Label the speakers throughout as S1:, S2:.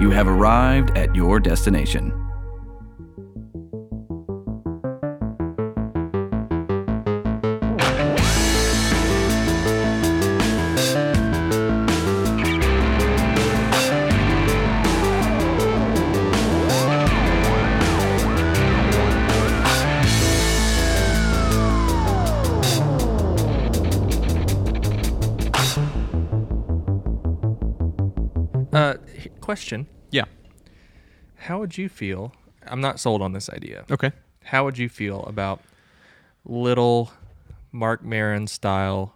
S1: You have arrived at your destination.
S2: Uh, h- question:
S3: Yeah.
S2: How would you feel? I'm not sold on this idea.
S3: Okay.
S2: How would you feel about little Mark Marin style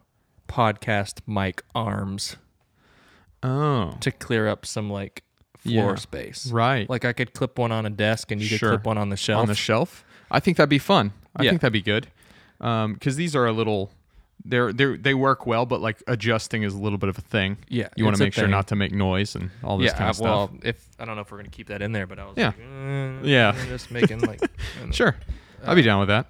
S2: podcast mic arms
S3: Oh.
S2: to clear up some like floor
S3: Yeah.
S2: space?
S3: Right.
S2: Like I could clip one on a desk and you could
S3: Sure.
S2: clip one on the shelf.
S3: On the shelf. I think that'd be fun. I
S2: Yeah.
S3: think that'd be good. Um, because these are a little, they're they are they work well, but like adjusting is a little bit of a thing.
S2: Yeah,
S3: You want
S2: it's
S3: to
S2: a
S3: make sure
S2: thing.
S3: not to make noise and all this
S2: yeah,
S3: kind of
S2: I-
S3: stuff.
S2: well, if I don't know if we're gonna keep that in there, but I was
S3: Yeah.
S2: like, eh,
S3: Yeah.
S2: I'm just making like I don't know.
S3: Sure. I'd
S2: uh,
S3: be down with that.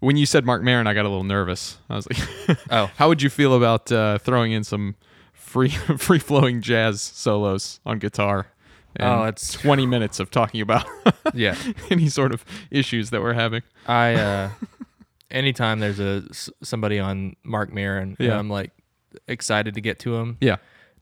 S3: When you said Mark Marin, I got a little nervous. I was like,
S2: Oh.
S3: how would you feel about uh, throwing in some free free flowing jazz solos on guitar?
S2: Oh, it's-
S3: 20 minutes of talking about
S2: yeah.
S3: any sort of issues that we're having.
S2: I uh anytime there's a s- somebody on Mark Maron, and
S3: Yeah.
S2: I'm like excited to get to him.
S3: Yeah.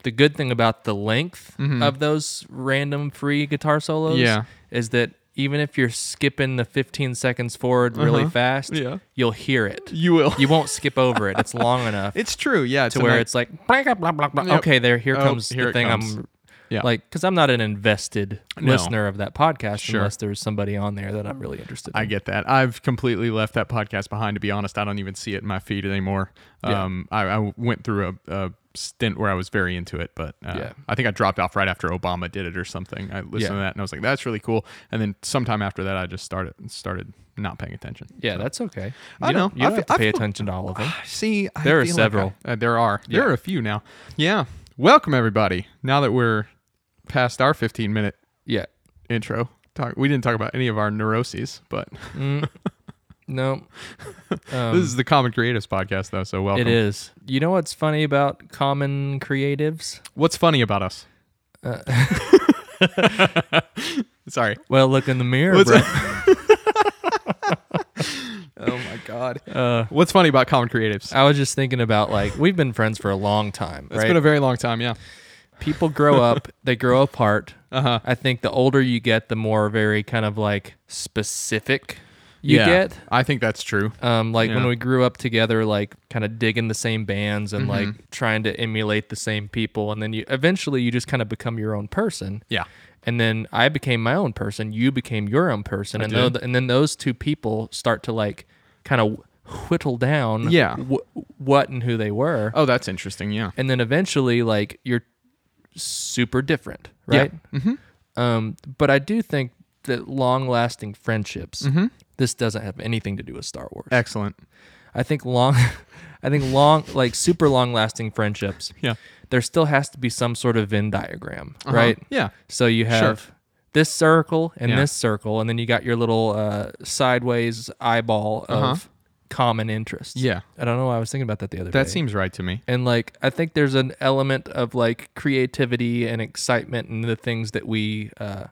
S2: The good thing about the length of those random free guitar solos
S3: Mm-hmm. Yeah.
S2: is that even if you're skipping the 15 seconds forward really fast,
S3: Uh-huh. Yeah.
S2: you'll hear it.
S3: You will.
S2: You won't skip over it. It's long enough
S3: it's true. Yeah.
S2: to where it's like blah, blah, blah, blah, blah.
S3: Yep.
S2: okay, there here
S3: Oh,
S2: comes
S3: here
S2: the
S3: it
S2: thing
S3: comes.
S2: I'm
S3: Yeah.
S2: like because I'm not an invested
S3: No.
S2: listener of that podcast
S3: Sure.
S2: unless there's somebody on there that I'm really interested. in.
S3: I get that. I've completely left that podcast behind. To be honest, I don't even see it in my feed anymore.
S2: Yeah.
S3: Um, I, I went through a, a stint where I was very into it, but uh,
S2: Yeah.
S3: I think I dropped off right after Obama did it or something. I listened
S2: Yeah.
S3: to that and I was like, "That's really cool." And then sometime after that, I just started started not paying attention.
S2: Yeah, that's okay. You
S3: I
S2: don't-
S3: know.
S2: You don't
S3: I
S2: have
S3: fe-
S2: to
S3: I
S2: pay
S3: feel-
S2: attention to all of them.
S3: See, I
S2: There are
S3: feel like I-
S2: several.
S3: uh, there are. There are a few now. Yeah. Welcome everybody. Now that we're past our 15 minute
S2: Yeah.
S3: intro, talk, we didn't talk about any of our neuroses, but
S2: Mm. No.
S3: this is the Common Creatives podcast, though. So welcome.
S2: Um, It is. You know what's funny about common creatives?
S3: What's funny about us?
S2: Uh,
S3: Sorry.
S2: Well, look in the mirror, bro.
S3: Oh my god. What's funny about Common Creatives?
S2: Uh, I was just thinking about like we've been friends for a long time,
S3: It's
S2: Uh, right?
S3: been a very long time. Yeah.
S2: People grow up, they grow apart.
S3: Uh-huh.
S2: I think the older you get, the more very kind of like specific you
S3: yeah.
S2: get.
S3: I think that's true.
S2: Um, like when
S3: Yeah.
S2: we grew up together, like kind of digging the same bands and
S3: Mm-hmm.
S2: like trying to emulate the same people, and then you eventually you just kind of become your own person.
S3: Yeah.
S2: and then I became my own person. You became your own person, and,
S3: did.
S2: tho- and then those two people start to like kind of whittle down,
S3: Yeah.
S2: wh- what and who they were,
S3: Oh, that's interesting. Yeah.
S2: and then eventually like you're super different, right? Mm-hmm. Um, but I do think that long-lasting friendships.
S3: Mm-hmm.
S2: This doesn't have anything to do with Star Wars.
S3: Excellent.
S2: I think long, I think long, like super long-lasting friendships.
S3: Yeah. Uh-huh.
S2: there still has to be some sort of Venn diagram, right?
S3: Yeah.
S2: So you have this circle and
S3: Uh-huh. Yeah.
S2: this circle, and then you got your little uh, sideways eyeball of common interests.
S3: Uh-huh. Yeah.
S2: I don't know. why I was thinking about that the other day.
S3: That seems right to me.
S2: and like I think there's an element of like creativity and excitement and the things that we uh,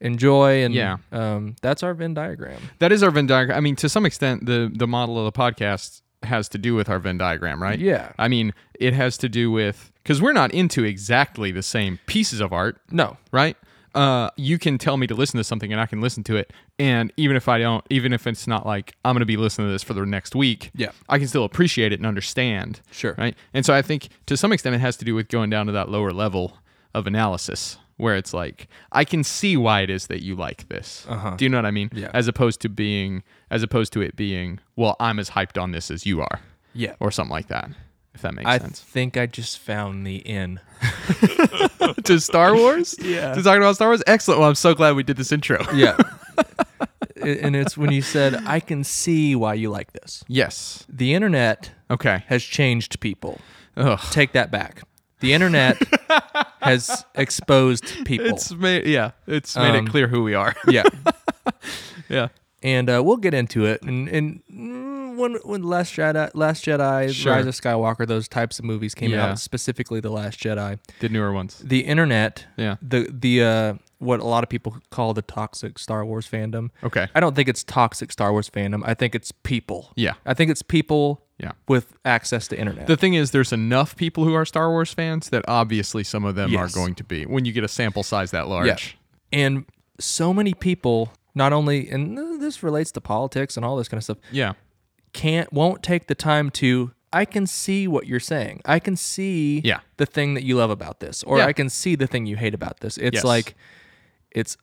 S2: enjoy, and
S3: Yeah.
S2: um, that's our Venn diagram.
S3: That is our Venn diagram. I mean, to some extent, the the model of the podcast has to do with our Venn diagram, right?
S2: Yeah.
S3: I mean, it has to do with because we're not into exactly the same pieces of art.
S2: No,
S3: right? Uh, you can tell me to listen to something and I can listen to it. And even if I don't, even if it's not like I'm going to be listening to this for the next week,
S2: Yeah.
S3: I can still appreciate it and understand.
S2: Sure.
S3: Right. And so I think to some extent it has to do with going down to that lower level of analysis where it's like, I can see why it is that you like this. Uh-huh. Do you know what I mean?
S2: Yeah.
S3: As opposed to being, as opposed to it being, well, I'm as hyped on this as you are
S2: yeah.
S3: or something like that, if that makes
S2: I
S3: sense.
S2: think I just found the in.
S3: to Star Wars? yeah. To talking about Star Wars? Excellent. Well, I'm so glad we did this intro.
S2: Yeah. and it's when you said, I can see why you like this.
S3: Yes.
S2: The internet
S3: Okay.
S2: has changed people.
S3: Ugh.
S2: Take that back. The internet has exposed people.
S3: It's made yeah, it's made
S2: Um,
S3: it clear who we are.
S2: yeah.
S3: yeah.
S2: And uh, we'll get into it. And, and mm, when when Last Jedi, Last Jedi,
S3: Sure.
S2: Rise of Skywalker, those types of movies came
S3: Yeah.
S2: out, specifically The Last Jedi,
S3: The newer ones.
S2: the internet,
S3: Yeah.
S2: the the uh, what a lot of people call the toxic Star Wars fandom.
S3: Okay.
S2: I don't think it's toxic Star Wars fandom. I think it's people.
S3: Yeah.
S2: I think it's people
S3: Yeah.
S2: with access to internet.
S3: The thing is, there's enough people who are Star Wars fans that obviously some of them
S2: Yes.
S3: are going to be when you get a sample size that large.
S2: Yeah. And so many people, not only, and this relates to politics and all this kind of stuff,
S3: Yeah.
S2: can't, won't take the time to, I can see what you're saying. I can see
S3: Yeah.
S2: the thing that you love about this, or
S3: Yeah.
S2: I can see the thing you hate about this. It's
S3: Yes.
S2: like, it's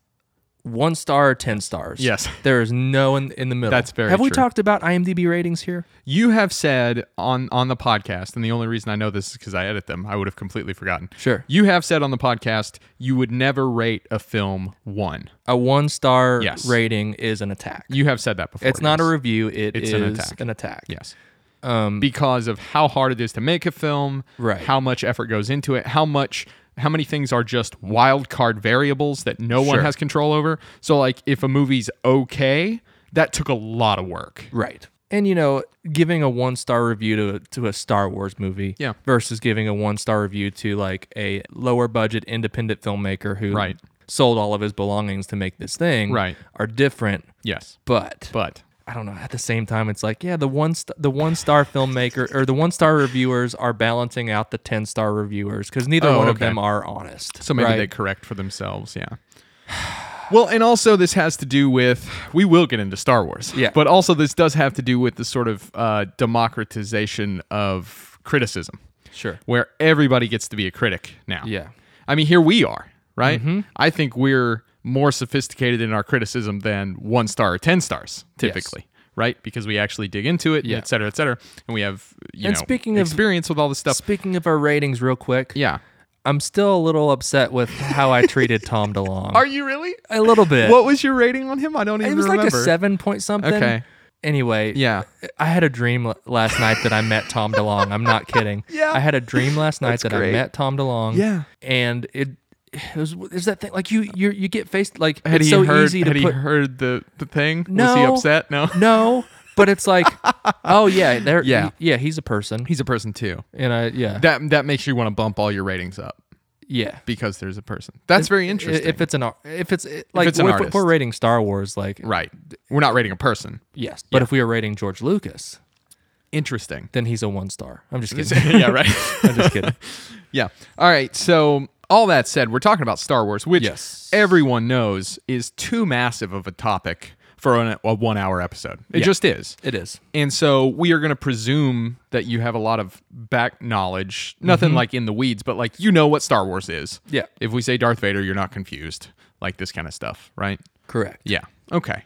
S2: one star or 10 stars.
S3: Yes.
S2: There is no in, in the middle.
S3: That's very
S2: Have we
S3: true.
S2: talked about IMDb ratings here?
S3: You have said on on the podcast, and the only reason I know this is because I edit them. I would have completely forgotten.
S2: Sure.
S3: You have said on the podcast you would never rate a film one.
S2: A one star
S3: Yes.
S2: rating is an attack.
S3: You have said that before.
S2: it's not a
S3: yes.
S2: review.
S3: It's
S2: it's
S3: an attack.
S2: an attack.
S3: Yes. Um, because of how hard it is to make a film,
S2: Right.
S3: how much effort goes into it, how much how many things are just wild card variables that no one
S2: Sure.
S3: has control over. So like if a movie's okay, that took a lot of work.
S2: Right. And you know, giving a one star review to to a Star Wars movie
S3: Yeah.
S2: versus giving a one star review to like a lower budget independent filmmaker who
S3: Right.
S2: sold all of his belongings to make this thing
S3: Right.
S2: are different.
S3: Yes.
S2: But,
S3: But
S2: I don't know. At the same time, it's like yeah, the one st- the one star filmmaker or the one star reviewers are balancing out the ten star reviewers because neither
S3: Oh,
S2: one of
S3: okay.
S2: them are honest.
S3: So maybe
S2: right?
S3: they correct for themselves. Yeah. Well, and also this has to do with we will get into Star Wars.
S2: Yeah.
S3: But also this does have to do with the sort of uh, democratization of criticism,
S2: sure.
S3: where everybody gets to be a critic now.
S2: Yeah.
S3: I mean, here we are, right? I think we're more sophisticated in our criticism than one star or ten stars typically. Right, because we actually dig into it,
S2: Yeah.
S3: et cetera, et cetera, and we have you
S2: And
S3: know
S2: speaking of-
S3: experience with all this stuff.
S2: Speaking of our ratings, real quick,
S3: yeah,
S2: I'm still a little upset with how I treated Tom DeLong.
S3: are you really?
S2: A little bit.
S3: What was your rating on him? I don't even
S2: it was
S3: remember.
S2: like a seven point something.
S3: Okay.
S2: Anyway,
S3: Yeah.
S2: I had a dream l- last night that I met Tom DeLong. I'm not kidding.
S3: Yeah.
S2: I had a dream last night
S3: That's
S2: that
S3: great.
S2: I met Tom DeLong.
S3: Yeah.
S2: and it. It was, there's that thing like you you you get faced like
S3: Had
S2: it's
S3: he
S2: so
S3: heard?
S2: easy to
S3: had he
S2: put
S3: heard the the thing?
S2: no
S3: Was he upset? No.
S2: no but it's like oh yeah there
S3: Yeah.
S2: yeah yeah he's a person
S3: He's a person too.
S2: and I yeah
S3: That that makes you want to bump all your ratings up
S2: yeah
S3: because there's a person. That's very interesting.
S2: if it's an ar- if it's like
S3: it's an
S2: if
S3: artist.
S2: we're rating Star Wars like
S3: right, we're not rating a person.
S2: yes but if we were rating George Lucas
S3: Interesting.
S2: then he's a one star I'm just kidding
S3: yeah. Right.
S2: I'm just kidding
S3: yeah. All right. So all that said, we're talking about Star Wars, which
S2: Yes.
S3: everyone knows is too massive of a topic for an, a one-hour episode. It
S2: Yeah.
S3: just is.
S2: it is
S3: And so we are going to presume that you have a lot of back knowledge, nothing like in the weeds, but like you know what Star Wars is.
S2: Mm-hmm. Yeah.
S3: If we say Darth Vader, you're not confused, like this kind of stuff, right?
S2: correct
S3: Yeah. Okay.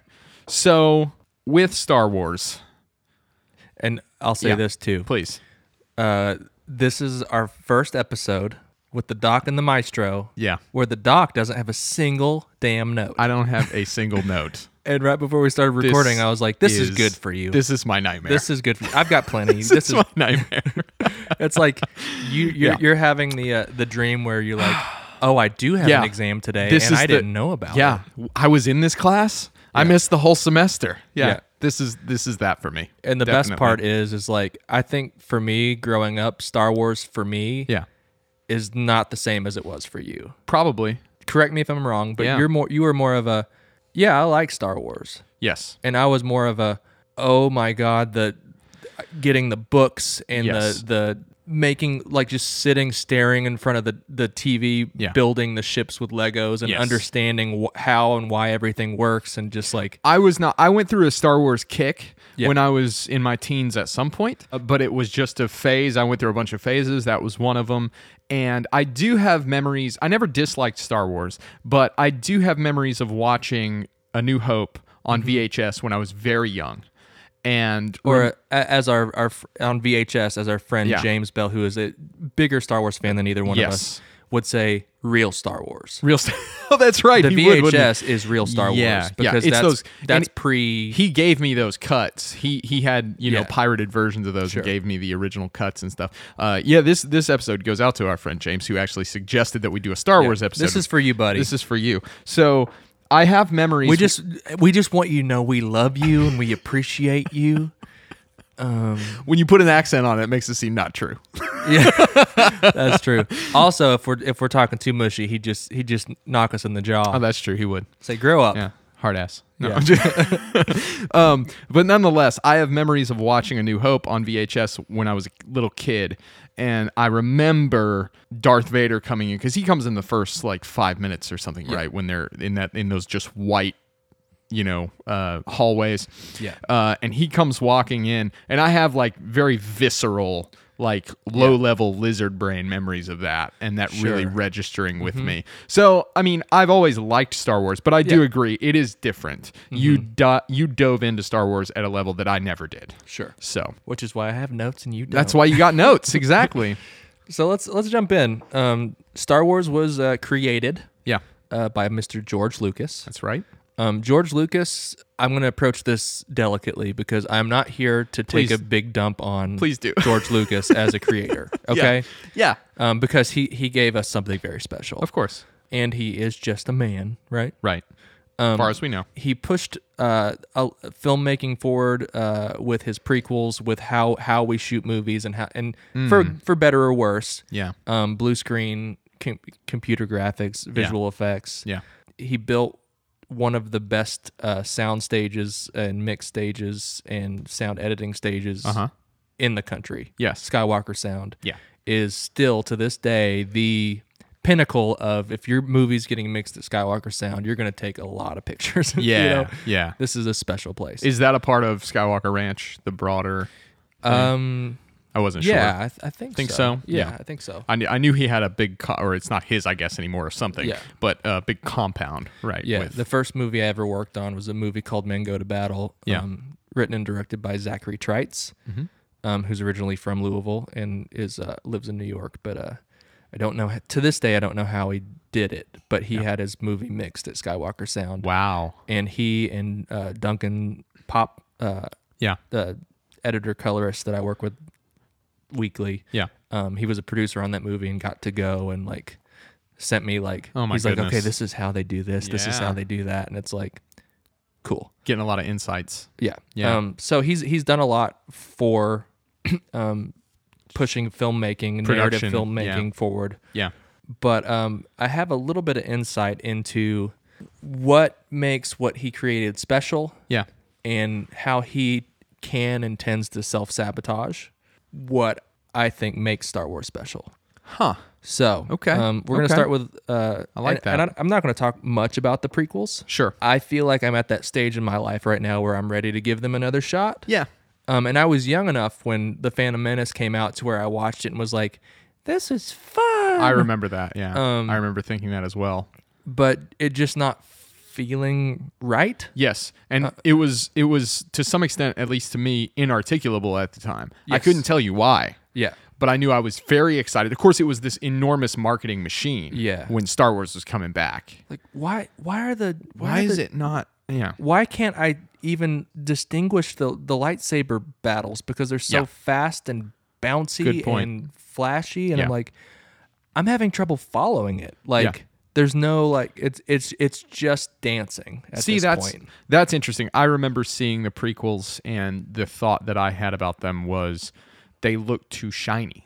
S3: So with Star Wars,
S2: And I'll say
S3: Yeah.
S2: this too.
S3: please.
S2: Uh, this is our first episode with the doc and the maestro.
S3: Yeah.
S2: Where the doc doesn't have a single damn note.
S3: I don't have a single note.
S2: and right before we started
S3: This
S2: recording, I was like, this is, good for you. This,
S3: This is my nightmare.
S2: is good for you. I've got plenty. this,
S3: this
S2: is,
S3: is my nightmare.
S2: it's like you, you're,
S3: Yeah.
S2: you're having the, uh, the dream where you're like, oh, I do have
S3: Yeah.
S2: an exam today
S3: This
S2: and
S3: is
S2: I
S3: the-
S2: didn't know about
S3: yeah.
S2: it.
S3: I was in this class. I missed the whole semester. Yeah.
S2: Yeah.
S3: This is this is that for me.
S2: And the
S3: Definitely.
S2: best part is, is like, I think for me growing up, Star Wars for me
S3: Yeah.
S2: is not the same as it was for you.
S3: Probably.
S2: correct me if I'm wrong, but
S3: Yeah.
S2: you're more you were more of a yeah, I like Star Wars.
S3: Yes.
S2: And I was more of a oh my god, the getting the books and
S3: Yes.
S2: the the making like just sitting staring in front of the the TV
S3: Yeah.
S2: building the ships with Legos and
S3: Yes.
S2: understanding wh- how and why everything works and just like
S3: I was not. I went through a Star Wars kick
S2: Yeah.
S3: when I was in my teens at some point, uh, but it was just a phase. I went through a bunch of phases. That was one of them. And I do have memories. I never disliked Star Wars, but I do have memories of watching A New Hope on VHS when I was very young. And
S2: Mm-hmm. or uh, a- as our our fr- on VHS as our friend
S3: Yeah.
S2: James Bell who is a bigger Star Wars fan than either one of
S3: Yes.
S2: us would say real Star Wars.
S3: real. Star- oh, that's right.
S2: The
S3: he would, wouldn't
S2: VHS
S3: he?
S2: is real Star
S3: Yeah,
S2: Wars
S3: yeah,
S2: because
S3: it's
S2: that's
S3: those-
S2: that's
S3: and
S2: pre
S3: he gave me those cuts. He he had you know
S2: Yeah.
S3: pirated versions of those and gave me the original cuts and stuff. Uh, yeah, this this episode goes out to our friend James, who actually suggested that we do a Star Wars episode.
S2: This is for you, buddy.
S3: This is for you. So I have memories.
S2: we just we just want you to know we love you and we appreciate you. Um,
S3: When you put an accent on it, it makes it seem not true.
S2: yeah, that's true. Also, if we're if we're talking too mushy, he just he just knock us in the jaw.
S3: Oh, that's true. He would.
S2: Say, grow up.
S3: Yeah. Hard ass. No.
S2: Yeah.
S3: um, but nonetheless, I have memories of watching A New Hope on VHS when I was a little kid. And I remember Darth Vader coming in because he comes in the first like five minutes or something, right? When they're in that in those just white, you know, uh, hallways.
S2: Yeah.
S3: Uh, and he comes walking in, and I have like very visceral, like low level lizard brain memories of that, and that really
S2: Sure.
S3: registering with me. So, I mean, I've always liked Star Wars, but I do
S2: Mm-hmm. Yeah. Mm-hmm.
S3: agree it is different. You do- you dove into Star Wars at a level that I never did.
S2: Sure.
S3: So
S2: Which is why I have notes and you don't.
S3: that's why you got notes exactly.
S2: So let's let's jump in. Um, Star Wars was uh, created
S3: yeah,
S2: uh, by Mr. George Lucas.
S3: that's right.
S2: Um, George Lucas, I'm going to approach this delicately because I'm not here to take
S3: Please.
S2: a big dump on
S3: Please do.
S2: George Lucas as a creator, okay?
S3: Yeah,
S2: Um, because he he gave us something very special,
S3: of course.
S2: and he is just a man, right?
S3: Right.
S2: Um,
S3: as far as we know.
S2: He pushed uh, a, filmmaking forward uh, with his prequels, with how how we shoot movies, and how and for
S3: Hmm.
S2: for better or worse,
S3: Yeah.
S2: um, blue screen, com- computer graphics, visual effects.
S3: Yeah.
S2: He built one of the best uh, sound stages and mix stages and sound editing stages in the country.
S3: Uh-huh. Yes.
S2: Skywalker Sound
S3: Yeah.
S2: is still to this day the pinnacle of if your movie's getting mixed at Skywalker Sound, you're going to take a lot of pictures. you
S3: Yeah.
S2: know?
S3: Yeah.
S2: This is a special place.
S3: Is that a part of Skywalker Ranch? The broader.
S2: um,
S3: I wasn't sure.
S2: yeah, I, th- I think
S3: Think so?
S2: Yeah,
S3: Yeah.
S2: I think so.
S3: I knew, I knew he had a big, co- or it's not his, I guess, anymore, or something,
S2: Yeah.
S3: but a big compound, right?
S2: Yeah,
S3: with-
S2: the first movie I ever worked on was a movie called Men Go to Battle.
S3: Yeah. Mm-hmm.
S2: Um, written and directed by Zachary Trites, um, who's originally from Louisville and is uh, lives in New York, but uh, I don't know to this day I don't know how he did it, but he had his movie mixed at Skywalker Sound,
S3: wow.
S2: and he and uh, Duncan Pop, uh,
S3: Yeah.
S2: the editor colorist that I work with weekly,
S3: Yeah.
S2: um, he was a producer on that movie and got to go and like sent me like
S3: Oh my
S2: he's like okay
S3: goodness.
S2: this is how they do this this is
S3: Yeah.
S2: how they do that and it's like cool
S3: Getting a lot of insights.
S2: yeah
S3: Yeah.
S2: um so he's he's done a lot for um pushing filmmaking
S3: Production,
S2: narrative
S3: yeah.
S2: filmmaking forward
S3: Yeah.
S2: but um I have a little bit of insight into what makes what he created special
S3: Yeah.
S2: and how he can and tends to self sabotage what I think makes Star Wars special.
S3: Huh.
S2: So
S3: Okay.
S2: um, we're
S3: Okay.
S2: gonna start with. Uh, I
S3: like
S2: and,
S3: that.
S2: And I, I'm not gonna talk much about the prequels.
S3: Sure.
S2: I feel like I'm at that stage in my life right now where I'm ready to give them another shot.
S3: Yeah.
S2: Um, and I was young enough when the Phantom Menace came out to where I watched it and was like, "This is fun,"
S3: I remember that. Yeah.
S2: Um,
S3: I remember thinking that as well.
S2: but it just not feeling right.
S3: Yes, and
S2: uh,
S3: it was it was to some extent, at least to me, inarticulable at the time. I
S2: Yes.
S3: couldn't tell you why.
S2: Yeah.
S3: But I knew I was very excited. Of course, it was this enormous marketing machine.
S2: Yeah.
S3: When Star Wars was coming back.
S2: Like why? Why are the why,
S3: Why
S2: are
S3: is
S2: the-
S3: it not? Yeah.
S2: why can't I even distinguish the the lightsaber battles because they're so
S3: Yeah.
S2: fast and bouncy
S3: Good point.
S2: and flashy and
S3: Yeah.
S2: I'm like I'm having trouble following it. Like there's no like it's it's it's just dancing at
S3: See,
S2: this
S3: that's
S2: point.
S3: that's interesting. I remember seeing the prequels, and the thought that I had about them was they look too shiny.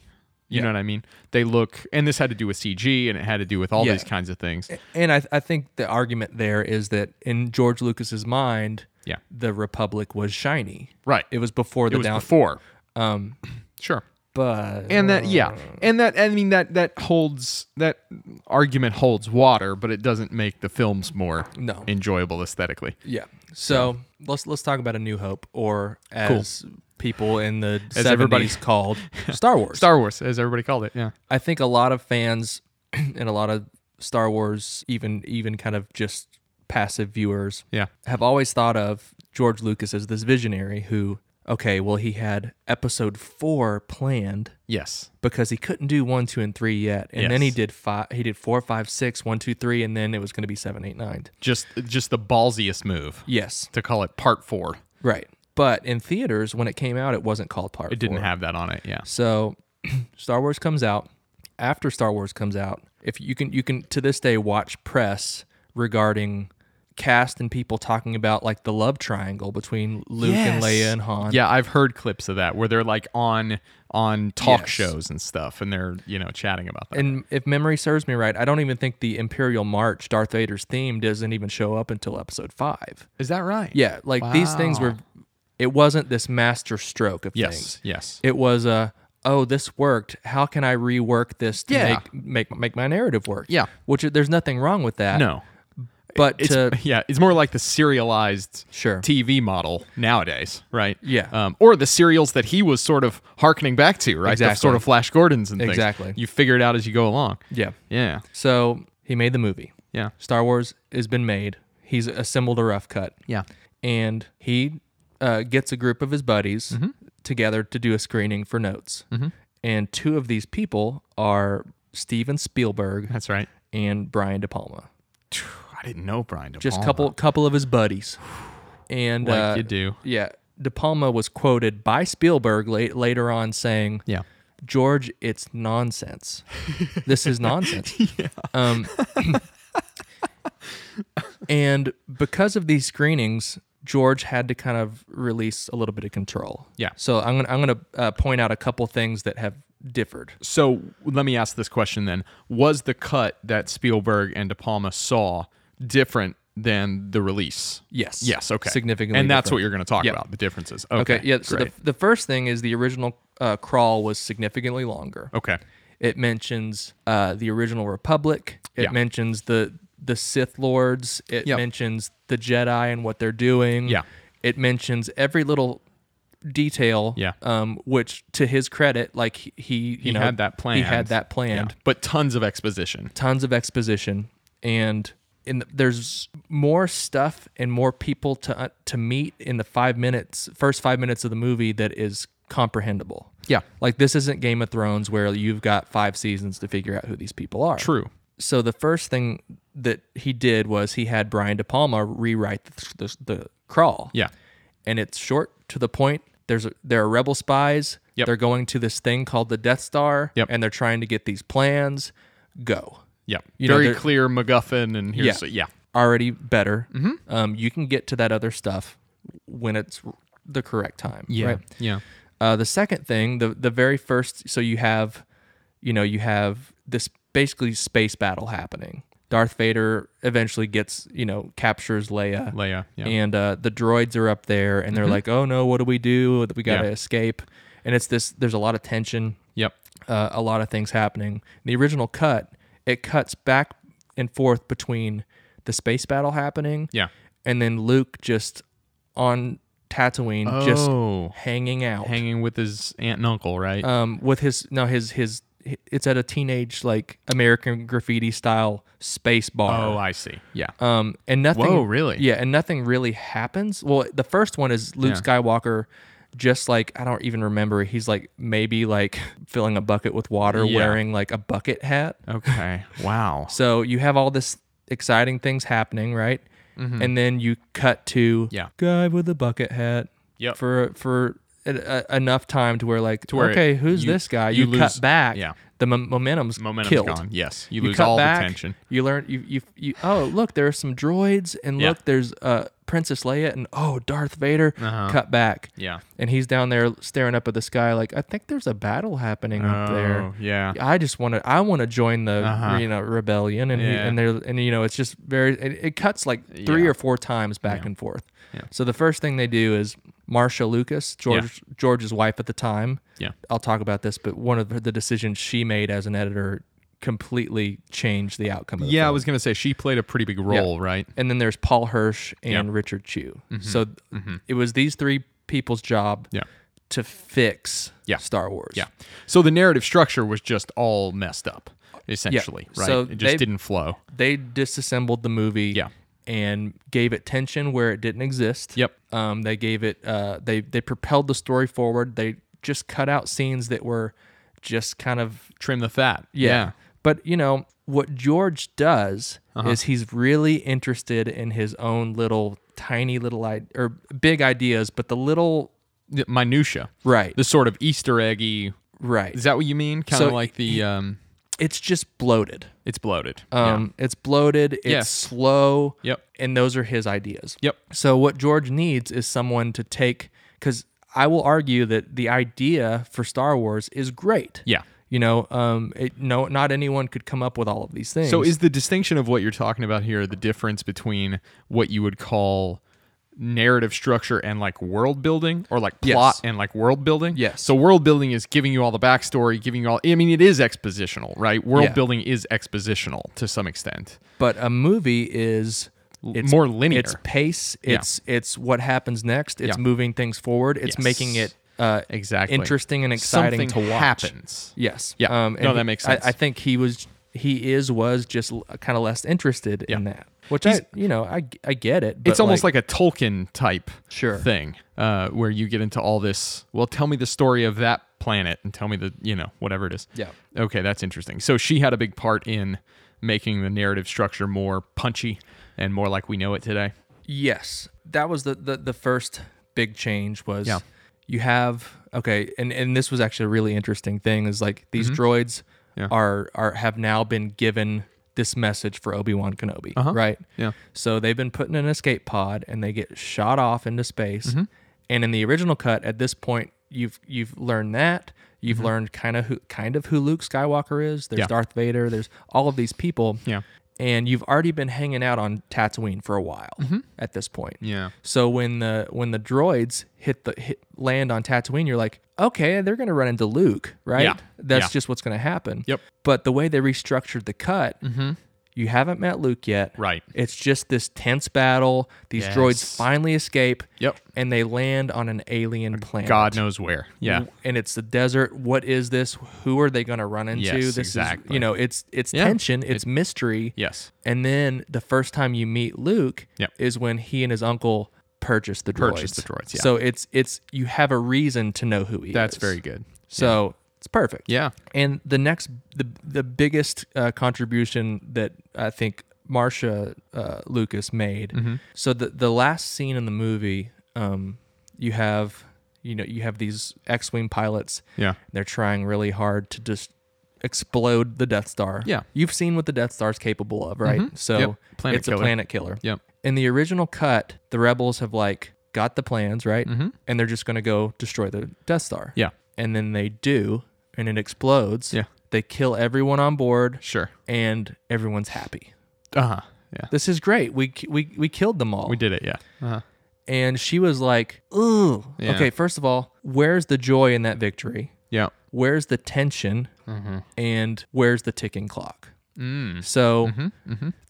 S3: You know what I mean? They look, and this had to do with CG, and it had to do with all
S2: Yeah. Eh,
S3: these kinds of things.
S2: And I I think the argument there is that in George Lucas's mind,
S3: Yeah.
S2: the Republic was shiny.
S3: Right.
S2: It was before
S3: It
S2: the
S3: was
S2: down
S3: before. Um, sure.
S2: but
S3: And that, yeah, and that, I mean that that holds that argument holds water, but it doesn't make the films more
S2: No.
S3: enjoyable aesthetically.
S2: Yeah. So let's let's talk about a New Hope, or as people in the
S3: As everybody-
S2: seventies called Star Wars.
S3: Star Wars, as everybody called it. Yeah.
S2: I think a lot of fans and a lot of Star Wars, even even kind of just passive viewers,
S3: Yeah.
S2: have always thought of George Lucas as this visionary who, okay, well he had Episode Four planned
S3: Yes.
S2: because he couldn't do one, two, and three yet, and then he
S3: Yes.
S2: did five, he did four, five, six, one, two, three, and then it was going to be seven, eight, nine.
S3: Just just the ballsiest move
S2: Yes.
S3: to call it part four.
S2: Right. But in theaters, when it came out, it wasn't called Part
S3: It didn't
S2: Four.
S3: have that on it. Yeah.
S2: So, Star Wars comes out. After Star Wars comes out, if you can, you can to this day watch press regarding cast and people talking about like the love triangle between Luke and Leia and Han.
S3: Yeah, I've heard clips of that where they're like on on talk
S2: Yes.
S3: shows and stuff, and they're you know chatting about that.
S2: And if memory serves me right, I don't even think the Imperial March, Darth Vader's theme, doesn't even show up until episode five.
S3: Is that right?
S2: Yeah, like these things were. It wasn't this master stroke of
S3: Yes.
S2: things.
S3: Yes.
S2: It was a oh, this worked. How can I rework this to
S3: Yeah.
S2: make make make my narrative work?
S3: Yeah.
S2: which uh, there's nothing wrong with that.
S3: no.
S2: but
S3: It's,
S2: to
S3: yeah, it's more like the serialized
S2: Sure.
S3: TV model nowadays, right?
S2: Yeah.
S3: um, or the serials that he was sort of harkening back to, right? The
S2: Exactly.
S3: sort of Flash Gordons and things.
S2: Exactly.
S3: You figure it out as you go along.
S2: yeah,
S3: Yeah,
S2: so he made the movie.
S3: yeah,
S2: Star Wars has been made. He's assembled a rough cut.
S3: yeah.
S2: and he uh, gets a group of his buddies
S3: Mm-hmm.
S2: together to do a screening for notes. And two of these people are Steven Spielberg
S3: That's right.
S2: and Brian De Palma.
S3: I didn't know Brian. De
S2: Just
S3: Palma.
S2: couple couple of his buddies. And
S3: Like
S2: uh,
S3: you do.
S2: yeah, De Palma was quoted by Spielberg late, later on saying,
S3: Yeah.
S2: George, it's nonsense. This is nonsense. Um, and because of these screenings, George had to kind of release a little bit of control.
S3: Yeah.
S2: So I'm gonna I'm gonna uh, point out a couple things that have differed.
S3: So let me ask this question then: Was the cut that Spielberg and De Palma saw different than the release?
S2: Yes.
S3: Yes. Okay.
S2: Significantly.
S3: And that's
S2: different.
S3: what you're going to talk
S2: Yep.
S3: about: the differences.
S2: Okay.
S3: Okay.
S2: yeah. So the,
S3: great.
S2: the first thing is the original uh, crawl was significantly longer.
S3: okay.
S2: It mentions uh, the original Republic. It
S3: Yeah.
S2: mentions the the Sith Lords. It
S3: Yep.
S2: mentions the Jedi and what they're doing.
S3: Yeah.
S2: It mentions every little detail.
S3: Yeah.
S2: Um, which to his credit, like he, he you
S3: He
S2: know
S3: had that
S2: He
S3: planned.
S2: had that planned.
S3: But tons of exposition.
S2: Tons of exposition and. In the, there's more stuff and more people to uh, to meet in the five minutes first five minutes of the movie that is comprehensible.
S3: Yeah.
S2: Like this isn't Game of Thrones where you've got five seasons to figure out who these people are.
S3: True.
S2: So the first thing that he did was he had Brian De Palma rewrite the, the, the crawl.
S3: Yeah.
S2: And it's short to the point. There's a, there are rebel spies.
S3: Yep.
S2: They're going to this thing called the Death Star.
S3: Yep.
S2: And they're trying to get these plans. Go.
S3: Yeah.
S2: You know,
S3: Very
S2: there-
S3: clear MacGuffin and here's
S2: Yeah.
S3: yeah.
S2: Already better.
S3: Mm-hmm.
S2: Um, you can get to that other stuff when it's the correct time. Right?
S3: Yeah.
S2: Uh, the second thing, the the very first, so you have, you know, you have this basically space battle happening. Darth Vader eventually gets, you know, captures Leia.
S3: Leia, yeah. Mm-hmm.
S2: And uh, the droids are up there, and they're like, "Oh no, what do we do? We gotta
S3: Yeah.
S2: escape." And it's this. There's a lot of tension,
S3: Yep.
S2: uh, a lot of things happening. The original cut, it cuts back and forth between the space battle happening,
S3: Yeah.
S2: and then Luke just on Tatooine,
S3: Oh.
S2: just hanging out,
S3: Hanging with his aunt and uncle, right?
S2: um, with his no his his it's at a teenage like American graffiti style space
S3: oh,
S2: bar.
S3: I see. Yeah.
S2: um, and nothing.
S3: Whoa, really?
S2: Yeah, and nothing really happens. Well, the first one is Luke Skywalker. Just like I don't even remember, he's like maybe like filling a bucket with water,
S3: Yeah.
S2: wearing like a bucket hat.
S3: okay. Wow.
S2: So you have all this exciting things happening, right? And then you cut to
S3: Mm-hmm. Yeah.
S2: guy with a bucket hat.
S3: Yep.
S2: For for a, a, enough time to where like
S3: where
S2: okay,
S3: it-
S2: who's
S3: you-
S2: this guy?
S3: you
S2: You,
S3: lose-
S2: cut back.
S3: yeah.
S2: The m- momentum's
S3: Momentum's
S2: killed.
S3: gone. Yes. You,
S2: You
S3: lose
S2: cut
S3: all
S2: back,
S3: the tension.
S2: You learn you you, you oh look there are some droids and
S3: Yeah.
S2: look there's uh Princess Leia and oh Darth Vader cut back
S3: Uh-huh. Yeah.
S2: and he's down there staring up at the sky like I think there's a battle happening up there
S3: Oh, yeah.
S2: I just want to. I want to join the
S3: Uh-huh.
S2: you know rebellion, and he,
S3: Yeah.
S2: and there and you know it's just very. It, it cuts like three
S3: Yeah.
S2: or four times back and forth.
S3: Yeah.
S2: So the first thing they do is Marsha Lucas, George George's wife at the time.
S3: Yeah.
S2: I'll talk about this, but one of the, the decisions she made as an editor completely changed the outcome. Of the
S3: Yeah, I
S2: film.
S3: was gonna say she played a pretty big role, right?
S2: and then there's Paul Hirsch and Richard Chew. So th- it was these three people's job.
S3: Mm-hmm. Yeah.
S2: To fix
S3: Yeah.
S2: Star Wars.
S3: Yeah. So the narrative structure was just all messed up, essentially, right?
S2: So
S3: it
S2: they-
S3: just didn't flow.
S2: they disassembled the movie
S3: Yeah.
S2: and gave it tension where it didn't exist.
S3: Yep.
S2: Um, they gave it uh, they they propelled the story forward. They just cut out scenes that were just kind of
S3: Trim the fat.
S2: yeah. But you know what George does
S3: Uh-huh.
S2: is he's really interested in his own little tiny little I- or big ideas, but the little
S3: The minutia.
S2: right
S3: The sort of Easter eggy.
S2: right
S3: Is that what you mean? Kind of
S2: So
S3: like the um
S2: it's just bloated.
S3: It's bloated. Yeah.
S2: Um, It's bloated. It's
S3: Yes.
S2: slow.
S3: Yep.
S2: And those are his ideas.
S3: Yep.
S2: So what George needs is someone to take because I will argue that the idea for Star Wars is great.
S3: Yeah.
S2: You know, um, it, no, not anyone could come up with all of these things.
S3: So is the distinction of what you're talking about here the difference between what you would call narrative structure and like world building or like
S2: Yes.
S3: plot and like world building?
S2: Yes.
S3: So world building is giving you all the backstory, giving you all I mean it is expositional, right? World
S2: Yeah.
S3: building is expositional to some extent.
S2: but a movie is it's
S3: more linear.
S2: It's pace. It's it's what happens next. It's
S3: Yeah.
S2: moving things forward. It's
S3: Yes.
S2: making it uh,
S3: Exactly.
S2: interesting and exciting
S3: Something
S2: to watch.
S3: happens.
S2: Yes.
S3: Yeah. No,
S2: he-
S3: that makes
S2: I-
S3: sense.
S2: I, think he was, he is, was just kind of less interested in that, which
S3: He's-
S2: I, you know, I, I get it. But
S3: it's almost like, a Tolkien type
S2: Sure.
S3: thing, uh, where you get into all this. Well, tell me the story of that planet, and tell me the you know whatever it is.
S2: Yeah.
S3: Okay, that's interesting. So she had a big part in making the narrative structure more punchy and more like we know it today.
S2: yes, that was the the, the first big change was
S3: Yeah.
S2: you have okay, and and this was actually a really interesting thing is like these droids
S3: Mm-hmm. Yeah.
S2: are are have now been given this message for Obi Wan Kenobi,
S3: Uh-huh.
S2: right?
S3: Yeah.
S2: So they've been put in an escape pod and they get shot off into space.
S3: Mm-hmm.
S2: And in the original cut, at this point, you've you've learned that you've learned kind of who kind of who Luke Skywalker is. There's
S3: Mm-hmm. Yeah.
S2: Darth Vader. There's all of these people.
S3: Yeah.
S2: And you've already been hanging out on Tatooine for a while at this point.
S3: Mm-hmm. Yeah.
S2: So when the when the droids hit the hit, land on Tatooine, you're like, okay, they're gonna run into Luke, right?
S3: Yeah.
S2: That's
S3: Yeah.
S2: just what's gonna happen.
S3: Yep. Mm-hmm.
S2: But the way they restructured the cut, you haven't met Luke yet.
S3: Right.
S2: It's just this tense battle. These
S3: Yes.
S2: droids finally escape.
S3: Yep.
S2: And they land on an alien planet.
S3: God knows where. Yeah.
S2: And it's the desert. What is this? Who are they gonna run into?
S3: Yes,
S2: this is
S3: exactly.
S2: you know, it's it's
S3: Yeah.
S2: tension, it's mystery.
S3: Yes.
S2: And then the first time you meet Luke
S3: Yep.
S2: is when he and his uncle purchase the droids.
S3: Purchase the droids, yeah.
S2: So it's it's you have a reason to know who he
S3: That's
S2: is.
S3: very good.
S2: So it's perfect.
S3: Yeah.
S2: And the next the the biggest uh, contribution that I think Marcia uh, Lucas made.
S3: Mm-hmm.
S2: So the the last scene in the movie, um, you have you know you have these X-wing pilots.
S3: Yeah.
S2: They're trying really hard to just explode the Death Star.
S3: Yeah. Mm-hmm.
S2: You've seen what the Death Star's capable of, right? So
S3: Yep. Planet
S2: it's
S3: killer.
S2: a planet killer.
S3: Yep.
S2: In the original cut, the rebels have like got the plans, right?
S3: Mm-hmm.
S2: And they're just going to go destroy the Death Star.
S3: Yeah.
S2: And then they do, and it explodes.
S3: Yeah.
S2: They kill everyone on board,
S3: Sure.
S2: and everyone's happy.
S3: Uh huh. Yeah.
S2: This is great. We we we killed them all.
S3: We did it. Yeah. Uh
S2: Uh-huh.
S3: huh.
S2: and she was like, "Ooh,
S3: Yeah.
S2: okay. First of all, where's the joy in that victory?
S3: Yeah.
S2: Where's the tension?
S3: Mm-hmm.
S2: And where's the ticking clock?" So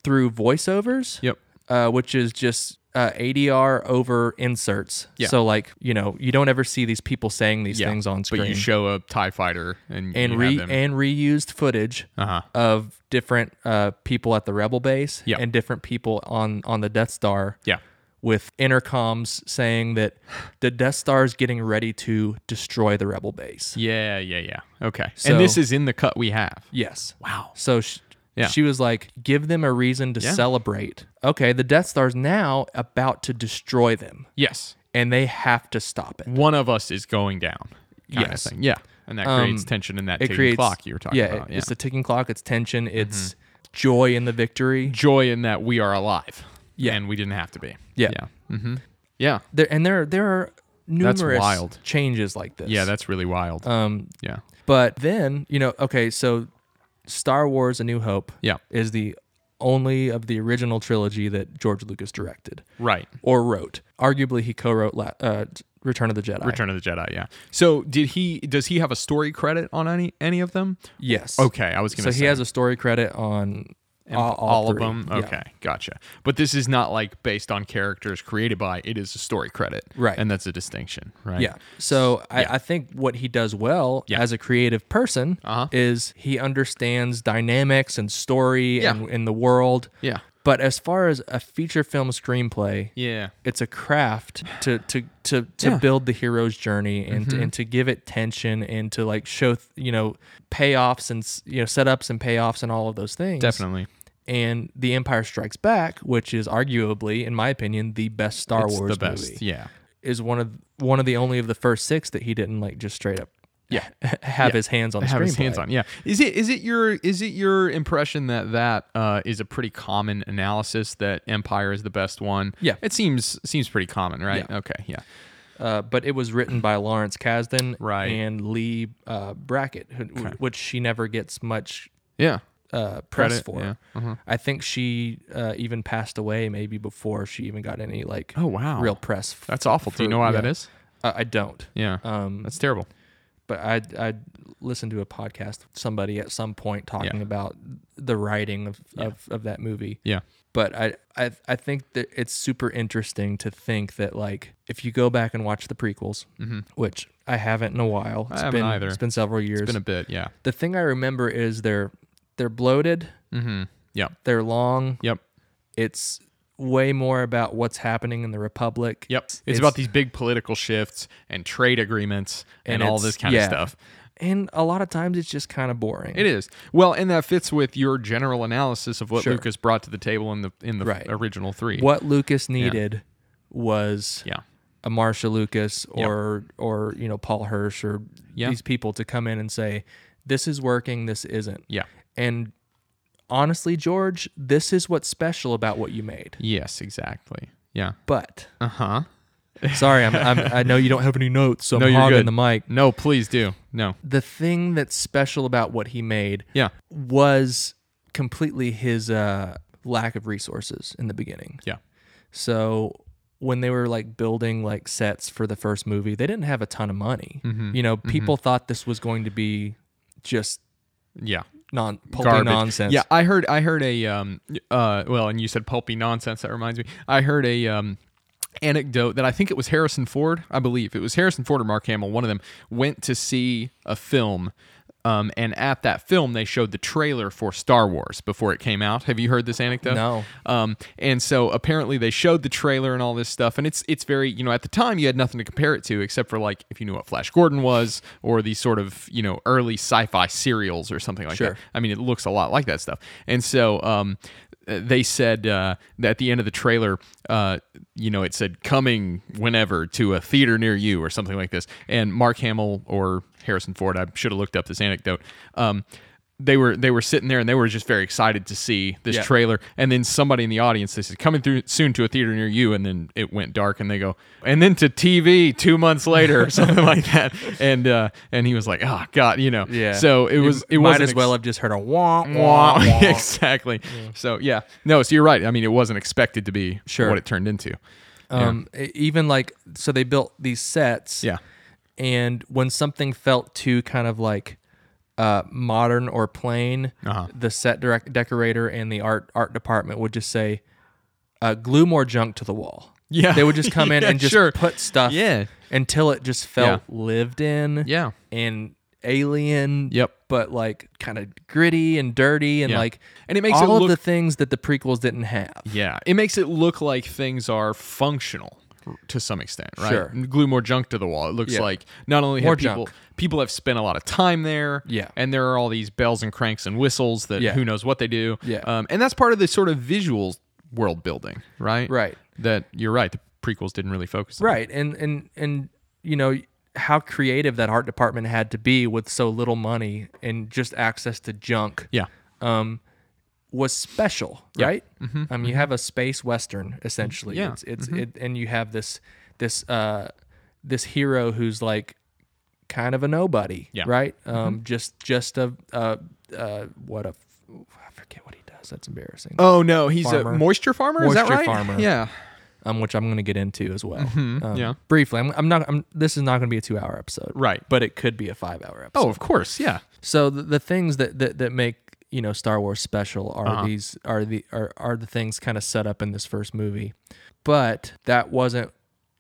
S2: through voiceovers,
S3: Mm. Mm-hmm. Yep.
S2: uh, which is just uh, ADR over inserts.
S3: Yeah.
S2: So like you know you don't ever see these people saying these
S3: Yeah.
S2: things on screen.
S3: But you show a Tie Fighter and
S2: and
S3: you
S2: re
S3: have them.
S2: and reused footage
S3: Uh-huh.
S2: of different uh, people at the rebel base
S3: Yeah.
S2: and different people on on the Death Star.
S3: yeah.
S2: With intercoms saying that the Death Star is getting ready to destroy the rebel base.
S3: Yeah. Yeah. Yeah. Okay.
S2: So-
S3: and this is in the cut we have.
S2: Yes.
S3: Wow.
S2: So sh
S3: Yeah.
S2: she was like, give them a reason to
S3: Yeah.
S2: celebrate. Okay, the Death Star's now about to destroy them,
S3: Yes.
S2: and they have to stop it.
S3: One of us is going down. Kind
S2: Yes. Um,
S3: Of thing. Yeah. And that creates tension in that
S2: It
S3: ticking
S2: creates
S3: clock you were talking
S2: yeah,
S3: about. Mm-hmm.
S2: It's the ticking clock. It's tension. It's joy in the victory.
S3: joy in that we are alive.
S2: Yeah.
S3: And we didn't have to be.
S2: Yeah.
S3: Yeah. hmm Yeah.
S2: There and there there are numerous
S3: That's wild.
S2: changes like this.
S3: Yeah. That's really wild.
S2: um.
S3: yeah.
S2: But then you know, okay, so Star Wars: A New Hope.
S3: Yeah.
S2: Is the only of the original trilogy that George Lucas directed
S3: Right.
S2: or wrote. Arguably, he co-wrote La- uh, Return of the Jedi.
S3: Return of the Jedi. Yeah. So did he? Does he have a story credit on any any of them?
S2: Yes.
S3: Okay. I was gonna.
S2: So
S3: say.
S2: he has a story credit on all, all
S3: all, of
S2: three.
S3: them.
S2: Yeah.
S3: Okay, gotcha. But this is not like based on characters created by. It is a story credit,
S2: Right.
S3: And that's a distinction, right?
S2: Yeah. So I, I think what he does well
S3: Yeah.
S2: as a creative person
S3: Uh-huh.
S2: is he understands dynamics and story
S3: Yeah.
S2: and, and the world.
S3: Yeah.
S2: But as far as a feature film screenplay,
S3: Yeah.
S2: it's a craft to to to, to
S3: Yeah.
S2: build the hero's journey and to, and to give it tension and to like show th- you know payoffs and s- you know setups and payoffs and all of those things.
S3: Definitely.
S2: And The Empire Strikes Back, which is arguably, in my opinion, the best Star
S3: It's
S2: Wars
S3: the best.
S2: movie
S3: Yeah.
S2: is one of one of the only of the first six that he didn't like just straight up yeah have his hands on the
S3: have his
S2: screenplay.
S3: hands on. Yeah. Is it is it your is it your impression that that uh, is a pretty common analysis that Empire is the best one?
S2: Yeah.
S3: It seems seems pretty common, right? Okay. Yeah.
S2: uh, but it was written by Lawrence Kasdan
S3: Right.
S2: and Lee uh, Brackett, who, which she never gets much
S3: Yeah.
S2: uh, press
S3: Credit,
S2: for.
S3: yeah. Uh-huh.
S2: I think she uh, even passed away maybe before she even got any like
S3: Oh, wow.
S2: real press. f-
S3: That's awful. Do you
S2: for-
S3: know why
S2: yeah. Uh,
S3: that is?
S2: I, I don't.
S3: Yeah.
S2: Um,
S3: That's terrible.
S2: but I I listened to a podcast with somebody at some point talking about the writing of, of, of that movie.
S3: Yeah.
S2: But I, I I think that it's super interesting to think that like if you go back and watch the prequels, which I haven't in a while, it's
S3: Mm-hmm. haven't
S2: been
S3: either.
S2: it's been several years.
S3: Been a bit. Yeah.
S2: the thing I remember is they're they're bloated,
S3: Mm-hmm. Yep.
S2: they're long.
S3: Yep.
S2: It's way more about what's happening in the Republic.
S3: Yep. It's, about these big political shifts and trade agreements and,
S2: And
S3: all
S2: it's-
S3: this kind
S2: yeah.
S3: of stuff.
S2: and a lot of times it's just kind of boring.
S3: It is. Well, and that fits with your general analysis of what
S2: Sure.
S3: Lucas brought to the table in the in the
S2: Right.
S3: original 3.
S2: What Lucas needed was
S3: Yeah.
S2: a Marsha Lucas or or you know Paul Hirsch or
S3: Yeah.
S2: these people to come in and say this is working, this isn't.
S3: Yeah.
S2: And honestly, George, this is what's special about what you made.
S3: Yes, exactly. Yeah.
S2: But
S3: Uh-huh.
S2: sorry, I'm, I'm I know you don't have any notes, so
S3: No,
S2: I'm
S3: you're
S2: hogging
S3: good.
S2: the mic.
S3: No, please do. No.
S2: The thing that's special about what he made
S3: Yeah.
S2: was completely his uh, lack of resources in the beginning.
S3: Yeah.
S2: So when they were like building like sets for the first movie, they didn't have a ton of money.
S3: Mm-hmm.
S2: You know, people thought this was going to be just
S3: Yeah.
S2: non pulpy
S3: Garbage.
S2: nonsense.
S3: Yeah, I heard I heard a um uh well, and you said pulpy nonsense, that reminds me. I heard a um anecdote that I think it was Harrison Ford, I believe. It was Harrison Ford or Mark Hamill, one of them went to see a film um, and at that film, they showed the trailer for Star Wars before it came out. Have you heard this anecdote?
S2: No.
S3: Um, and so apparently they showed the trailer and all this stuff, and it's it's very you know at the time you had nothing to compare it to except for like if you knew what Flash Gordon was or these sort of you know early sci-fi serials or something like
S2: Sure.
S3: that. I mean it looks a lot like that stuff, and so um, uh, they said uh, that at the end of the trailer, uh, you know it said coming whenever to a theater near you or something like this, and Mark Hamill or Harrison Ford, I should have looked up this anecdote. Um, they were they were sitting there and they were just very excited to see this
S2: Yeah.
S3: trailer and then somebody in the audience they said coming through soon to a theater near you and then it went dark and they go and then to TV 2 months later or something like that and uh and he was like oh god you know
S2: Yeah.
S3: so it was it,
S2: might
S3: wasn't
S2: as
S3: ex-
S2: well have just heard a wah wah.
S3: Wah.
S2: wah.
S3: exactly so yeah no so you're right i mean it wasn't expected to be
S2: Sure.
S3: what it turned into
S2: um, e- even like so they built these sets.
S3: yeah
S2: and when something felt too kind of like uh, modern or plain,
S3: Uh-huh.
S2: the set direct decorator and the art art department would just say, uh, "Glue more junk to the wall."
S3: Yeah.
S2: they would just come in
S3: Yeah,
S2: and just
S3: sure.
S2: put stuff,
S3: Yeah.
S2: until it just felt lived in,
S3: Yeah.
S2: and alien,
S3: Yep.
S2: but like kind of gritty and dirty and
S3: Yeah.
S2: like,
S3: And it makes
S2: all
S3: it
S2: of
S3: look-
S2: the things that the prequels didn't have.
S3: Yeah, it makes it look like things are functional to some extent, right?
S2: Sure.
S3: Glue more junk to the wall. It looks
S2: Yeah.
S3: like not only
S2: More
S3: have people
S2: junk.
S3: people have spent a lot of time there,
S2: Yeah.
S3: and there are all these bells and cranks and whistles that
S2: Yeah.
S3: who knows what they do,
S2: Yeah.
S3: um, and that's part of the sort of visual world building, right?
S2: Right.
S3: That you're right. The prequels didn't really focus on.
S2: right and and and you know how creative that art department had to be with so little money and just access to junk
S3: Yeah.
S2: was special right um you have a space western essentially
S3: Mm-hmm, Yeah. mm-hmm.
S2: it's it's it, and you have this this uh this hero who's like kind of a nobody
S3: Yeah. Mm-hmm.
S2: right um just just a uh uh what a i forget what he does that's embarrassing
S3: Oh no, he's
S2: Farmer.
S3: a moisture farmer. Is that
S2: Moisture
S3: right?
S2: farmer.
S3: Yeah.
S2: um, which I'm going to get into as well. Um,
S3: yeah.
S2: Briefly, I'm, I'm not. I'm, this is not going to be a two-hour episode,
S3: Right.
S2: But it could be a five-hour episode.
S3: Oh, of course. Yeah.
S2: So the, the things that, that that make you know Star Wars special are
S3: Uh-huh.
S2: these are the are, are the things kind of set up in this first movie, but that wasn't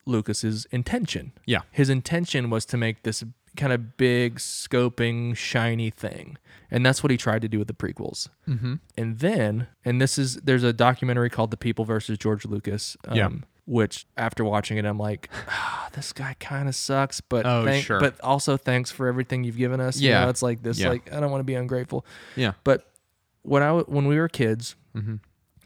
S2: Lucas's intention.
S3: Yeah.
S2: His intention was to make this kind of big scoping shiny thing, and that's what he tried to do with the prequels. Mm-hmm. And then, and this is there's a documentary called "The People versus George Lucas." Um,
S3: Yeah.
S2: Which after watching it, I'm like, ah, this guy kind of sucks, but
S3: Oh,
S2: thank-
S3: sure.
S2: but also thanks for everything you've given us. You
S3: Yeah.
S2: know, it's like this.
S3: Yeah.
S2: Like I don't want to be ungrateful.
S3: Yeah. Mm-hmm.
S2: But when I w- when we were kids,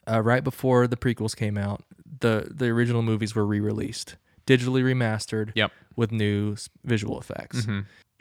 S2: uh, right before the prequels came out, the the original movies were re released, digitally remastered.
S3: Yep. Mm-hmm.
S2: With new s- visual effects,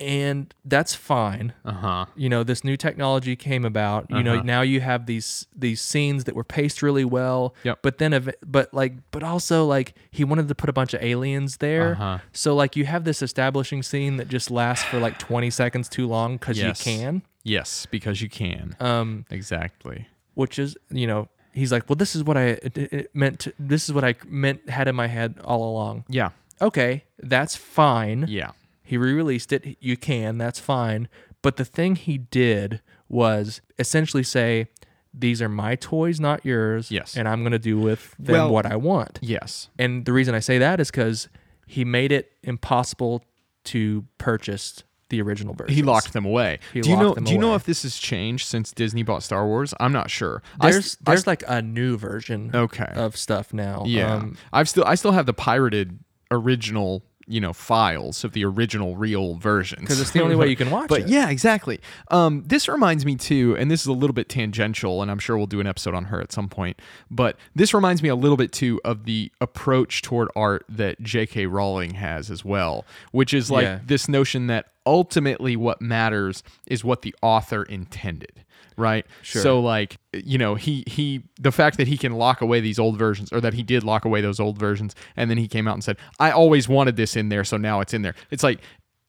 S2: and that's fine.
S3: Uh huh.
S2: You know, this new technology came about. You
S3: Uh-huh.
S2: know, now you have these these scenes that were paced really well.
S3: Yep.
S2: But then, ev- but like, but also like he wanted to put a bunch of aliens there.
S3: Uh-huh.
S2: So like, you have this establishing scene that just lasts for like twenty seconds too long because
S3: Yes.
S2: you can.
S3: Yes, because you can.
S2: Um,
S3: exactly.
S2: which is you know he's like well this is what i it, it meant to, this is what i meant had in my head all along
S3: Yeah.
S2: okay that's fine
S3: Yeah.
S2: he re-released it you can that's fine but the thing he did was essentially say these are my toys not yours
S3: Yes.
S2: and i'm going to do with them
S3: Well-
S2: what i want
S3: Yes.
S2: and the reason i say that is because he made it impossible to purchase the original version
S3: He locked them away.
S2: He
S3: do you
S2: locked
S3: know?
S2: them
S3: do you know
S2: away.
S3: if this has changed since Disney bought Star Wars? I'm not sure. I
S2: there's
S3: st- I
S2: there's like a new version
S3: Okay.
S2: of stuff now
S3: Yeah,
S2: Um,
S3: I've still I still have the pirated original you know files of the original real versions
S2: because it's the only way you can watch
S3: But
S2: it.
S3: yeah, exactly. Um, this reminds me too, and this is a little bit tangential, and I'm sure we'll do an episode on her at some point. But this reminds me a little bit too of the approach toward art that J.K. Rowling has as well, which is like
S2: Yeah.
S3: this notion that ultimately what matters is what the author intended. Right.
S2: Sure.
S3: So like you know he he the fact that he can lock away these old versions or that he did lock away those old versions and then he came out and said I always wanted this in there so now it's in there. It's like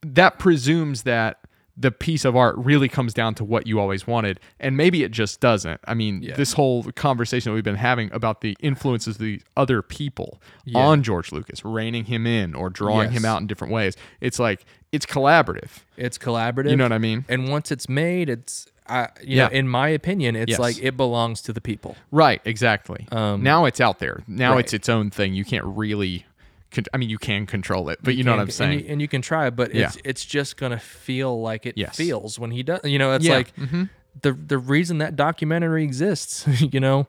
S3: that presumes that the piece of art really comes down to what you always wanted and maybe it just doesn't i mean this whole conversation that we've been having about the influences of the other people on george lucas reining him in or drawing
S2: Yes.
S3: him out in different ways it's like it's collaborative
S2: It's collaborative.
S3: you know what i mean
S2: And once it's made, it's I you
S3: Yeah.
S2: know, in my opinion, it's
S3: Yes.
S2: like it belongs to the people.
S3: right exactly now it's out there now
S2: right.
S3: it's its own thing you can't really con- i mean you can control it but you, know what i'm
S2: And-
S3: saying
S2: And you, and you can try, but it's it's just gonna feel like it
S3: Yes.
S2: feels when he does. You know, it's
S3: Yeah. Mm-hmm.
S2: like the the reason that documentary exists. you know,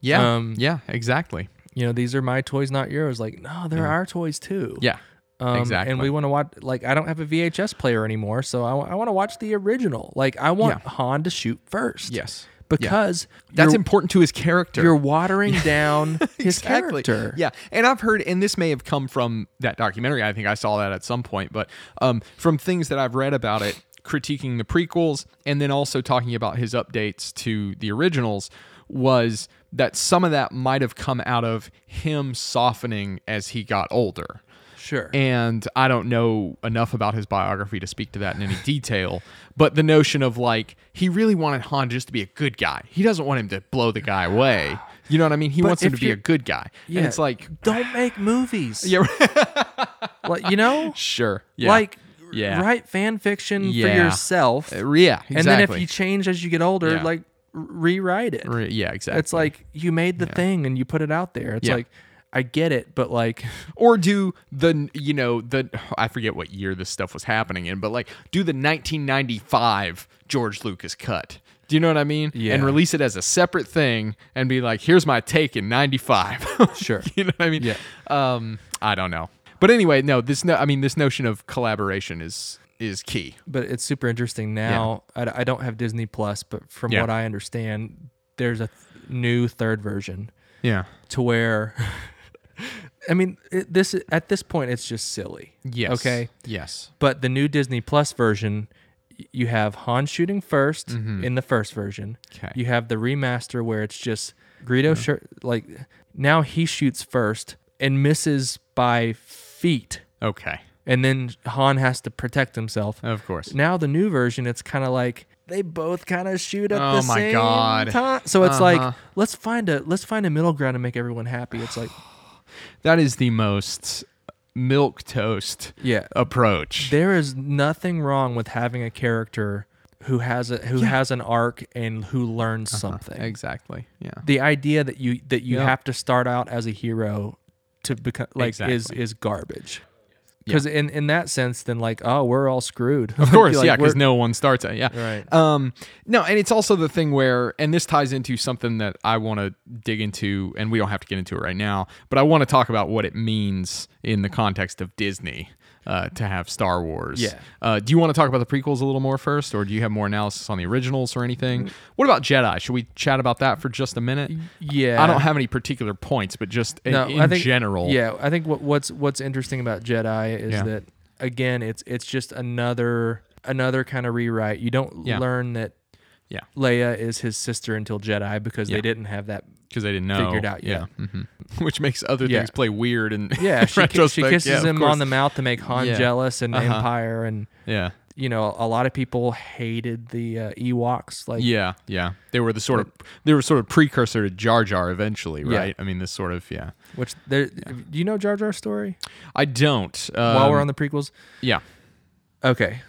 S3: yeah
S2: um,
S3: yeah exactly
S2: you know these are my toys, not yours. Like no, they're our toys too.
S3: Mm-hmm. yeah
S2: Um,
S3: exactly
S2: And we want to watch. Like I don't have a VHS player anymore, so I, want to watch the original. Like I want
S3: Yeah.
S2: Han to shoot first.
S3: yes
S2: Because
S3: that's
S2: you're-
S3: important to his character
S2: You're watering down his
S3: Exactly.
S2: character.
S3: Yeah, and I've heard, and this may have come from that documentary. I think I saw that at some point, but um, from things that I've read about it, critiquing the prequels, and then also talking about his updates to the originals, was that some of that might have come out of him softening as he got older.
S2: Sure.
S3: And I don't know enough about his biography to speak to that in any detail, but the notion of like he really wanted Han just to be a good guy. He doesn't want him to blow the guy away. You know what I mean? He wants him to
S2: if
S3: be a
S2: you're-
S3: good guy.
S2: yeah.
S3: And it's like
S2: don't make movies.
S3: Yeah.
S2: Like, you know?
S3: sure. Yeah.
S2: Like
S3: Yeah.
S2: write fan fiction for
S3: Yeah.
S2: yourself.
S3: Uh, yeah, exactly.
S2: And then if you change as you get older,
S3: Yeah.
S2: like r- rewrite it.
S3: Re- yeah, exactly.
S2: It's like you made the thing and you put it out there. It's
S3: Yeah.
S2: like I get it, but like
S3: or do the you know the I forget what year this stuff was happening in, but like do the 1995 George Lucas cut. Do you know what I mean?
S2: Yeah.
S3: And release it as a separate thing and be like, here's my take in 95.
S2: Sure.
S3: you know what I mean?
S2: Yeah.
S3: Um, I don't know. But anyway, no, this no, I mean this notion of collaboration is is key.
S2: but it's super interesting now. I d- I, don't have Disney Plus, but from
S3: Yeah.
S2: what I understand, there's a th- new third version.
S3: Yeah.
S2: to where I mean it, this at this point it's just silly.
S3: Yes.
S2: Okay.
S3: Yes.
S2: But the new Disney Plus version y- you have Han shooting 1st
S3: Mm-hmm.
S2: in the first version.
S3: 'Kay.
S2: You have the remaster where it's just Greedo shirt like now he shoots first and misses by feet
S3: Okay.
S2: and then Han has to protect himself.
S3: Of course.
S2: Now the new version, it's kind of like they both kind of shoot at
S3: Oh
S2: the
S3: my
S2: same
S3: God.
S2: time. So it's
S3: Uh-huh.
S2: like let's find a let's find a middle ground and make everyone happy. It's like
S3: That is the most milk toast
S2: yeah,
S3: approach.
S2: there is nothing wrong with having a character who has a who has an arc and who learns something.
S3: Exactly. Yeah.
S2: The idea that you that you
S3: Uh-huh. Yeah.
S2: have to start out as a hero to become like is
S3: Exactly.
S2: is garbage. Because in, in that sense, then like oh we're all screwed.
S3: Of course, yeah, because no one starts it. Yeah.
S2: Right.
S3: Um, no, and it's also the thing where, and this ties into something that I want to dig into, and we don't have to get into it right now, but I want to talk about what it means in the context of Disney uh, to have Star Wars.
S2: Yeah.
S3: Uh, do you want to talk about the prequels a little more first, or do you have more analysis on the originals or
S2: Mm.
S3: anything? What about Jedi? Should we chat about that for just a minute?
S2: yeah.
S3: I don't have any particular points, but just in, in
S2: I think,
S3: general.
S2: Yeah, I think what, what's what's interesting about Jedi is
S3: Yeah.
S2: that again, it's it's just another another kind of rewrite. You don't
S3: Yeah.
S2: learn that
S3: Yeah.
S2: Leia is his sister until Jedi because
S3: Yeah.
S2: they didn't have that.
S3: because they didn't know.
S2: Figured out, yeah.
S3: Mhm. Which makes other
S2: Yeah.
S3: things play weird and
S2: Yeah, she, ki- she
S3: retrospect,
S2: kisses
S3: yeah, of
S2: him
S3: course.
S2: on the mouth to make Han
S3: Yeah.
S2: jealous and
S3: Uh-huh.
S2: Empire and
S3: Yeah,
S2: you know a lot of people hated the uh, Ewoks like
S3: yeah, yeah. They were the sort of they were sort of precursor to Jar Jar eventually,
S2: Yeah.
S3: right? I mean, this sort of yeah.
S2: which there do you know Jar Jar's story
S3: I don't. Um,
S2: while we're on the prequels
S3: yeah,
S2: okay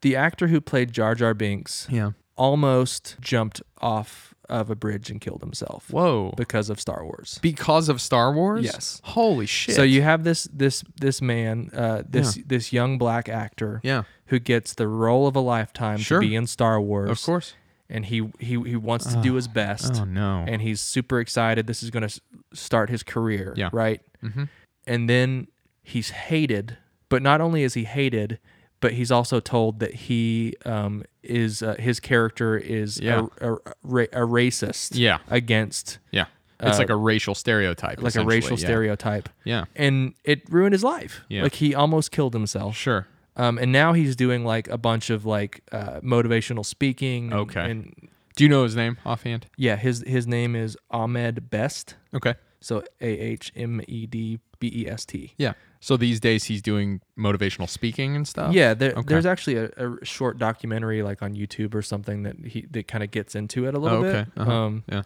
S2: the actor who played Jar Jar Binks
S3: yeah.
S2: almost jumped off of a bridge and killed himself
S3: Whoa.
S2: because of Star Wars.
S3: because of Star Wars?
S2: Yes.
S3: Holy shit.
S2: So you have this this this man, uh, this this young black actor,
S3: Yeah.
S2: who gets the role of a lifetime
S3: Sure.
S2: to be in Star Wars,
S3: Of course.
S2: and he he he wants to do his best,
S3: Oh no.
S2: and he's super excited. This is going to start his career,
S3: Yeah.
S2: right? Mm-hmm. And then he's hated, but not only is he hated. But he's also told that he um, is uh, his character is
S3: Yeah.
S2: a, a, a ra- a racist
S3: Yeah.
S2: against
S3: yeah. It's like a racial stereotype.
S2: Uh, like a
S3: essentially,
S2: racial
S3: yeah.
S2: stereotype.
S3: Yeah.
S2: And it ruined his life.
S3: Yeah.
S2: Like he almost killed himself.
S3: Sure.
S2: Um, and now he's doing like a bunch of like uh, motivational speaking. and-
S3: Okay.
S2: And
S3: Do you know his name offhand?
S2: yeah, his his name is Ahmed Best.
S3: Okay.
S2: So A H M E D B E S T.
S3: Yeah. So these days he's doing motivational speaking and stuff?
S2: Yeah, there,
S3: Oh, okay.
S2: there's actually a, a short documentary like on YouTube or something that he that kind of gets into it a little
S3: Oh, okay.
S2: bit.
S3: Uh-huh.
S2: Um,
S3: Yeah.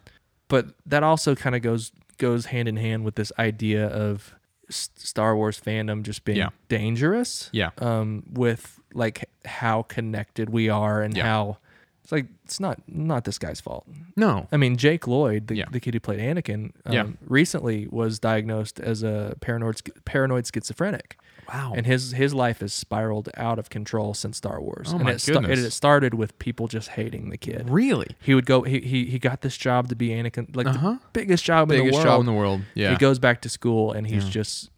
S2: but that also kind of goes goes hand in hand with this idea of S- Star Wars fandom just being
S3: Yeah.
S2: dangerous.
S3: Yeah.
S2: Um, with like how connected we are and
S3: Yeah.
S2: how it's like it's not not this guy's fault.
S3: No.
S2: I mean, Jake Lloyd, the,
S3: Yeah.
S2: the kid who played Anakin, um,
S3: Yeah.
S2: recently was diagnosed as a paranoid sch- paranoid schizophrenic.
S3: Wow.
S2: And his his life has spiraled out of control since Star Wars.
S3: Oh
S2: and
S3: my
S2: it, sta-
S3: goodness.
S2: it started with people just hating the kid
S3: really?
S2: he would go he he, he got this job to be Anakin like
S3: Uh-huh.
S2: the biggest job in the
S3: Biggest
S2: world.
S3: job in the world. Yeah.
S2: He goes back to school and he's just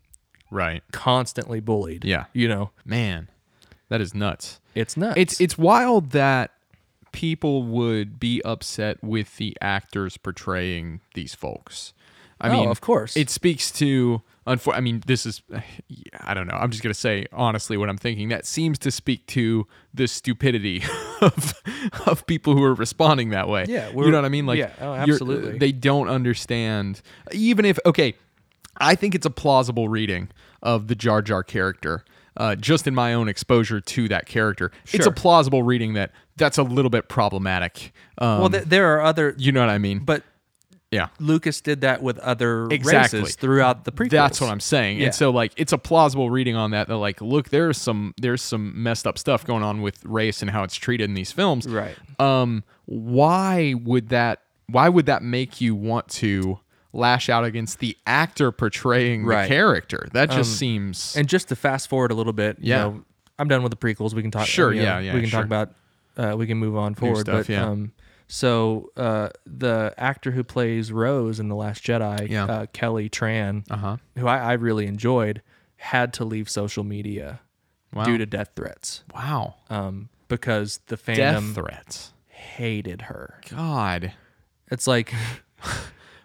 S3: right.
S2: constantly bullied.
S3: Yeah.
S2: You know,
S3: Man. That is nuts.
S2: it's nuts.
S3: It's it's wild that people would be upset with the actors portraying these folks. I
S2: Oh,
S3: mean,
S2: of course.
S3: it speaks to. Unfor- I mean, this is. I don't know. I'm just gonna say honestly what I'm thinking. That seems to speak to the stupidity of of people who are responding that way.
S2: Yeah,
S3: you
S2: we're-
S3: know what I mean. Like,
S2: yeah, oh,
S3: you're-
S2: absolutely.
S3: They don't understand. Even if okay, I think it's a plausible reading of the Jar Jar character. Uh, just in my own exposure to that character, it's a
S2: Sure.
S3: plausible reading that that's a little bit problematic. Um,
S2: well, th- there are other,
S3: you know what I mean?
S2: but
S3: yeah,
S2: Lucas did that with other
S3: Exactly.
S2: races throughout the prequels.
S3: That's what I'm saying.
S2: Yeah.
S3: And so like it's a plausible reading on that that like look there's some there's some messed up stuff going on with race and how it's treated in these films.
S2: Right.
S3: Um why would that why would that make you want to lash out against the actor portraying the
S2: Right. Um,
S3: character? That just seems
S2: And just to fast forward a little bit, you
S3: Yeah.
S2: know, I'm done with the prequels. We can talk.
S3: Sure,
S2: you know,
S3: yeah, yeah,
S2: We can
S3: sure.
S2: talk about. Uh, we can move on forward.
S3: stuff,
S2: but
S3: yeah.
S2: um, so uh, the actor who plays Rose in the Last Jedi,
S3: Yeah.
S2: uh, Kelly Tran,
S3: Uh-huh.
S2: who I, I really enjoyed, had to leave social media
S3: Wow.
S2: due to death threats
S3: wow.
S2: um, because the
S3: Death
S2: fandom
S3: threats.
S2: hated her.
S3: God.
S2: It's like,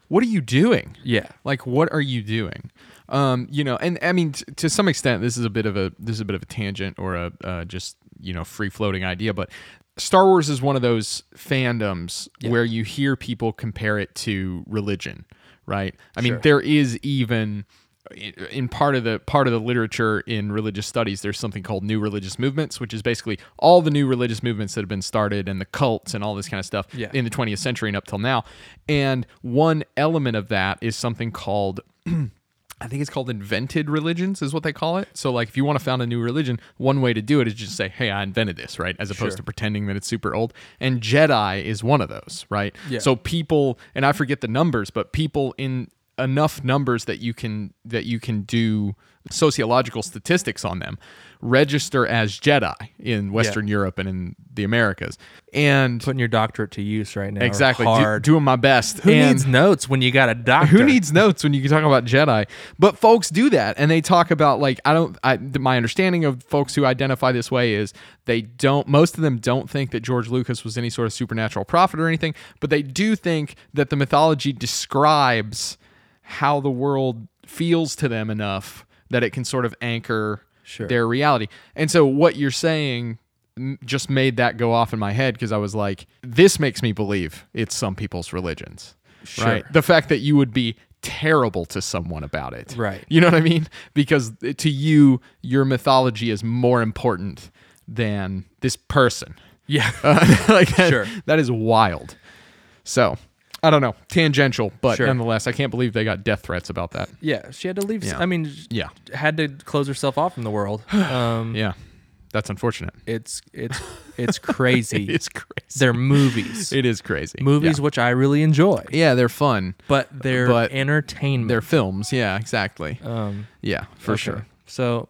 S3: What are you doing?
S2: yeah,
S3: Like, what are you doing? Um, you know, and I mean, t- to some extent, this is a bit of a this is a bit of a tangent or a uh, just you know free floating idea, but Star Wars is one of those fandoms where you hear people compare it to religion, right? I mean,
S2: Sure.
S3: there is even in part of the part of the literature in religious studies there's something called new religious movements which is basically all the new religious movements that have been started and the cults and all this kind of stuff
S2: Yeah.
S3: in the 20th century and up till now and one element of that is something called I think it's called invented religions, is what they call it. So, like, if you want to found a new religion, one way to do it is just say, "Hey, I invented this," right? As opposed to pretending that it's super old. And Jedi is one of those, right?
S2: Yeah.
S3: So people, and I forget the numbers, but people in enough numbers that you can that you can do sociological statistics on them register as Jedi in Western Europe and in the Americas. And
S2: putting your doctorate to use right now. are
S3: exactly, do-
S2: hard.
S3: doing my best.
S2: who
S3: and
S2: needs notes when you got a doctor?
S3: who needs notes when you can talk about Jedi? But folks do that, and they talk about like I don't. I, th- my understanding of folks who identify this way is they don't. Most of them don't think that George Lucas was any sort of supernatural prophet or anything, but they do think that the mythology describes how the world feels to them enough that it can sort of anchor
S2: Sure.
S3: their reality. And so what you're saying m- just made that go off in my head because I was like, this makes me believe it's some people's religions.
S2: Sure.
S3: Right. The fact that you would be terrible to someone about it.
S2: Right.
S3: You know what I mean? Because to you, your mythology is more important than this person.
S2: Yeah.
S3: Uh, like that,
S2: Sure.
S3: that is wild. So I don't know, tangential, but
S2: Sure.
S3: nonetheless, I can't believe they got death threats about that.
S2: yeah. She had to leave.
S3: Yeah.
S2: I mean, sh-
S3: Yeah,
S2: had to close herself off from the world. Um,
S3: yeah, that's unfortunate.
S2: It's it's it's crazy.
S3: It's crazy.
S2: They're movies.
S3: It is crazy.
S2: movies which I really enjoy,
S3: Yeah, yeah they're fun.
S2: but they're
S3: But
S2: entertainment.
S3: They're films. Yeah, exactly.
S2: um,
S3: yeah, for
S2: okay.
S3: sure.
S2: So,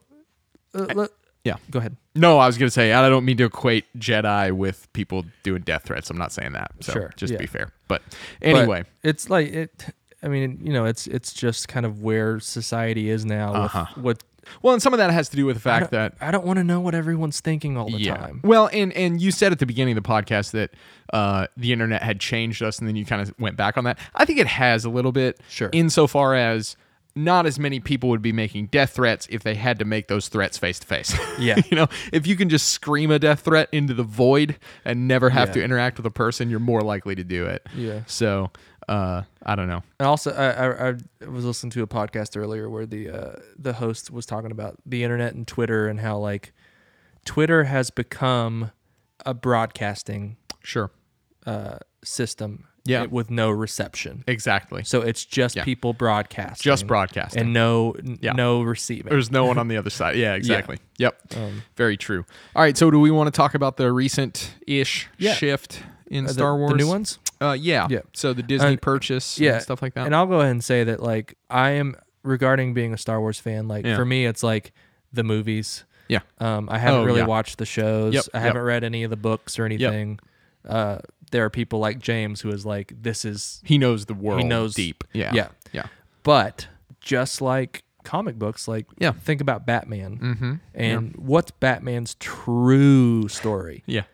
S2: uh, let-
S3: Yeah.
S2: go ahead.
S3: No, I was gonna say I don't mean to equate Jedi with people doing death threats. I'm not saying that. So
S2: Sure,
S3: just
S2: yeah.
S3: be fair. But
S2: But
S3: anyway,
S2: it's like it. I mean, you know, it's it's just kind of where society is now. With, with
S3: well, and some of that has to do with the fact Uh-huh. that
S2: I don't want to know what everyone's thinking all the time.
S3: Well, and and you said at the beginning of the podcast that uh, the internet had changed us, and then you kind of went back on that. I think it has a little bit,
S2: Sure.
S3: insofar as not as many people would be making death threats if they had to make those threats face to face.
S2: Yeah.
S3: you know, if you can just scream a death threat into the void and never have
S2: Yeah.
S3: to interact with a person, you're more likely to do it.
S2: Yeah.
S3: So uh, I don't know.
S2: And also, I, I I was listening to a podcast earlier where the uh, the host was talking about the internet and Twitter and how like Twitter has become a broadcasting
S3: Sure.
S2: uh, system
S3: Yeah.
S2: with no reception.
S3: Exactly.
S2: So it's just
S3: Yeah.
S2: people broadcasting,
S3: Just broadcasting.
S2: and no n-
S3: Yeah.
S2: no receiving.
S3: There's no one on the other side. Yeah, exactly. Yep.
S2: Um,
S3: Very true. All right. So, do we want to talk about the recent ish
S2: Yeah.
S3: shift in
S2: Uh, the-
S3: Star Wars?
S2: the new ones.
S3: Uh, yeah.
S2: Yeah.
S3: So, the Disney
S2: And-
S3: purchase
S2: yeah,
S3: and stuff like that.
S2: And I'll go ahead and say that like I am regarding being a Star Wars fan, like
S3: Yeah.
S2: for me it's like the movies.
S3: yeah.
S2: Um I haven't
S3: Oh,
S2: really
S3: yeah.
S2: watched the shows.
S3: Yep,
S2: I
S3: yep.
S2: haven't read any of the books or anything. Uh there are people like James who is like this is
S3: He knows the world
S2: he knows
S3: deep. Yeah.
S2: Yeah.
S3: Yeah.
S2: But just like comic books like
S3: Yeah. Mm-hmm.
S2: think about Batman. And what's Batman's true story?
S3: Yeah.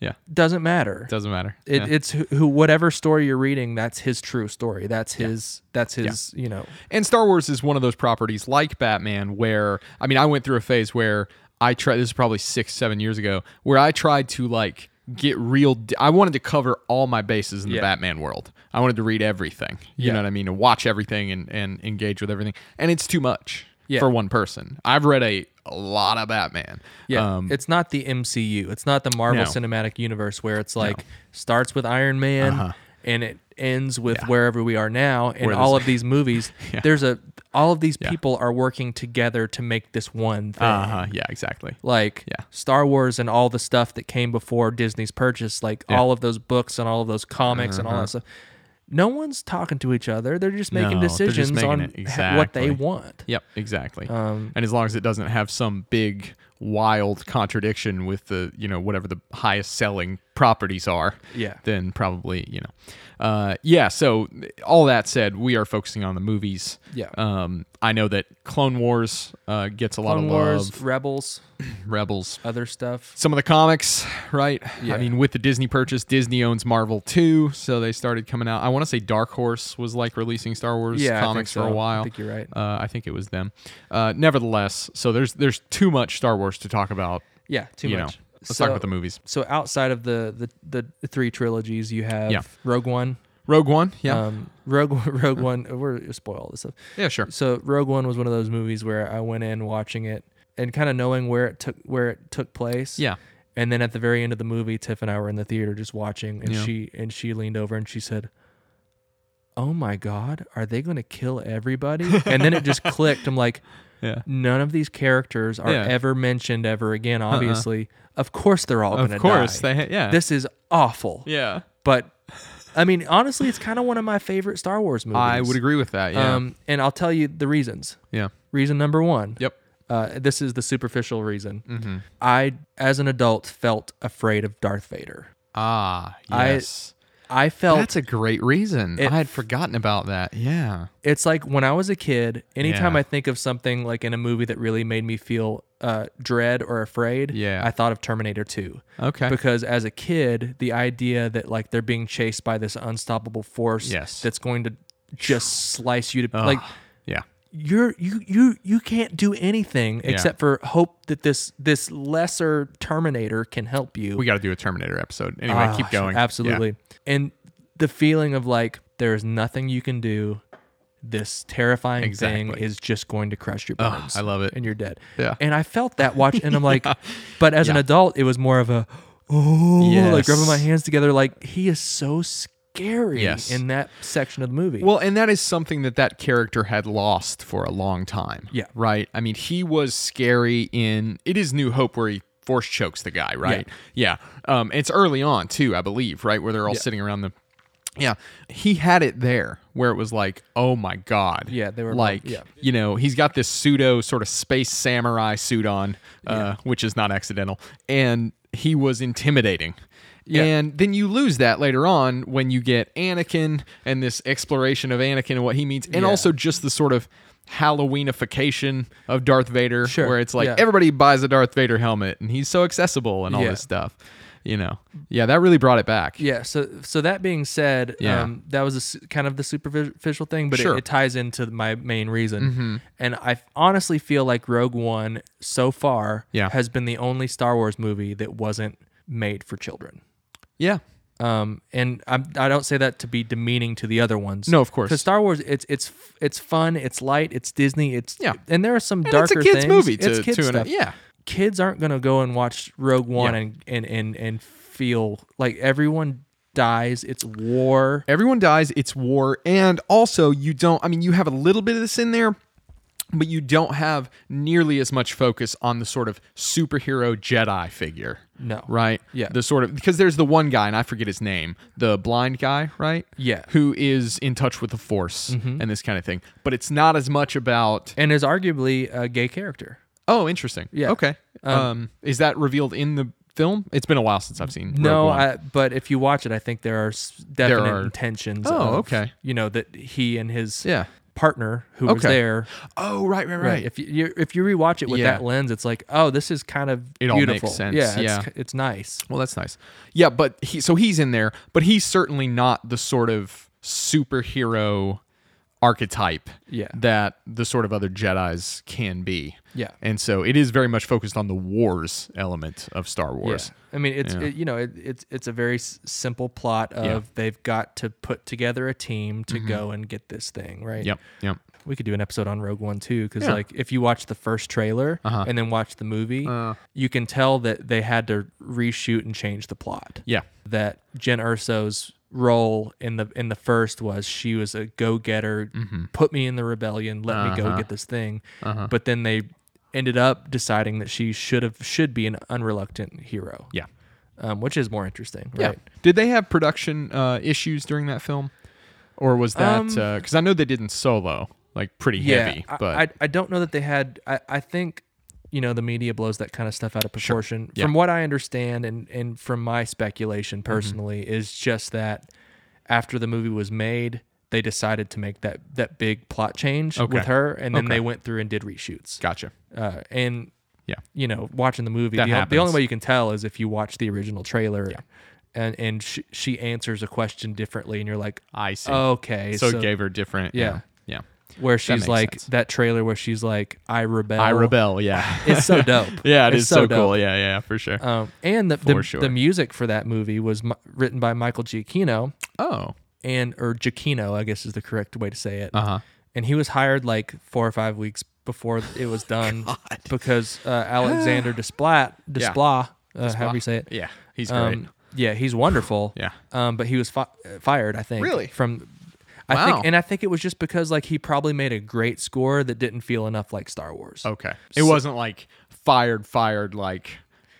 S3: Yeah.
S2: Doesn't matter.
S3: Doesn't matter.
S2: It,
S3: Yeah.
S2: It's who, who, whatever story you're reading, that's his true story. That's his. That's his. You know.
S3: And Star Wars is one of those properties like Batman where I mean I went through a phase where I tried this is probably 6 7 years ago where I tried to like get real d- I wanted to cover all my bases in the
S2: Yeah.
S3: Batman world. I wanted to read everything. You
S2: Yeah.
S3: know what I mean? And watch everything and and engage with everything. And it's too much
S2: Yeah.
S3: for one person. I've read a, a lot of Batman. Um,
S2: Yeah. it's not the MCU. It's not the Marvel
S3: No.
S2: Cinematic Universe where it's like starts with Iron Man and it ends with wherever we are now. And
S3: Uh-huh. Where
S2: all
S3: there's-
S2: of these movies, there's a all of these people are working together to make this one thing.
S3: uh-huh. Yeah, exactly.
S2: like
S3: Yeah.
S2: Star Wars and all the stuff that came before Disney's purchase, like all of those books and all of those comics and all that stuff. No one's talking to each other. They're just making
S3: Uh-huh. No, they're
S2: decisions
S3: just making
S2: on
S3: it.
S2: ha- what they
S3: Exactly.
S2: want.
S3: Yep, exactly.
S2: Um,
S3: and as long as it doesn't have some big wild contradiction with the you know whatever the highest selling properties are,
S2: Yeah.
S3: then probably you know, uh, yeah. So all that said, we are focusing on the movies.
S2: Yeah.
S3: Um, I know that Clone Wars uh, gets a lot
S2: Clone
S3: of
S2: Wars,
S3: love.
S2: Rebels,
S3: Rebels.
S2: other stuff.
S3: Some of the comics, right?
S2: Yeah.
S3: I mean, with the Disney purchase, Disney owns Marvel too, so they started coming out. I want to say Dark Horse was like releasing Star Wars
S2: Yeah, I think
S3: comics for
S2: so.
S3: a
S2: I
S3: while.
S2: think you're right.
S3: Uh, I think it was them. Uh, nevertheless, so there's there's too much Star Wars to talk about.
S2: Yeah, too
S3: you
S2: much.
S3: know, let's talk about the movies.
S2: So outside of the the, the three trilogies, you have
S3: Yeah.
S2: Rogue One.
S3: Rogue One, yeah,
S2: Um, Rogue Rogue One. We're spoil all this stuff.
S3: yeah, sure,
S2: So Rogue One was one of those movies where I went in watching it and kind of knowing where it took where it took place.
S3: yeah,
S2: And then at the very end of the movie, Tiff and I were in the theater just watching, and
S3: Yeah.
S2: she and she leaned over and she said, "Oh my God, are they going to kill everybody?" and then it just clicked. I'm like,
S3: yeah.
S2: none of these characters are
S3: Yeah. Uh-uh.
S2: ever mentioned ever again. Obviously, of course they're all going to
S3: Of
S2: die.
S3: course, they, yeah,
S2: this is awful.
S3: yeah.
S2: But I mean, honestly, it's kind of one of my favorite Star Wars movies.
S3: I would agree with that. Yeah,
S2: Um, and I'll tell you the reasons.
S3: yeah,
S2: Reason number one.
S3: yep, Mm-hmm.
S2: Uh, this is the superficial reason. I, as an adult, felt afraid of Darth Vader.
S3: ah,
S2: I-
S3: yes.
S2: I felt
S3: That's a great reason.
S2: It-
S3: I had forgotten about that. Yeah.
S2: it's like when I was a kid. Anytime
S3: Yeah.
S2: I think of something like in a movie that really made me feel uh, dread or afraid,
S3: Yeah.
S2: I thought of Terminator Two.
S3: Okay.
S2: Because as a kid, the idea that like they're being chased by this unstoppable force
S3: Yes.
S2: that's going to just slice you to like
S3: yeah.
S2: you're you you you can't do anything except for hope that this this lesser Terminator can help you.
S3: We got to do a Terminator episode. Anyway,
S2: Ah,
S3: keep
S2: sure,
S3: going.
S2: Absolutely. And the feeling of like there's nothing you can do. This terrifying thing
S3: Exactly.
S2: is just going to crush your
S3: Oh,
S2: bones.
S3: I love it.
S2: And you're dead.
S3: Yeah.
S2: And I felt that watch and I'm like but as an
S3: Yeah.
S2: adult it was more of a oh like rubbing
S3: Yes.
S2: my hands together like he is so scary
S3: Yes.
S2: in that section of the movie.
S3: Well, and that is something that that character had lost for a long time.
S2: Yeah.
S3: Right. I mean, he was scary in it is New Hope where he force chokes the guy, right? Yeah. Um, it's early on too, I believe, right? Where they're all sitting around the. Yeah, he had it there where it was like, oh my god.
S2: Yeah, they were both-
S3: like,
S2: yeah.
S3: you know, he's got this pseudo sort of space samurai suit on, uh, which is not accidental, and he was intimidating.
S2: Yeah.
S3: And then you lose that later on when you get Anakin and this exploration of Anakin and what he means, and
S2: Yeah.
S3: also just the sort of Halloweenification of Darth Vader,
S2: Sure,
S3: where it's like
S2: yeah.
S3: everybody buys a Darth Vader helmet and he's so accessible and all
S2: Yeah.
S3: this stuff. You know, yeah, that really brought it back.
S2: Yeah. So so that being said,
S3: Yeah.
S2: um, that was a s kind of the superficial thing, but it-
S3: Sure. Mm-hmm.
S2: it, ties into my main reason. And I f- honestly feel like Rogue One so far
S3: Yeah.
S2: has been the only Star Wars movie that wasn't made for children.
S3: yeah,
S2: Um, and I, I don't say that to be demeaning to the other ones.
S3: No, of course.
S2: Because Star Wars, it's it's f- it's fun, it's light, it's Disney, it's
S3: Yeah.
S2: And there are some
S3: And
S2: darker
S3: it's a kids
S2: things.
S3: movie to,
S2: it's kids
S3: to an-
S2: stuff
S3: yeah,
S2: kids aren't gonna go and watch Rogue One
S3: Yeah.
S2: and, and and and feel like everyone dies. It's war.
S3: Everyone dies. It's war. And also, you don't, I mean, you have a little bit of this in there, but you don't have nearly as much focus on the sort of superhero Jedi figure.
S2: No.
S3: Right?
S2: Yeah.
S3: The sort of, because there's the one guy, and I forget his name, the blind guy, right?
S2: Yeah. Mm-hmm.
S3: Who is in touch with the Force and this kind of thing. But it's not as much about,
S2: And is arguably a gay character.
S3: oh, interesting.
S2: Yeah.
S3: Okay. Um, is that revealed in the film? It's been a while since I've seen. Rogue
S2: No,
S3: One.
S2: I, but if you watch it, I think there are s- definite
S3: are-
S2: intentions.
S3: Oh,
S2: of,
S3: okay.
S2: You know that he and his
S3: Yeah.
S2: partner who was
S3: Okay.
S2: there.
S3: Oh, right, right, right.
S2: If you- you if you rewatch it with
S3: Yeah.
S2: that lens, it's like, oh, this is kind of
S3: It all makes
S2: beautiful.
S3: sense.
S2: Yeah,
S3: Yeah.
S2: It's, it's nice.
S3: Well, that's nice. Yeah, but he so he's in there, but he's certainly not the sort of superhero archetype
S2: Yeah.
S3: that the sort of other Jedi's can be.
S2: Yeah.
S3: And so it is very much focused on the wars element of Star Wars.
S2: Yeah. I mean, it's
S3: Yeah.
S2: it, you know, it, it's it's a very s- simple plot of
S3: Yeah.
S2: they've got to put together a team to go and get this thing right.
S3: Yep. Yep.
S2: We could do an episode on Rogue One too, because
S3: Yeah. Uh-huh.
S2: like if you watch the first trailer and then watch the movie,
S3: Uh.
S2: you can tell that they had to reshoot and change the plot.
S3: Yeah.
S2: That Jen Urso's role in the in the first was she was a go getter,
S3: Mm-hmm.
S2: put me in the rebellion, let me
S3: Uh-huh.
S2: go get this thing. But then they ended up deciding that she should have should be an unreluctant hero
S3: Yeah.
S2: um, which is more interesting,
S3: Yeah.
S2: right?
S3: Did they have production uh, issues during that film? Or was that
S2: Um,
S3: because I know they did in solo, like pretty heavy,
S2: I-
S3: but
S2: I, I don't know that they had. I, I think you know the media blows that kind of stuff out of proportion.
S3: Yeah. Mm-hmm.
S2: From what I understand, and and from my speculation personally, is just that after the movie was made, they decided to make that that big plot change
S3: Okay.
S2: with her, and then
S3: Okay.
S2: they went through and did reshoots.
S3: gotcha.
S2: Uh, and
S3: Yeah.
S2: you know, watching the movie,
S3: That
S2: the, the only
S3: happens.
S2: way you can tell is if you watch the original trailer. And, and she, she answers a question differently, and you're like,
S3: I see.
S2: Oh, okay.
S3: so, it gave her different.
S2: Yeah.
S3: Yeah.
S2: where she's
S3: makes
S2: like
S3: sense.
S2: that trailer where she's like I rebel.
S3: I rebel. Yeah.
S2: It's so dope.
S3: Yeah, it
S2: It's
S3: is so,
S2: dope.
S3: cool. Yeah, yeah, for sure.
S2: Um, and the the,
S3: For sure.
S2: the music for that movie was m- written by Michael Giacchino
S3: oh,
S2: and or Giacchino, I guess is the correct way to say it.
S3: Uh-huh.
S2: And he was hired like four or five weeks before it was done because uh, Alexander Desplat,
S3: Yeah.
S2: Desplat, uh, however you say it.
S3: yeah, he's great.
S2: Um, yeah, he's wonderful.
S3: Yeah.
S2: Um, but he was fi- uh, fired, I think.
S3: Really?
S2: From I
S3: Wow.
S2: think and I think it was just because like he probably made a great score that didn't feel enough like Star Wars.
S3: okay, it wasn't like fired, fired like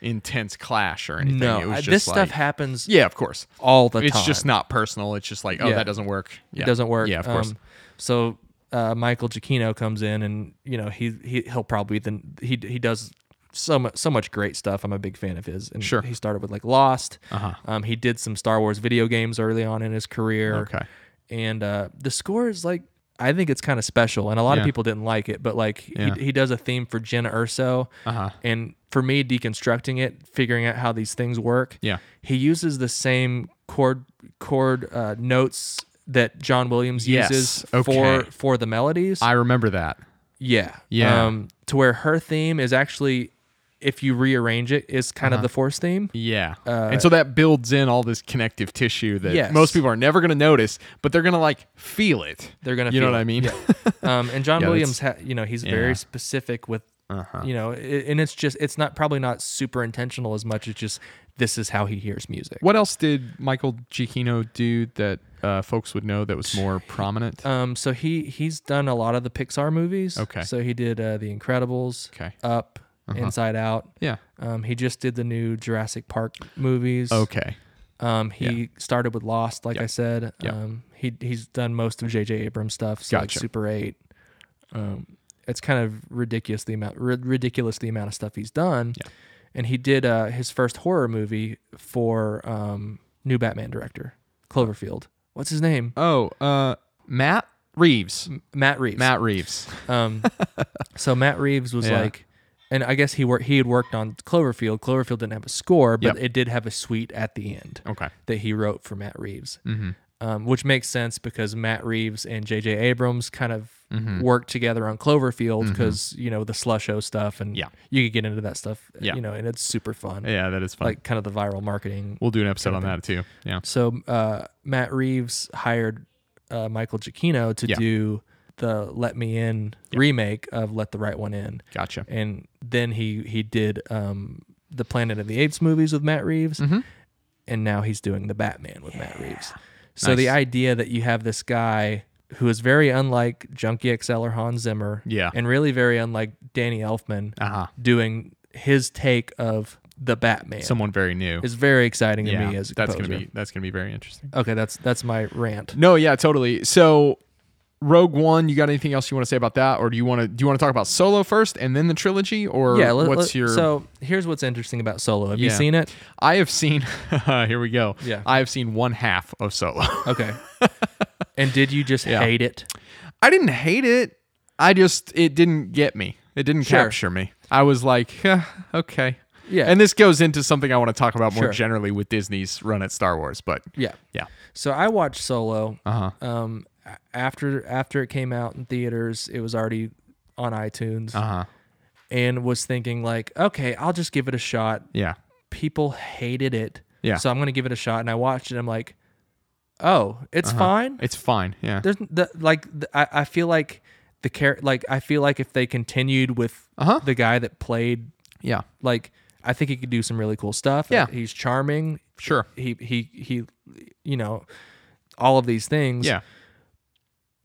S3: intense clash or anything.
S2: No,
S3: it was
S2: I-
S3: just
S2: this
S3: like-
S2: stuff happens
S3: Yeah, of course.
S2: all the
S3: it's
S2: time.
S3: just not personal. It's just like, oh,
S2: Yeah.
S3: that doesn't work.
S2: it
S3: Yeah.
S2: doesn't work.
S3: Yeah, of course.
S2: Um, so uh, Michael Giacchino comes in, and you know he he he'll probably then he he does so much so much great stuff. I'm a big fan of his. And
S3: Sure.
S2: He started with like Lost. Uh-huh. Um, he did some Star Wars video games early on in his career.
S3: Okay.
S2: And uh, the score is like I think it's kind of special, and a lot
S3: Yeah.
S2: of people didn't like it, but like
S3: Yeah.
S2: he he does a theme for Jenna Urso,
S3: Uh-huh.
S2: and for me deconstructing it, figuring out how these things work
S3: Yeah.
S2: he uses the same chord chord uh, notes that John Williams
S3: Yes,
S2: uses
S3: okay.
S2: for for the melodies.
S3: I remember that.
S2: yeah,
S3: Yeah.
S2: Um, to where her theme is actually, if you rearrange it, is kind
S3: Uh-huh.
S2: of the Force theme.
S3: Yeah. and so that builds in all this connective tissue that
S2: Uh, Yes.
S3: most people are never going to notice, but they're going to like feel it.
S2: They're gonna
S3: You know
S2: feel
S3: what
S2: it.
S3: I mean?
S2: Um, and John
S3: Yeah,
S2: Williams, ha- you know, he's
S3: yeah. Uh-huh.
S2: very specific with, you know, i and it's just it's not probably not super intentional as much. It's just this is how he hears music.
S3: what else did Michael Giacchino do that uh, folks would know that was more prominent?
S2: Um, so he he's done a lot of the Pixar movies.
S3: Okay.
S2: So he did uh, The Incredibles.
S3: Okay. Uh-huh.
S2: Up, Inside Out.
S3: yeah.
S2: Um, he just did the new Jurassic Park movies.
S3: Okay.
S2: Um, he started with Lost, like I said.
S3: Yeah.
S2: Um, he he's done most of J.J. Abrams stuff. So
S3: Gotcha.
S2: Like Super Eight. Um, it's kind of ridiculous the amount rid- ridiculous the amount of stuff he's done.
S3: Yeah.
S2: And he did uh, his first horror movie for um, new Batman director Cloverfield. What's his name?
S3: Oh, uh, Matt Reeves.
S2: Matt Reeves.
S3: Matt Reeves.
S2: Um, so Matt Reeves was
S3: Yeah.
S2: like, and I guess he worked. He had worked on Cloverfield. Cloverfield didn't have a score, but
S3: Yep.
S2: it did have a suite at the end
S3: Okay.
S2: that he wrote for Matt Reeves,
S3: Mm-hmm.
S2: um, which makes sense because Matt Reeves and J.J. Abrams kind of
S3: Mm-hmm.
S2: worked together on Cloverfield because you know the slusho stuff, and
S3: Yeah.
S2: you could get into that stuff, uh,
S3: Yeah.
S2: you know, and it's super fun,
S3: Yeah, that is fun.
S2: like kind of the viral marketing.
S3: we'll do an episode on that too. Yeah.
S2: So uh, Matt Reeves hired uh, Michael Giacchino to
S3: Yeah.
S2: do the "Let Me In" remake of "Let the Right One In,"
S3: Gotcha.
S2: and then he he did um, the Planet of the Apes movies with Matt Reeves,
S3: Mm-hmm.
S2: and now he's doing the Batman with Matt Reeves. So the
S3: Nice.
S2: idea that you have this guy who is very unlike Junkie XL or Hans Zimmer,
S3: Yeah.
S2: and really very unlike Danny Elfman,
S3: Uh huh.
S2: doing his take of the Batman.
S3: Someone very new.
S2: is very exciting to
S3: yeah.
S2: me as a
S3: that's
S2: composer.
S3: gonna be that's gonna be very interesting.
S2: Okay, that's that's my rant.
S3: No, yeah, totally. So Rogue One, you got anything else you want to say about that, or do you want to do you want to talk about Solo first and then the trilogy, or
S2: yeah, let-
S3: what's
S2: let-
S3: your?
S2: so here's what's interesting about Solo. Have you
S3: Yeah.
S2: seen it?
S3: I have seen. here we go.
S2: Yeah.
S3: I have seen one half of Solo.
S2: Okay. and did you just
S3: Yeah.
S2: hate it?
S3: I didn't hate it. I just it didn't get me. It didn't
S2: Sure.
S3: capture me. I was like, "Huh, okay.
S2: Yeah.
S3: And this goes into something I want to talk about more
S2: Sure.
S3: generally with Disney's run at Star Wars, but
S2: Yeah.
S3: yeah.
S2: So I watched Solo.
S3: Uh-huh.
S2: Um, a- after after it came out in theaters, it was already on iTunes,
S3: Uh-huh.
S2: and was thinking like, okay, I'll just give it a shot.
S3: Yeah.
S2: People hated it,
S3: Yeah.
S2: So I'm gonna give it a shot, and I watched it. I'm like, oh, it's
S3: Uh-huh.
S2: fine.
S3: It's fine. Yeah.
S2: There's the like the, I, I feel like the care like I feel like if they continued with
S3: Uh-huh.
S2: the guy that played
S3: yeah.
S2: like I think he could do some really cool stuff.
S3: Yeah.
S2: he's charming.
S3: Sure.
S2: He he he, you know, all of these things.
S3: Yeah.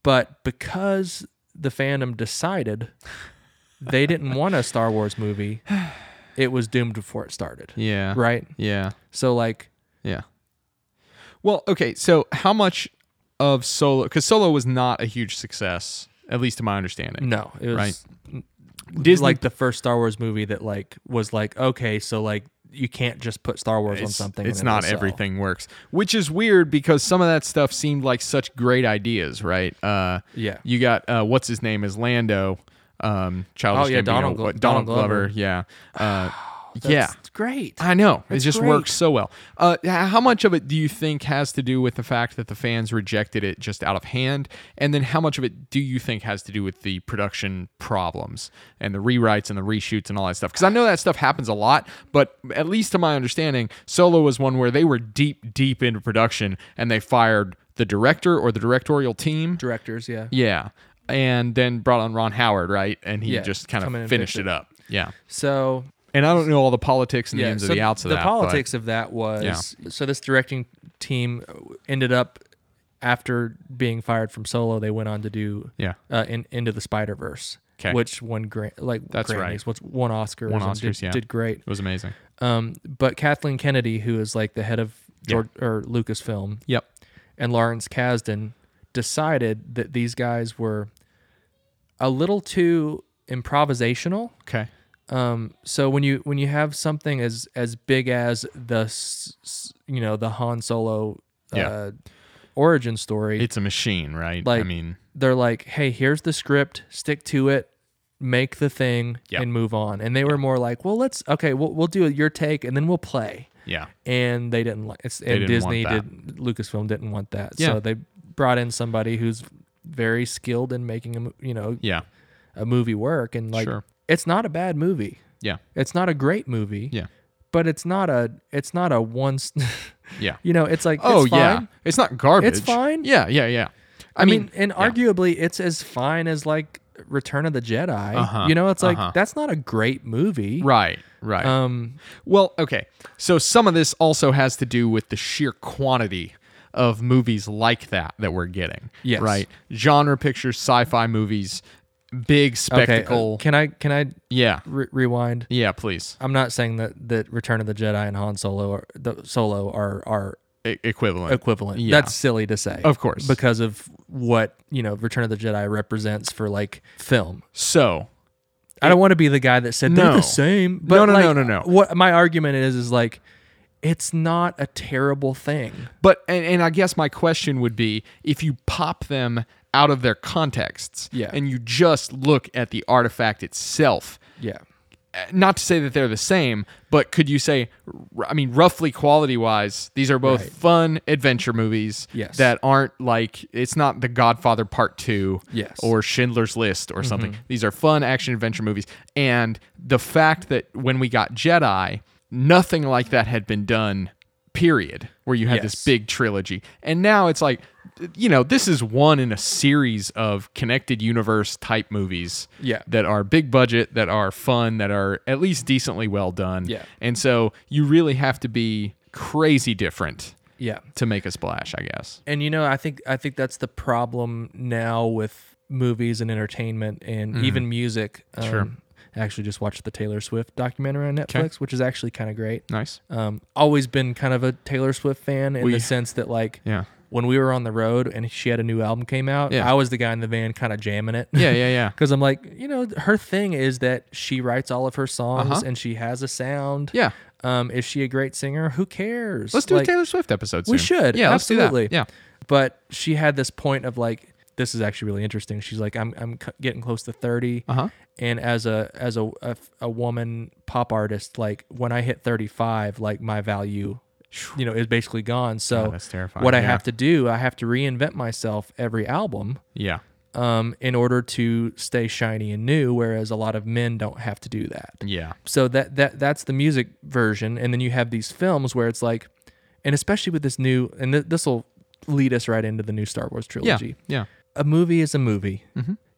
S2: But because the fandom decided they didn't want a Star Wars movie, it was doomed before it started.
S3: Yeah.
S2: Right.
S3: Yeah.
S2: So like,
S3: Yeah. Well, okay. So, how much of Solo? Because Solo was not a huge success, at least to my understanding.
S2: no, it was
S3: Right.
S2: Disney,
S3: Disney,
S2: Mm, like the first Star Wars movie that like was like okay, so like you can't just put Star Wars on
S3: it's,
S2: something.
S3: It's
S2: and it will
S3: not
S2: sell.
S3: everything works, which is weird because some of that stuff seemed like such great ideas, right? Uh,
S2: Yeah.
S3: You got uh, what's his name is Lando, um, childish
S2: Oh, yeah,
S3: Gambino,
S2: Donald Glo-
S3: what-
S2: Donald
S3: Donald Glover,
S2: Glover.
S3: yeah, uh, yeah.
S2: That's great.
S3: I know it just
S2: great.
S3: works so well. Uh, h- how much of it do you think has to do with the fact that the fans rejected it just out of hand, and then how much of it do you think has to do with the production problems and the rewrites and the reshoots and all that stuff? Because I know that stuff happens a lot, but at least to my understanding, Solo was one where they were deep, deep into production and they fired the director or the directorial team.
S2: Directors, yeah.
S3: Yeah, and then brought on Ron Howard, right? And he
S2: Yeah,
S3: just kind
S2: come in
S3: of
S2: and
S3: finished
S2: fix
S3: it up. Yeah.
S2: So
S3: And I don't know all the politics and the
S2: yeah,
S3: ins
S2: so
S3: and the outs of
S2: the
S3: that. but-
S2: politics of that was so this directing team ended up after being fired from Solo, they went on to do
S3: Yeah.
S2: uh, in, into the Spider Verse,
S3: 'Kay.
S2: which won grant like
S3: That's right.
S2: Grammys, what's won Oscars,
S3: Won
S2: and
S3: Oscars,
S2: did,
S3: yeah.
S2: did great.
S3: It was amazing.
S2: Um, but Kathleen Kennedy, who is like the head of George, or Lucasfilm,
S3: Yep.
S2: and Lawrence Kasdan decided that these guys were a little too improvisational
S3: Okay.
S2: Um, so when you when you have something as as big as the s- s- you know the Han Solo uh,
S3: Yeah.
S2: origin story,
S3: It's a machine, right? I
S2: Like-
S3: mean,
S2: they're like, hey, here's the script, stick to it, make the thing,
S3: Yeah.
S2: and move on. And they were more like, well, let's okay, we'll we'll do your take, and then we'll play.
S3: yeah.
S2: And they didn't like it's and
S3: didn't want
S2: Disney
S3: that.
S2: did Lucasfilm didn't want that,
S3: Yeah.
S2: so they brought in somebody who's very skilled in making a mo- you know
S3: Yeah.
S2: a movie work, and like
S3: Sure.
S2: it's not a bad movie.
S3: Yeah.
S2: It's not a great movie.
S3: Yeah.
S2: But it's not a it's not a once.
S3: Yeah.
S2: you know, it's like
S3: Oh
S2: it's
S3: yeah.
S2: fine.
S3: It's not garbage.
S2: fine.
S3: Yeah, yeah, yeah.
S2: I mean, and
S3: yeah.
S2: arguably, it's as fine as like Return of the Jedi.
S3: Uh-huh,
S2: You know, it's like
S3: uh-huh.
S2: that's not a great movie.
S3: Right, right.
S2: Um,
S3: Well, okay. So some of this also has to do with the sheer quantity of movies like that that we're getting.
S2: Yes.
S3: Right. Genre pictures, sci-fi movies, big
S2: okay. uh,
S3: spectacle.
S2: Can I can I
S3: yeah.
S2: re- rewind?
S3: Yeah, please.
S2: I'm not saying that that Return of the Jedi and Han Solo are the Solo are are
S3: E- equivalent.
S2: equivalent.
S3: Yeah.
S2: That's silly to say.
S3: Of course.
S2: Because of what, you know, Return of the Jedi represents for like film.
S3: so,
S2: I don't want to be the guy that said
S3: No.
S2: they're the same. But
S3: no,
S2: like,
S3: no, no, no.
S2: What my argument is is like it's not a terrible thing.
S3: but and, and I guess my question would be if you pop them out of their contexts
S2: Yeah.
S3: and you just look at the artifact itself,
S2: Yeah.
S3: not to say that they're the same, but could you say, r- I mean, roughly quality wise, these are both
S2: Right.
S3: fun adventure movies
S2: Yes.
S3: that aren't like, it's not The Godfather Part 2
S2: Yes. Mm-hmm.
S3: or Schindler's List or something. These are fun action adventure movies. And the fact that when we got Jedi, nothing like that had been done, period, where you had this
S2: Yes.
S3: big trilogy. And now it's like, you know, this is one in a series of connected universe type movies
S2: Yeah.
S3: that are big budget, that are fun, that are at least decently well done.
S2: Yeah.
S3: And so you really have to be crazy different
S2: Yeah.
S3: to make a splash, I guess.
S2: And you know, I think I think that's the problem now with movies and entertainment and even music. Um,
S3: Mm-hmm. Sure.
S2: I actually just watched the Taylor Swift documentary on Netflix, which is actually kind of great.
S3: Nice.
S2: Um, always been kind of a Taylor Swift fan in
S3: We-
S2: the sense that like
S3: Yeah.
S2: when we were on the road and she had a new album came out,
S3: Yeah.
S2: I was the guy in the van kind of jamming it.
S3: Yeah, yeah, yeah.
S2: Because I'm like, you know, her thing is that she writes all of her songs
S3: Uh-huh.
S2: and she has a sound.
S3: Yeah.
S2: Um, is she a great singer? Who cares?
S3: Let's do a
S2: Like,
S3: Taylor Swift episode soon.
S2: We should.
S3: Yeah,
S2: absolutely.
S3: Let's do that. Yeah.
S2: But she had this point of like, this is actually really interesting. She's like, I'm I'm c- getting close to 30
S3: Uh-huh.
S2: and as a as a, a a woman pop artist, like when I hit 35, like my value, you know, is basically gone. So
S3: God, that's terrifying.
S2: What I
S3: Yeah.
S2: have to do, I have to reinvent myself every album
S3: Yeah.
S2: um, in order to stay shiny and new. Whereas a lot of men don't have to do that
S3: Yeah.
S2: so that that that's the music version and then you have these films where it's like and especially with this new and th- this will lead us right into the new star wars
S3: Yeah. Mm-hmm.
S2: trilogy
S3: Yeah.
S2: a movie is a movie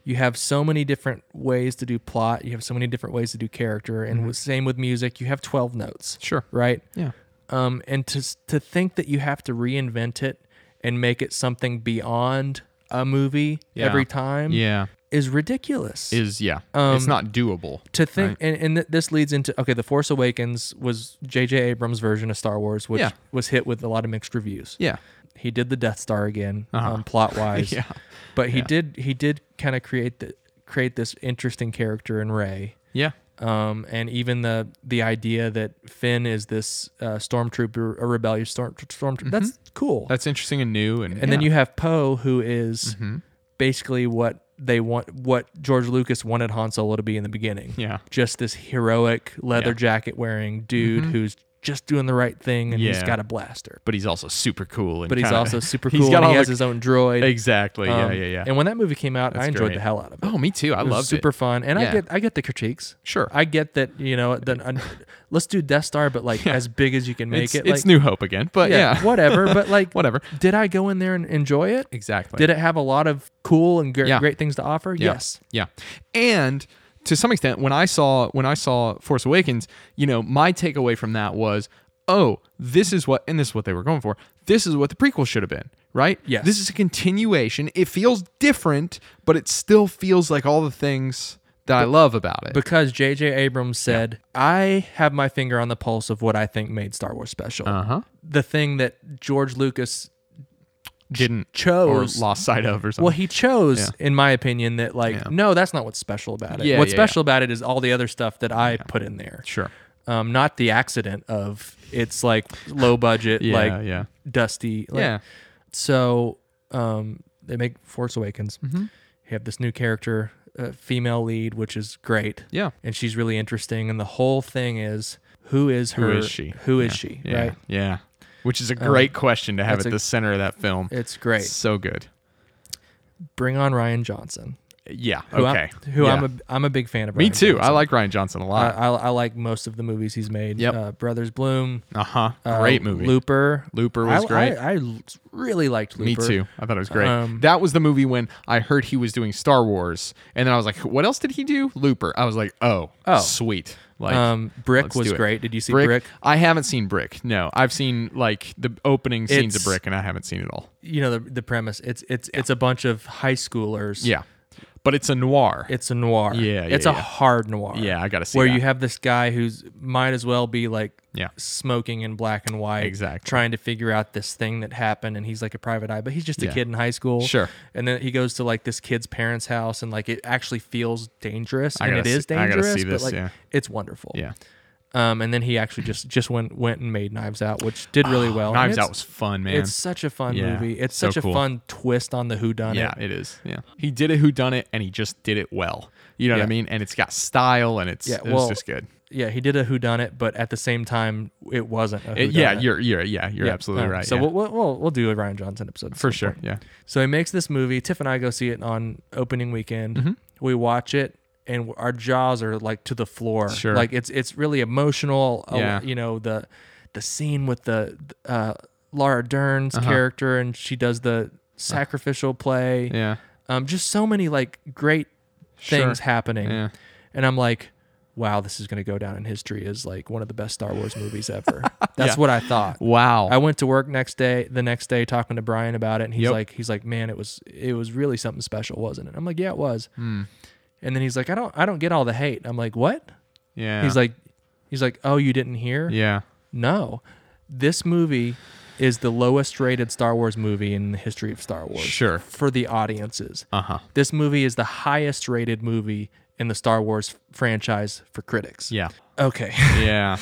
S2: you have so many different ways to do plot you have so many different ways to do character and
S3: Mm-hmm.
S2: with, same with music you have 12 notes
S3: Sure.
S2: right
S3: Yeah.
S2: um, and to s- to think that you have to reinvent it and make it something beyond a movie
S3: Yeah.
S2: every time
S3: Yeah.
S2: is ridiculous
S3: Is yeah. it's
S2: Um,
S3: not doable.
S2: to think and, and th- this leads into okay the force awakens was jj abrams version of star wars which
S3: Yeah.
S2: was hit with a lot of mixed reviews
S3: Yeah.
S2: he did the death star again
S3: Uh-huh.
S2: um, plot wise
S3: Yeah.
S2: but he
S3: Yeah.
S2: did he did kind of create the create this interesting character in ray
S3: Yeah.
S2: um, and even the the idea that finn is this uh, stormtrooper a rebellious storm stormtrooper that's cool
S3: Mm-hmm. That's interesting and new and
S2: and then you have poe who is
S3: Mm-hmm.
S2: basically what they want what george lucas wanted han solo to be in the beginning
S3: Yeah.
S2: just this heroic leather
S3: Yeah. Mm-hmm.
S2: jacket wearing dude who's just doing the right thing and he's
S3: Yeah.
S2: got a blaster.
S3: But he's also super cool and
S2: But he's
S3: kinda-
S2: also super cool.
S3: He's got
S2: and
S3: all
S2: he has
S3: the-
S2: his own droid.
S3: Exactly. yeah,
S2: Um,
S3: yeah, yeah.
S2: And when that movie came out, I enjoyed
S3: great.
S2: the hell out of it.
S3: oh, me too. I
S2: it was
S3: love
S2: super
S3: it.
S2: fun. And
S3: Yeah.
S2: I get I get the critiques.
S3: Sure.
S2: I get that, you know, then uh, let's do Death Star but like as big as you can make
S3: it's,
S2: it.
S3: it's
S2: like,
S3: New Hope again, but yeah.
S2: whatever, but like
S3: Whatever.
S2: Did I go in there and enjoy it?
S3: Exactly.
S2: Did it have a lot of cool and gr-
S3: Yeah.
S2: great things to offer?
S3: Yeah.
S2: Yes.
S3: Yeah. And to some extent, when I saw when I saw Force Awakens, you know, my takeaway from that was, oh, this is what and this is what they were going for. This is what the prequel should have been, right?
S2: Yes.
S3: This is a continuation. It feels different, but it still feels like all the things that I love about it.
S2: because J.J. Abrams said, "I have my finger on the pulse of what I think made Star Wars special."
S3: uh-huh.
S2: The thing that George Lucas,
S3: Didn't
S2: chose-
S3: or lost sight of or something.
S2: well, he chose, in my opinion, that like,
S3: Yeah.
S2: no, that's not what's special about it.
S3: Yeah,
S2: what's
S3: yeah,
S2: special about it is all the other stuff that I put in there.
S3: sure.
S2: Um, not the accident of it's like low budget,
S3: Yeah,
S2: like
S3: yeah.
S2: dusty. Like,
S3: yeah.
S2: So um, they make Force Awakens.
S3: Mm-hmm.
S2: You have this new character, uh, female lead, which is great.
S3: Yeah.
S2: and she's really interesting. And the whole thing is who is her?
S3: is she?
S2: Who is she?
S3: Yeah.
S2: Right. Uh,
S3: Yeah. which is a great question to have
S2: that's
S3: at
S2: a-
S3: the center of that film.
S2: It's great.
S3: So good.
S2: Bring on Ryan Johnson.
S3: Yeah.
S2: Who
S3: Okay.
S2: I'm, who I'm
S3: Yeah.
S2: a I'm a big fan of.
S3: Me
S2: Ryan
S3: too. I
S2: Johnson. Uh,
S3: like Ryan Johnson a
S2: I,
S3: lot.
S2: I, I like most of the movies he's made.
S3: Yep.
S2: Uh, Brothers Bloom.
S3: Uh huh.
S2: uh,
S3: Great movie.
S2: Looper.
S3: Looper was
S2: I,
S3: great.
S2: I, I l- really liked Looper.
S3: Me too. I thought it was great.
S2: Um,
S3: that was the movie when I heard he was doing Star Wars, and then I was like, "What else did he do?" Looper. I was like, "Oh,
S2: Oh.
S3: sweet." Like
S2: Um, Brick
S3: let's
S2: was
S3: do it.
S2: great. Did you see
S3: Brick?
S2: Brick?
S3: I haven't seen Brick. No, I've seen like the opening scenes of
S2: It's-
S3: Brick, and I haven't seen it all.
S2: You know the the premise. It's it's it's a bunch of high schoolers.
S3: Yeah, but it's a noir.
S2: It's a noir.
S3: Yeah,
S2: It's
S3: yeah,
S2: a
S3: yeah.
S2: hard noir.
S3: Yeah, I gotta see
S2: Where
S3: that.
S2: you have this guy who's might as well be like
S3: Yeah.
S2: smoking in black and white.
S3: Exactly.
S2: Trying to figure out this thing that happened and he's like a private eye, but he's just a
S3: Yeah.
S2: kid in high school.
S3: Sure.
S2: And then he goes to like this kid's parents' house and like it actually feels dangerous.
S3: I
S2: and it
S3: gotta
S2: is
S3: see- I gotta
S2: dangerous.
S3: see this,
S2: but like
S3: yeah.
S2: it's wonderful.
S3: yeah,
S2: Um and then he actually just just went went and made Knives Out, which did really well. And
S3: Ah, Knives
S2: it's-
S3: Out was fun, man.
S2: It's such a fun
S3: Yeah,
S2: movie. It's
S3: so
S2: such
S3: cool.
S2: a fun twist on the Who Done
S3: yeah, it is. Yeah, he did it. Who done it? And he just did it well. You know what
S2: Yeah.
S3: I mean? And it's got style, and it's
S2: Yeah,
S3: it was
S2: well,
S3: just good.
S2: yeah, he did a whodunit, but at the same time, it wasn't. A
S3: It- yeah,
S2: whodunit.
S3: you're you're yeah, you're
S2: Yeah,
S3: absolutely
S2: um,
S3: right.
S2: So
S3: yeah.
S2: we'll, we'll we'll we'll do a Ryan Johnson episode at
S3: for
S2: some
S3: sure.
S2: point.
S3: Yeah.
S2: So he makes this movie. Tiff and I go see it on opening weekend.
S3: Mm-hmm.
S2: We watch it, and our jaws are like to the floor.
S3: Sure.
S2: Like it's it's really emotional. uh,
S3: Yeah.
S2: You know the the scene with the uh, Laura Dern's
S3: Uh-huh.
S2: character, and she does the sacrificial play.
S3: Uh, Yeah.
S2: Um, just so many like great things
S3: Sure.
S2: happening.
S3: Yeah.
S2: And I'm like, wow, this is going to go down in history as like one of the best Star Wars movies ever. That's
S3: Yeah.
S2: what I thought.
S3: Wow.
S2: I went to work next day, the next day talking to Brian about it and he's
S3: Yep.
S2: like he's like, "Man, it was it was really something special, wasn't it?" I'm like, "Yeah, it was."
S3: Hmm.
S2: And then he's like, "I don't I don't get all the hate." I'm like, "What?"
S3: yeah.
S2: He's like he's like, "Oh, you didn't hear?"
S3: yeah.
S2: No. This movie is the lowest rated Star Wars movie in the history of Star Wars
S3: Sure.
S2: for the audiences.
S3: Uh huh.
S2: This movie is the highest rated movie in the Star Wars franchise for critics.
S3: Yeah.
S2: Okay.
S3: Yeah.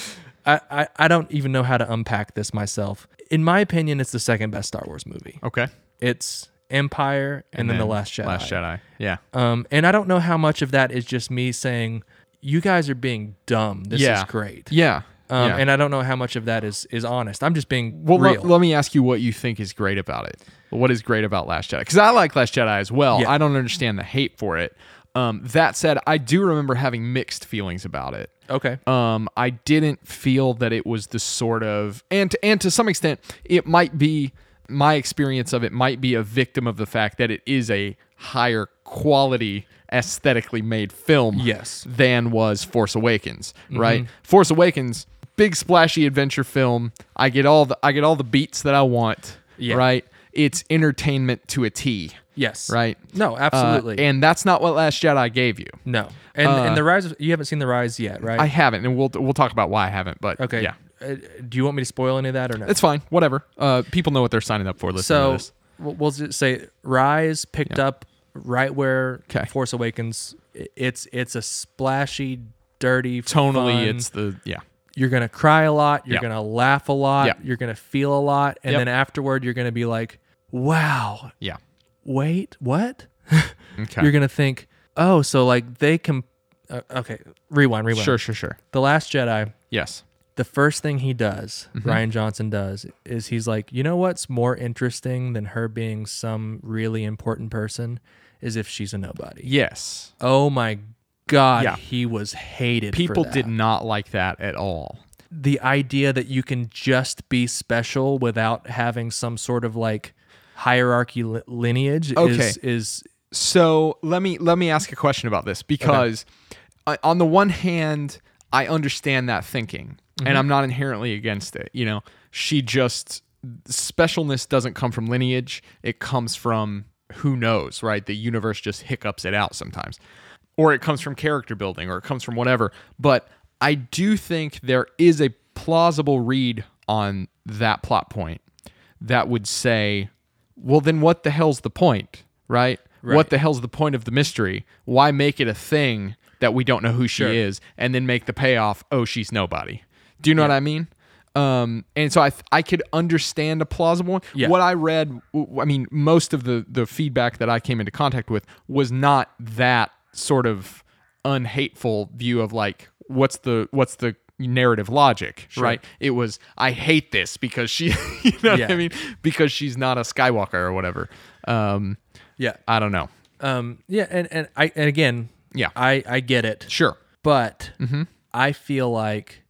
S2: I, I, I don't even know how to unpack this myself. In my opinion, it's the second best Star Wars movie.
S3: Okay.
S2: It's Empire and, then, The Last Jedi.
S3: Last Jedi. Yeah.
S2: Um, and I don't know how much of that is just me saying, you guys are being dumb. This
S3: yeah.
S2: is great.
S3: Yeah.
S2: Um,
S3: yeah.
S2: And I don't know how much of that is, is honest. I'm just being
S3: well,
S2: real.
S3: let, let me ask you what you think is great about it. What is great about Last Jedi? Because I like Last Jedi as well.
S2: Yeah.
S3: I don't understand the hate for it. Um, that said, I do remember having mixed feelings about it.
S2: okay.
S3: um, I didn't feel that it was the sort of and to, and to some extent it might be my experience of it might be a victim of the fact that it is a higher quality aesthetically made film
S2: Yes. Mm-hmm.
S3: than was Force Awakens right Force Awakens big splashy adventure film I get all the I get all the beats that I want
S2: Yeah.
S3: right it's entertainment to a T
S2: Yes.
S3: right
S2: No,
S3: Uh,
S2: absolutely.
S3: and that's not what Last Jedi gave you
S2: no. And, and the rise, of, you haven't seen the rise yet, right?
S3: I haven't and we'll we'll talk about why I haven't but
S2: okay.
S3: yeah
S2: Uh, do you want me to spoil any of that or no?
S3: It's fine. Whatever. Uh, people know what they're signing up for. Listening to
S2: so
S3: this.
S2: we'll, we'll just say rise picked up right where
S3: 'Kay.
S2: force awakens I- it's it's a splashy dirty
S3: tonally,
S2: fun-
S3: it's the yeah,
S2: you're gonna cry a lot you're
S3: Yeah.
S2: gonna laugh a lot
S3: Yeah.
S2: you're gonna feel a lot and
S3: Yep.
S2: then afterward you're gonna be like wow
S3: yeah.
S2: wait what
S3: Okay.
S2: you're gonna think oh so like they can uh, okay rewind rewind
S3: sure, sure, sure.
S2: the last jedi
S3: Yes.
S2: the first thing he does,
S3: Mm-hmm.
S2: Ryan Johnson does, is he's like, you know what's more interesting than her being some really important person is if she's a nobody.
S3: Yes.
S2: Oh my God,
S3: Yeah.
S2: he was hated. for
S3: People
S2: that.
S3: did not like that at all.
S2: The idea that you can just be special without having some sort of like hierarchy li- lineage
S3: Okay.
S2: is, is
S3: So let me let me ask a question about this because I, on the one hand, I understand that thinking and I'm not inherently against it. You know, she just specialness doesn't come from lineage. It comes from who knows, right? The universe just hiccups it out sometimes. Or it comes from character building or it comes from whatever. But I do think there is a plausible read on that plot point that would say, well, then what the hell's the point, right? What the hell's the point of the mystery? Why make it a thing that we don't know who she is and then make the payoff, oh, she's nobody? Do you know what I mean? Um, and so I, th- I could understand a plausible one.
S2: Yeah.
S3: What I read, w- I mean, most of the, the feedback that I came into contact with was not that sort of unhateful view of like, what's the, what's the, narrative logic, right? It was I hate this because she, you know what I
S2: Yeah.
S3: mean, because she's not a Skywalker or whatever. Um,
S2: Yeah.
S3: I don't know.
S2: Um, yeah, and, and I and again,
S3: Yeah.
S2: I, I get it.
S3: Sure.
S2: But
S3: Mm-hmm.
S2: I feel like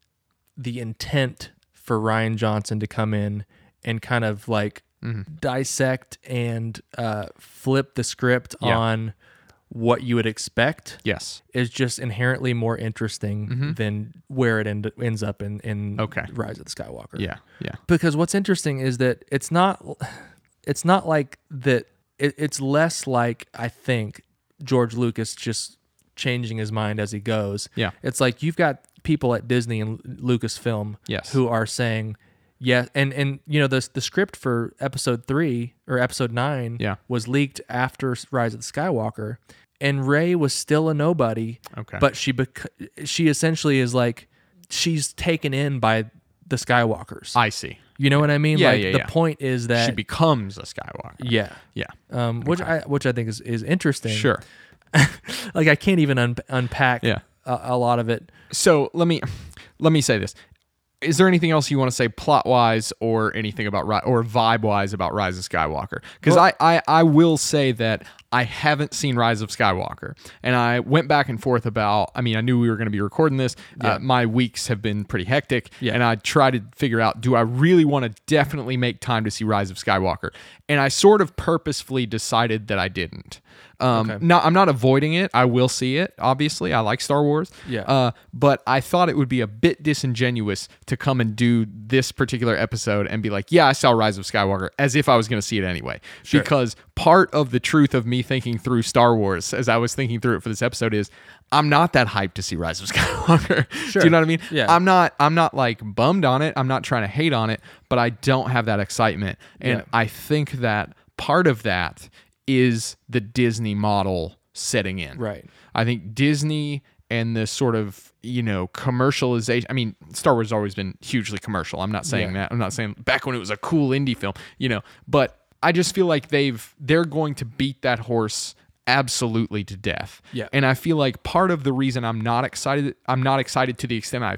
S2: the intent for Ryan Johnson to come in and kind of like
S3: Mm-hmm.
S2: dissect and uh, flip the script
S3: Yeah.
S2: on what you would expect
S3: Yes.
S2: is just inherently more interesting than where it end, ends up in, in
S3: Mm-hmm. Okay.
S2: Rise of the Skywalker
S3: Yeah. Yeah.
S2: because what's interesting is that it's not it's not like that it, it's less like i think george lucas just changing his mind as he goes
S3: Yeah.
S2: it's like you've got people at disney and lucasfilm
S3: Yes.
S2: who are saying yeah and and you know the, the script for episode three or episode nine
S3: Yeah.
S2: was leaked after rise of the skywalker and ray was still a nobody
S3: Okay.
S2: but she bec- she essentially is like she's taken in by the skywalkers
S3: I see.
S2: you know what I mean?
S3: Yeah,
S2: like
S3: yeah,
S2: the
S3: yeah.
S2: point is that
S3: She becomes a Skywalker.
S2: yeah.
S3: Yeah.
S2: Um, which I which I think is, is interesting.
S3: Sure.
S2: Like I can't even un- unpack
S3: Yeah.
S2: a, a lot of it.
S3: So let me let me say this. Is there anything else you want to say plot wise or anything about Ri- or vibe wise about Rise of Skywalker? Because I, I I will say that I haven't seen Rise of Skywalker, and I went back and forth about. I mean, I knew we were going to be recording this. Uh, my weeks have been pretty hectic,
S2: Yeah.
S3: and I try to figure out do I really want to definitely make time to see Rise of Skywalker? And I sort of purposefully decided that I didn't. Um, not, I'm not avoiding it. I will see it. Obviously, I like Star Wars.
S2: Yeah.
S3: Uh, but I thought it would be a bit disingenuous to come and do this particular episode and be like, yeah, I saw Rise of Skywalker as if I was going to see it anyway. Because part of the truth of me thinking through Star Wars as I was thinking through it for this episode is I'm not that hyped to see Rise of Skywalker. Do you know what I mean?
S2: Yeah.
S3: I'm not I'm not like bummed on it. I'm not trying to hate on it, but I don't have that excitement. And
S2: Yeah.
S3: I think that part of that is the Disney model setting in.
S2: Right.
S3: I think Disney and the sort of you know commercialization. I mean, Star Wars has always been hugely commercial. I'm not saying that. I'm not saying back when it was a cool indie film, you know. But I just feel like they've they're going to beat that horse absolutely to death.
S2: Yeah.
S3: And I feel like part of the reason I'm not excited, I'm not excited to the extent I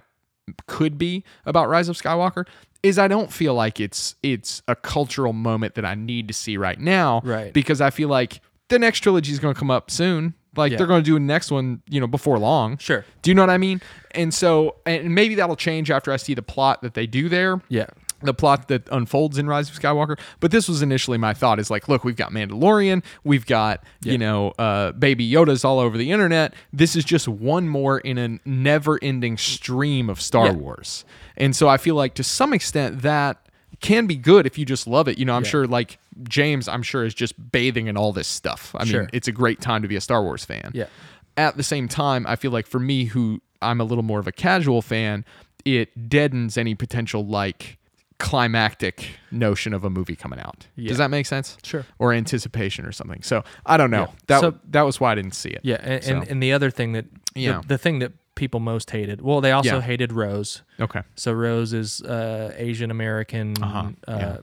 S3: could be about Rise of Skywalker is I don't feel like it's it's a cultural moment that I need to see right now
S2: Right.
S3: because I feel like the next trilogy is going to come up soon. Like
S2: Yeah.
S3: they're going to do a next one, you know, before long.
S2: Sure.
S3: Do you know what I mean? And so, and maybe that'll change after I see the plot that they do there
S2: Yeah.
S3: the plot that unfolds in Rise of Skywalker. But this was initially my thought is like, look, we've got Mandalorian, we've got, you know, uh, baby Yoda's all over the internet. This is just one more in a never ending stream of Star
S2: Yeah.
S3: Wars. And so I feel like to some extent that can be good if you just love it. You know, I'm sure like James, I'm sure, is just bathing in all this stuff. I mean,
S2: Sure.
S3: it's a great time to be a Star Wars fan
S2: Yeah.
S3: at the same time, I feel like for me, who I'm a little more of a casual fan, it deadens any potential like climactic notion of a movie coming out. Does that make sense?
S2: Sure.
S3: Or anticipation or something. So I don't know. That
S2: So-
S3: that was why I didn't see it.
S2: Yeah. And, and,
S3: So-
S2: and the other thing that the-
S3: Yeah.
S2: the, thing that people most hated. Well, they also
S3: Yeah.
S2: hated Rose.
S3: Okay.
S2: So Rose is uh, Asian American uh
S3: Uh-huh. Yeah.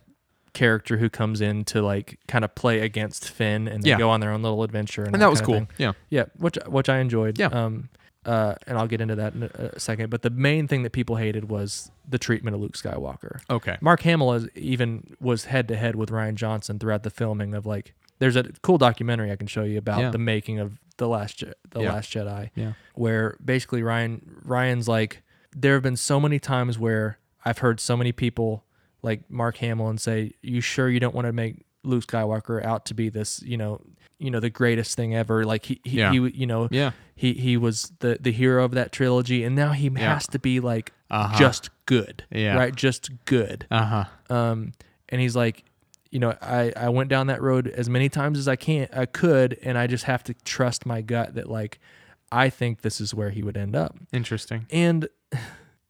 S2: character who comes in to like kind of play against Finn and they
S3: Yeah.
S2: go on their own little adventure. And,
S3: And that was
S2: kinda
S3: cool.
S2: thing.
S3: Yeah.
S2: Yeah, which which I enjoyed.
S3: Yeah.
S2: Um, uh, and I'll get into that in a a second. But the main thing that people hated was the treatment of Luke Skywalker.
S3: Okay.
S2: Mark Hamill is, even was head to head with Ryan Johnson throughout the filming of like. There's a cool documentary I can show you about
S3: Yeah.
S2: the making of the last Je- the
S3: Yeah.
S2: last Jedi.
S3: Yeah.
S2: Where basically Ryan Ryan's like, there have been so many times where I've heard so many people like Mark Hamill and say, "You sure you don't want to make Luke Skywalker out to be this, you know, you know, the greatest thing ever? Like he, he,
S3: Yeah.
S2: he you know,
S3: Yeah.
S2: he he was the the hero of that trilogy, and now he has to be like
S3: Uh-huh.
S2: just good,
S3: Yeah.
S2: right? Just good.
S3: Uh huh.
S2: Um, and he's like, you know, I I went down that road as many times as I can I could, and I just have to trust my gut that like I think this is where he would end up.
S3: Interesting.
S2: And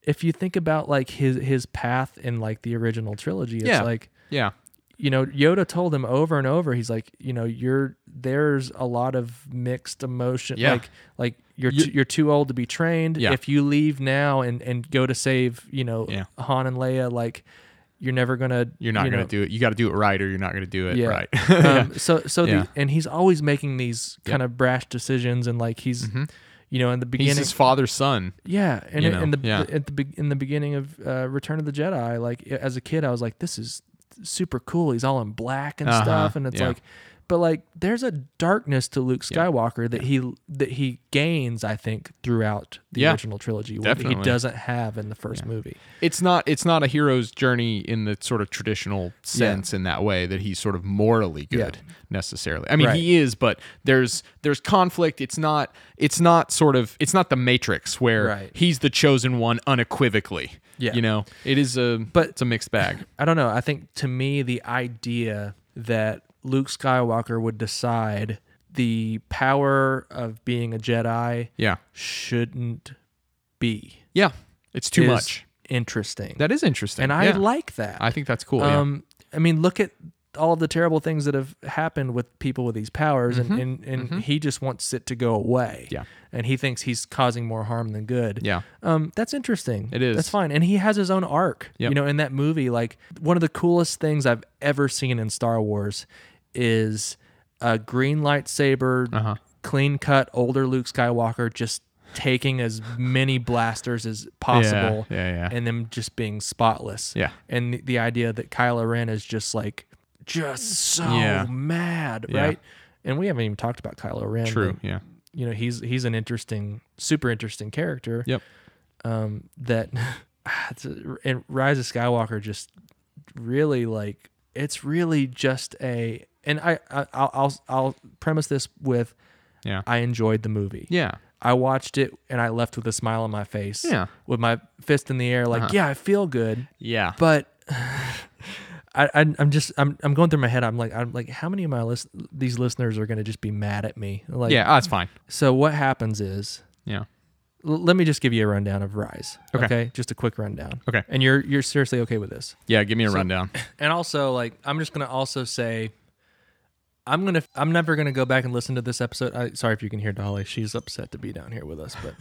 S2: if you think about like his his path in like the original trilogy, it's
S3: Yeah.
S2: like
S3: Yeah.
S2: you know, Yoda told him over and over, he's like, you know, you're there's a lot of mixed emotion.
S3: Yeah.
S2: Like like you're
S3: You-
S2: too, you're too old to be trained.
S3: Yeah.
S2: If you leave now and and go to save, you know,
S3: Yeah.
S2: Han and Leia, like you're never gonna
S3: You're not
S2: you
S3: gonna
S2: know,
S3: do it. You got to do it right, or you're not gonna do it
S2: Yeah.
S3: right.
S2: um, so so
S3: Yeah.
S2: the, and he's always making these kind of brash decisions and like he's You know, in the beginning,
S3: Mm-hmm. He's his father's son.
S2: yeah, and
S3: you
S2: in- in
S3: know,
S2: the
S3: yeah.
S2: at the be- in the beginning of uh, Return of the Jedi, like i- as a kid, I was like, this is super cool. He's all in black and
S3: Uh-huh,
S2: stuff, and it's
S3: yeah.
S2: like, but like, there's a darkness to Luke Skywalker that he that he gains, I think, throughout the
S3: Yeah.
S2: original trilogy, what
S3: Definitely.
S2: he doesn't have in the first movie.
S3: It's not it's not a hero's journey in the sort of traditional sense in that way that he's sort of morally
S2: Yeah.
S3: good necessarily. I mean
S2: Right.
S3: he is, but there's there's conflict. It's not it's not sort of it's not the Matrix where
S2: Right.
S3: he's the chosen one unequivocally.
S2: Yeah.
S3: You know? It is a
S2: But-
S3: it's a mixed bag.
S2: I don't know. I think to me, the idea that Luke Skywalker would decide the power of being a Jedi
S3: Yeah.
S2: shouldn't be
S3: Yeah. It's too
S2: is
S3: much.
S2: interesting.
S3: That is interesting.
S2: and I
S3: Yeah.
S2: like that.
S3: I think that's cool. yeah.
S2: um, I mean, look at all of the terrible things that have happened with people with these powers, and and, and he just wants it to go away.
S3: Mm-hmm. Yeah.
S2: and he thinks he's causing more harm than good.
S3: Yeah.
S2: Um, that's interesting.
S3: It is.
S2: That's fine. And he has his own arc.
S3: Yep.
S2: You know, in that movie, like one of the coolest things I've ever seen in Star Wars is a green lightsaber,
S3: Uh-huh.
S2: clean cut older Luke Skywalker just taking as many blasters as possible
S3: yeah, yeah.
S2: and them just being spotless.
S3: Yeah.
S2: And the, the idea that Kylo Ren is just like just so
S3: Yeah.
S2: mad,
S3: Yeah.
S2: right? And we haven't even talked about Kylo Ren.
S3: True.
S2: but,
S3: Yeah.
S2: You know, he's he's an interesting, super interesting character
S3: Yep.
S2: um, that it's a- and Rise of Skywalker just really like it's really just a and I, I I'll, I'll I'll premise this with
S3: Yeah.
S2: I enjoyed the movie.
S3: Yeah.
S2: I watched it and I left with a smile on my face.
S3: Yeah. Uh-huh.
S2: With my fist in the air, like yeah, I feel good,
S3: Yeah.
S2: but. I, I, I'm just I'm I'm going through my head. I'm like I'm like how many of my list these listeners are going to just be mad at me? Like
S3: yeah, that's fine.
S2: So what happens is
S3: Yeah.
S2: L- let me just give you a rundown of Rise.
S3: Okay.
S2: Okay. Just a quick rundown.
S3: Okay.
S2: And you're you're seriously okay with this.
S3: Yeah, give me a rundown.
S2: And also, like, I'm just gonna also say, I'm gonna I'm never gonna go back and listen to this episode. I, sorry if you can hear Dolly. She's upset to be down here with us, but.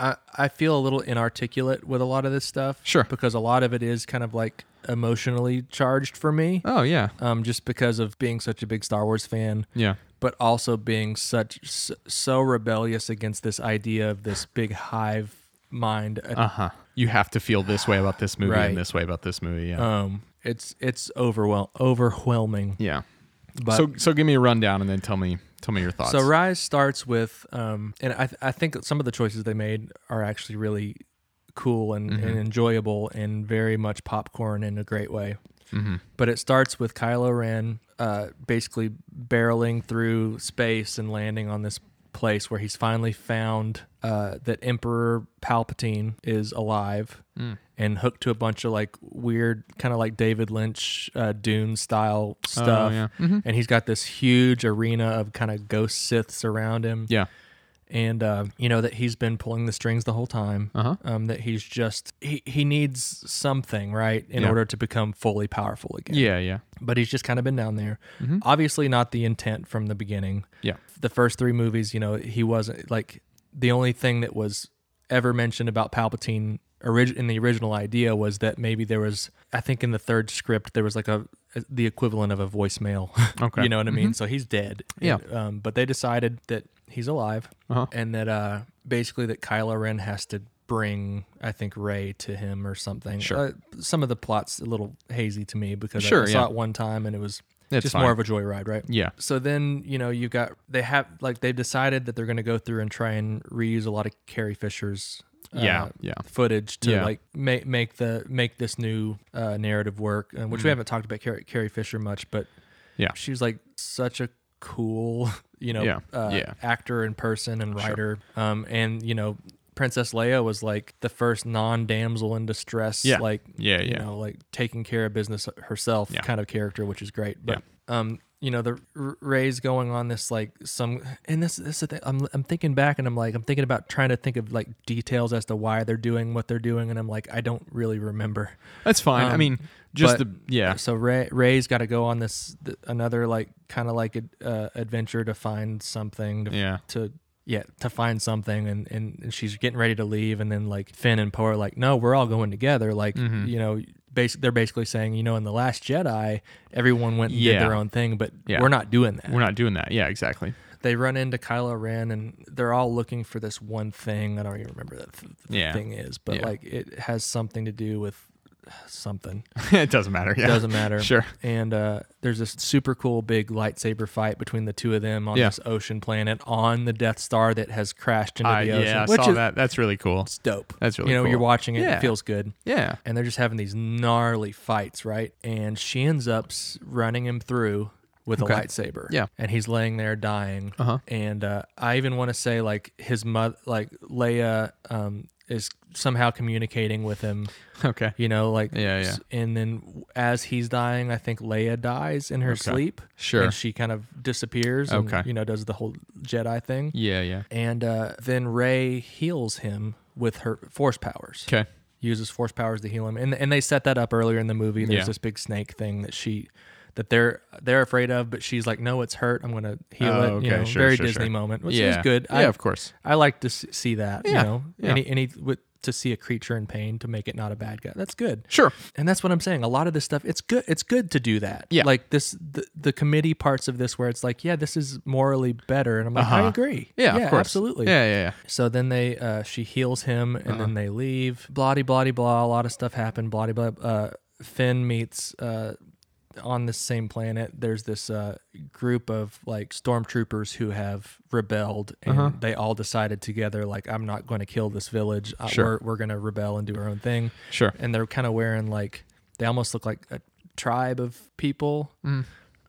S2: I, I feel a little inarticulate with a lot of this stuff.
S3: Sure.
S2: Because a lot of it is kind of like emotionally charged for me,
S3: Oh, yeah.
S2: um, just because of being such a big Star Wars fan
S3: Yeah.
S2: but also being such s- so rebellious against this idea of this big hive mind.
S3: Uh-huh. You have to feel this way about this movie
S2: Right.
S3: and this way about this movie. Yeah.
S2: Um, it's it's overwhelm overwhelming.
S3: yeah.
S2: But
S3: so
S2: so,
S3: so give me a rundown and then tell me tell me your thoughts.
S2: Rise starts with um, and I th- I think that some of the choices they made are actually really cool and,
S3: Mm-hmm.
S2: and enjoyable and very much popcorn in a great way.
S3: Mm-hmm.
S2: But it starts with Kylo Ren uh, basically barreling through space and landing on this place where he's finally found uh, that Emperor Palpatine is alive
S3: Mm.
S2: and hooked to a bunch of like weird, kind of like David Lynch uh, Dune style stuff.
S3: Oh, yeah.
S2: And he's got this huge arena of kind of ghost Siths around him
S3: yeah.
S2: and uh, you know that he's been pulling the strings the whole time.
S3: Uh-huh.
S2: Um, that he's just he he needs something right in
S3: Yeah.
S2: order to become fully powerful again.
S3: Yeah, Mm-hmm. yeah.
S2: But he's just kind of been down there. Obviously, not the intent from the beginning.
S3: Yeah.
S2: The first three movies, you know, he wasn't like the only thing that was ever mentioned about Palpatine orig- in the original idea was that maybe there was I think in the third script there was like a the equivalent of a voicemail.
S3: Okay. Mm-hmm.
S2: you know what I mean? So he's dead.
S3: Yeah.
S2: And, um, but they decided that he's alive
S3: Uh-huh.
S2: and that uh, basically that Kylo Ren has to bring I think Ray to him or something.
S3: Sure.
S2: Uh, some of the plots a little hazy to me because I-
S3: Sure,
S2: I saw
S3: yeah.
S2: it one time and it was
S3: It's
S2: just
S3: fine.
S2: more of a joyride, right?
S3: Yeah.
S2: So then you know you got they have like they've decided that they're going to go through and try and reuse a lot of Carrie Fisher's uh,
S3: Yeah, yeah.
S2: footage to
S3: Yeah.
S2: like make make the make this new uh, narrative work, uh,
S3: Mm.
S2: which we haven't talked about Carrie, Carrie Fisher much, but
S3: Yeah.
S2: she's like such a cool you know
S3: Yeah,
S2: Uh,
S3: yeah.
S2: actor and person and writer, um, and you know. Princess Leia was like the first non damsel in distress,
S3: Yeah.
S2: like
S3: Yeah,
S2: you
S3: yeah.
S2: know, like taking care of business herself
S3: Yeah.
S2: kind of character, which is great. But um, you know, the R- Ray's going on this like some, and this this is the thing. I'm I'm thinking back, and I'm like, I'm thinking about trying to think of like details as to why they're doing what they're doing, and I'm like, I don't really remember.
S3: That's fine. I
S2: Um,
S3: mean, just
S2: but-
S3: the yeah.
S2: So Ray Ray's got to go on this th- another like kind of like a, uh, adventure to find something to
S3: Yeah.
S2: to yeah to find something and, and and she's getting ready to leave and then like Finn and Poe are like no we're all going together like
S3: Mm-hmm.
S2: you know basic they're basically saying you know in the last Jedi everyone went and
S3: Yeah.
S2: did their own thing but
S3: Yeah.
S2: we're not doing that
S3: We're not doing that. Yeah, exactly.
S2: They run into Kylo Ren and they're all looking for this one thing. I don't even remember that th- the
S3: Yeah.
S2: thing is, but
S3: Yeah.
S2: like it has something to do with something.
S3: it doesn't matter. Yeah.
S2: Doesn't matter.
S3: Sure.
S2: And uh, there's this super cool big lightsaber fight between the two of them on
S3: Yeah.
S2: this ocean planet on the Death Star that has crashed into
S3: I,
S2: the ocean.
S3: yeah, I
S2: which
S3: saw
S2: is
S3: that. That's really cool.
S2: it's dope.
S3: That's really
S2: you know
S3: cool.
S2: you're watching it.
S3: Yeah.
S2: It feels good.
S3: Yeah.
S2: And they're just having these gnarly fights, right? And she ends up s- running him through with
S3: Okay.
S2: a lightsaber.
S3: Yeah.
S2: And he's laying there dying.
S3: Uh-huh.
S2: And uh, I even want to say like his mother, like Leia, um, is somehow communicating with him.
S3: Okay.
S2: You know, like
S3: Yeah, yeah.
S2: s- And then w- as he's dying, I think Leia dies in her sleep.
S3: Sure.
S2: And she kind of disappears. And,
S3: Okay.
S2: You know, does the whole Jedi thing.
S3: Yeah. Yeah.
S2: And uh, then Ray heals him with her force powers
S3: Okay.
S2: uses force powers to heal him. And and they set that up earlier in the movie. There's
S3: Yeah.
S2: this big snake thing that she that they're they're afraid of, but she's like, no, it's hurt. I'm gonna heal
S3: Oh,
S2: it.
S3: okay,
S2: You know,
S3: sure,
S2: very
S3: sure,
S2: Disney
S3: sure.
S2: moment, which
S3: yeah.
S2: is good.
S3: Yeah.
S2: I,
S3: of course.
S2: I like to s- see that.
S3: Yeah,
S2: You know,
S3: yeah.
S2: any any with, to see a creature in pain to make it not a bad guy. That's good.
S3: Sure.
S2: And that's what I'm saying. A lot of this stuff, it's good. It's good to do that.
S3: Yeah.
S2: Like this, the, the committee parts of this where it's like, yeah, this is morally better, and I'm like, I agree.
S3: Uh-huh. Yeah.
S2: yeah
S3: of course.
S2: absolutely.
S3: Yeah. Uh-huh. Yeah. Yeah.
S2: So then they, uh, she heals him, and then they leave. Blah de blah de blah. A lot of stuff happened. Blah de blah. Uh, Finn meets uh, on this same planet. There's this uh, group of like stormtroopers who have rebelled, and
S3: Uh-huh.
S2: they all decided together, like, I'm not going to kill this village. Uh,
S3: Sure.
S2: We're we're going to rebel and do our own thing.
S3: Sure.
S2: And they're kind of wearing like they almost look like a tribe of people.
S3: Mm.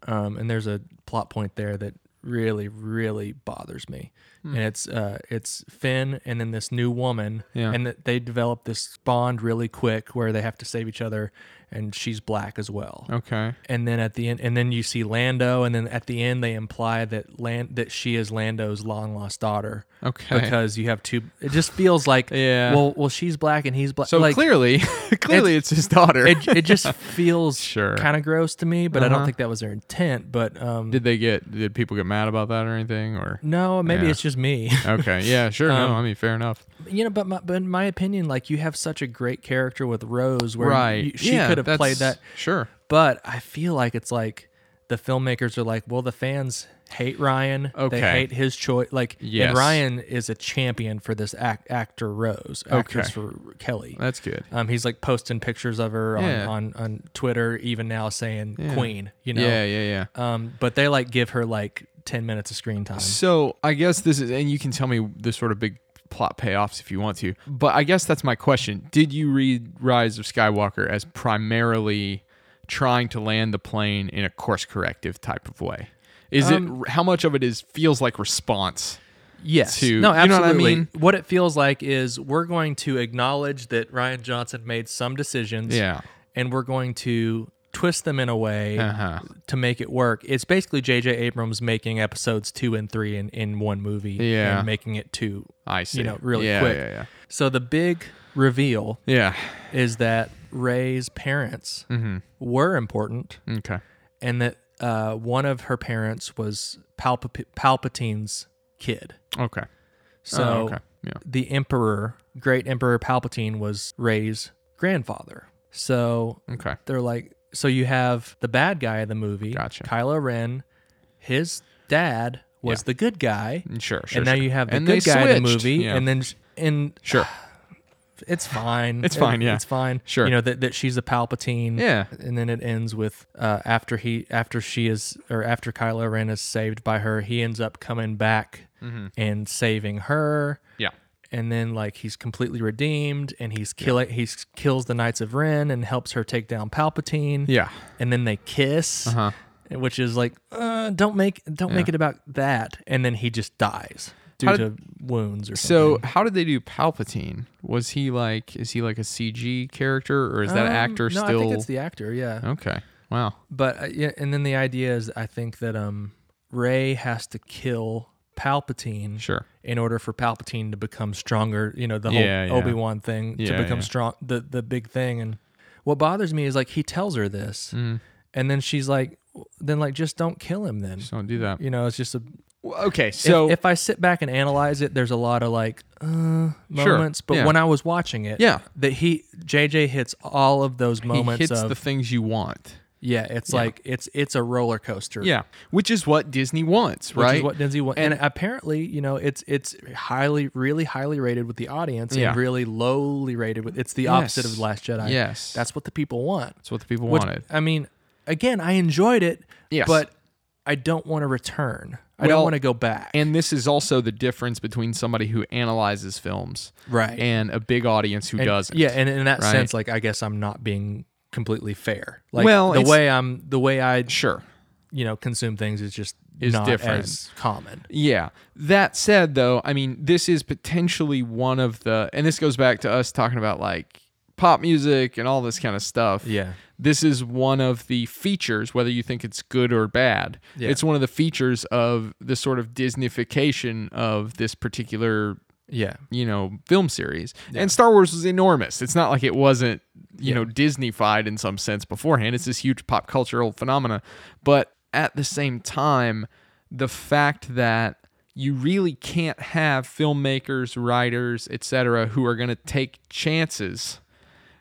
S2: Um, and there's a plot point there that really, really bothers me.
S3: Mm.
S2: And it's uh, it's Finn and then this new woman,
S3: Yeah.
S2: and that they develop this bond really quick where they have to save each other, and she's black as well.
S3: Okay.
S2: And then at the end, and then you see Lando, and then at the end they imply that Land that she is Lando's long lost daughter.
S3: Okay.
S2: Because you have two, it just feels like
S3: Yeah.
S2: Well, well, she's black and he's black.
S3: So
S2: like,
S3: clearly, clearly it's, his daughter.
S2: it, it just feels
S3: Sure.
S2: kind of gross to me, but I
S3: Uh-huh.
S2: don't think that was their intent. But um,
S3: did they get? Did people get mad about that or anything? Or
S2: no, maybe
S3: Yeah.
S2: it's just me.
S3: okay. Yeah. Sure.
S2: Um,
S3: no. I mean, fair enough.
S2: you know, but my, but in my opinion, like you have such a great character with Rose, where
S3: Right.
S2: you- she
S3: yeah,
S2: could have
S3: that's-
S2: played that.
S3: Sure.
S2: But I feel like it's like the filmmakers are like, well, the fans hate Ryan.
S3: Okay.
S2: They hate his choice. Like,
S3: Yes.
S2: and Ryan is a champion for this act, actor Rose, actress for Kelly.
S3: That's good.
S2: Um, he's like posting pictures of her on,
S3: Uh, Yeah.
S2: on, on Twitter, even now saying Queen. You know,
S3: Yeah. Yeah. Yeah.
S2: Um, but they like give her like ten minutes of screen time.
S3: So I guess this is, and you can tell me the sort of big plot payoffs if you want to, but I guess that's my question. Did you read Rise of Skywalker as primarily trying to land the plane in a course corrective type of way? Is
S2: Um,
S3: it how much of it is feels like response?
S2: Yes.
S3: to-
S2: no,
S3: you know what I
S2: absolutely.
S3: mean?
S2: What it feels like is we're going to acknowledge that Ryan Johnson made some decisions.
S3: Yeah.
S2: And we're going to twist them in a way
S3: Uh-huh.
S2: to make it work. It's basically J.J. Abrams making episodes two and three in, in one movie.
S3: Yeah.
S2: And making it two.
S3: I see.
S2: You know, really
S3: yeah,
S2: quick.
S3: Yeah,
S2: So the big reveal
S3: yeah,
S2: is that Ray's parents
S3: Mm-hmm.
S2: were important.
S3: yeah. Okay.
S2: and that uh, one of her parents was Palp- Palpatine's kid.
S3: Okay.
S2: So
S3: Oh, okay. Yeah.
S2: the Emperor, great Emperor Palpatine, was Ray's grandfather. So
S3: Okay.
S2: they're like, so you have the bad guy of the movie,
S3: Gotcha.
S2: Kylo Ren. His dad was
S3: Yeah.
S2: the good guy,
S3: Sure. sure
S2: and now
S3: sure.
S2: you have the
S3: And they
S2: good guy of the
S3: switched.
S2: movie,
S3: Yeah.
S2: and then sh- and
S3: sure.
S2: it's fine.
S3: It's fine, yeah.
S2: It's fine.
S3: Sure.
S2: You know that, that she's a Palpatine.
S3: Yeah.
S2: And then it ends with uh, after he after she is or after Kylo Ren is saved by her, he ends up coming back
S3: Mm-hmm.
S2: and saving her.
S3: Yeah.
S2: And then like he's completely redeemed, and he's kill he kills the Knights of Ren and helps her take down Palpatine.
S3: Yeah.
S2: And then they kiss.
S3: Uh-huh.
S2: Which is like, uh, don't make don't make it about that. And then he just dies due
S3: How
S2: to
S3: did-
S2: wounds or something.
S3: So how did they do Palpatine? Was he like is he like a CG character or is that
S2: Um,
S3: actor
S2: no, I
S3: still
S2: think it's the actor. Yeah.
S3: Okay. Wow.
S2: But uh, yeah, and then the idea is, I think that um, Ray has to kill Palpatine
S3: Sure.
S2: in order for Palpatine to become stronger. You know, the
S3: Yeah, yeah.
S2: whole Obi Wan thing
S3: Yeah,
S2: to become
S3: yeah.
S2: strong. The the big thing. And what bothers me is like he tells her this,
S3: Mm-hmm.
S2: and then she's like, then like just don't kill him. Then
S3: Just don't do that.
S2: you know, it's just a.
S3: okay,
S2: So
S3: so
S2: if, I sit back and analyze it, there's a lot of like uh,
S3: Sure,
S2: moments. But
S3: yeah.
S2: when I was watching it,
S3: Yeah.
S2: that he JJ hits all of those
S3: he
S2: moments
S3: hits
S2: of
S3: the things you want.
S2: Yeah, it's like it's it's a roller coaster.
S3: Yeah, which is what Disney wants,
S2: Which
S3: right?
S2: is what Denzel wants. And, apparently, you know, it's it's highly, really highly rated with the audience
S3: Yeah.
S2: and really lowly rated with. It's the opposite of
S3: Yes.
S2: The Last Jedi.
S3: Yes.
S2: that's what the people want.
S3: That's what the people
S2: Which,
S3: wanted.
S2: I mean, again, I enjoyed it.
S3: Yes.
S2: but I don't want to return. I
S3: Well,
S2: don't want to go back.
S3: And this is also the difference between somebody who analyzes films,
S2: Right.
S3: and a big audience who
S2: And-
S3: doesn't.
S2: Yeah, and in that
S3: right?
S2: sense, like I guess I'm not being completely fair. Like
S3: Well,
S2: the
S3: it's-
S2: way I'm, the way I,
S3: sure.
S2: you know, consume things is just
S3: Is
S2: not
S3: different.
S2: as common.
S3: Yeah. That said, though, I mean, this is potentially one of the, and this goes back to us talking about like pop music and all this kind of stuff.
S2: Yeah.
S3: This is one of the features, whether you think it's good or bad.
S2: Yeah.
S3: It's one of the features of the sort of Disneyfication of this particular
S2: Yeah,
S3: you know film series and star wars was enormous it's not like it wasn't you know disneyfied in some sense beforehand it's this huge pop cultural phenomena but at the same time the fact that you really can't have filmmakers writers etc who are going to take chances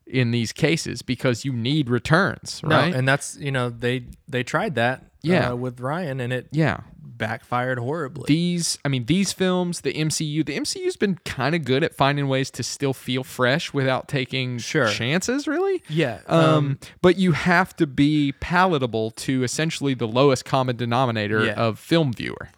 S3: in these cases because you need returns right
S2: No, and that's you know they they tried that
S3: Yeah.
S2: uh, with Ryan and it
S3: yeah
S2: backfired horribly.
S3: these i mean these films the mcu the mcu's been kind of good at finding ways to still feel fresh without taking
S2: Sure.
S3: chances really
S2: yeah,
S3: um, but you have to be palatable to essentially the lowest common denominator
S2: Yeah.
S3: of film viewer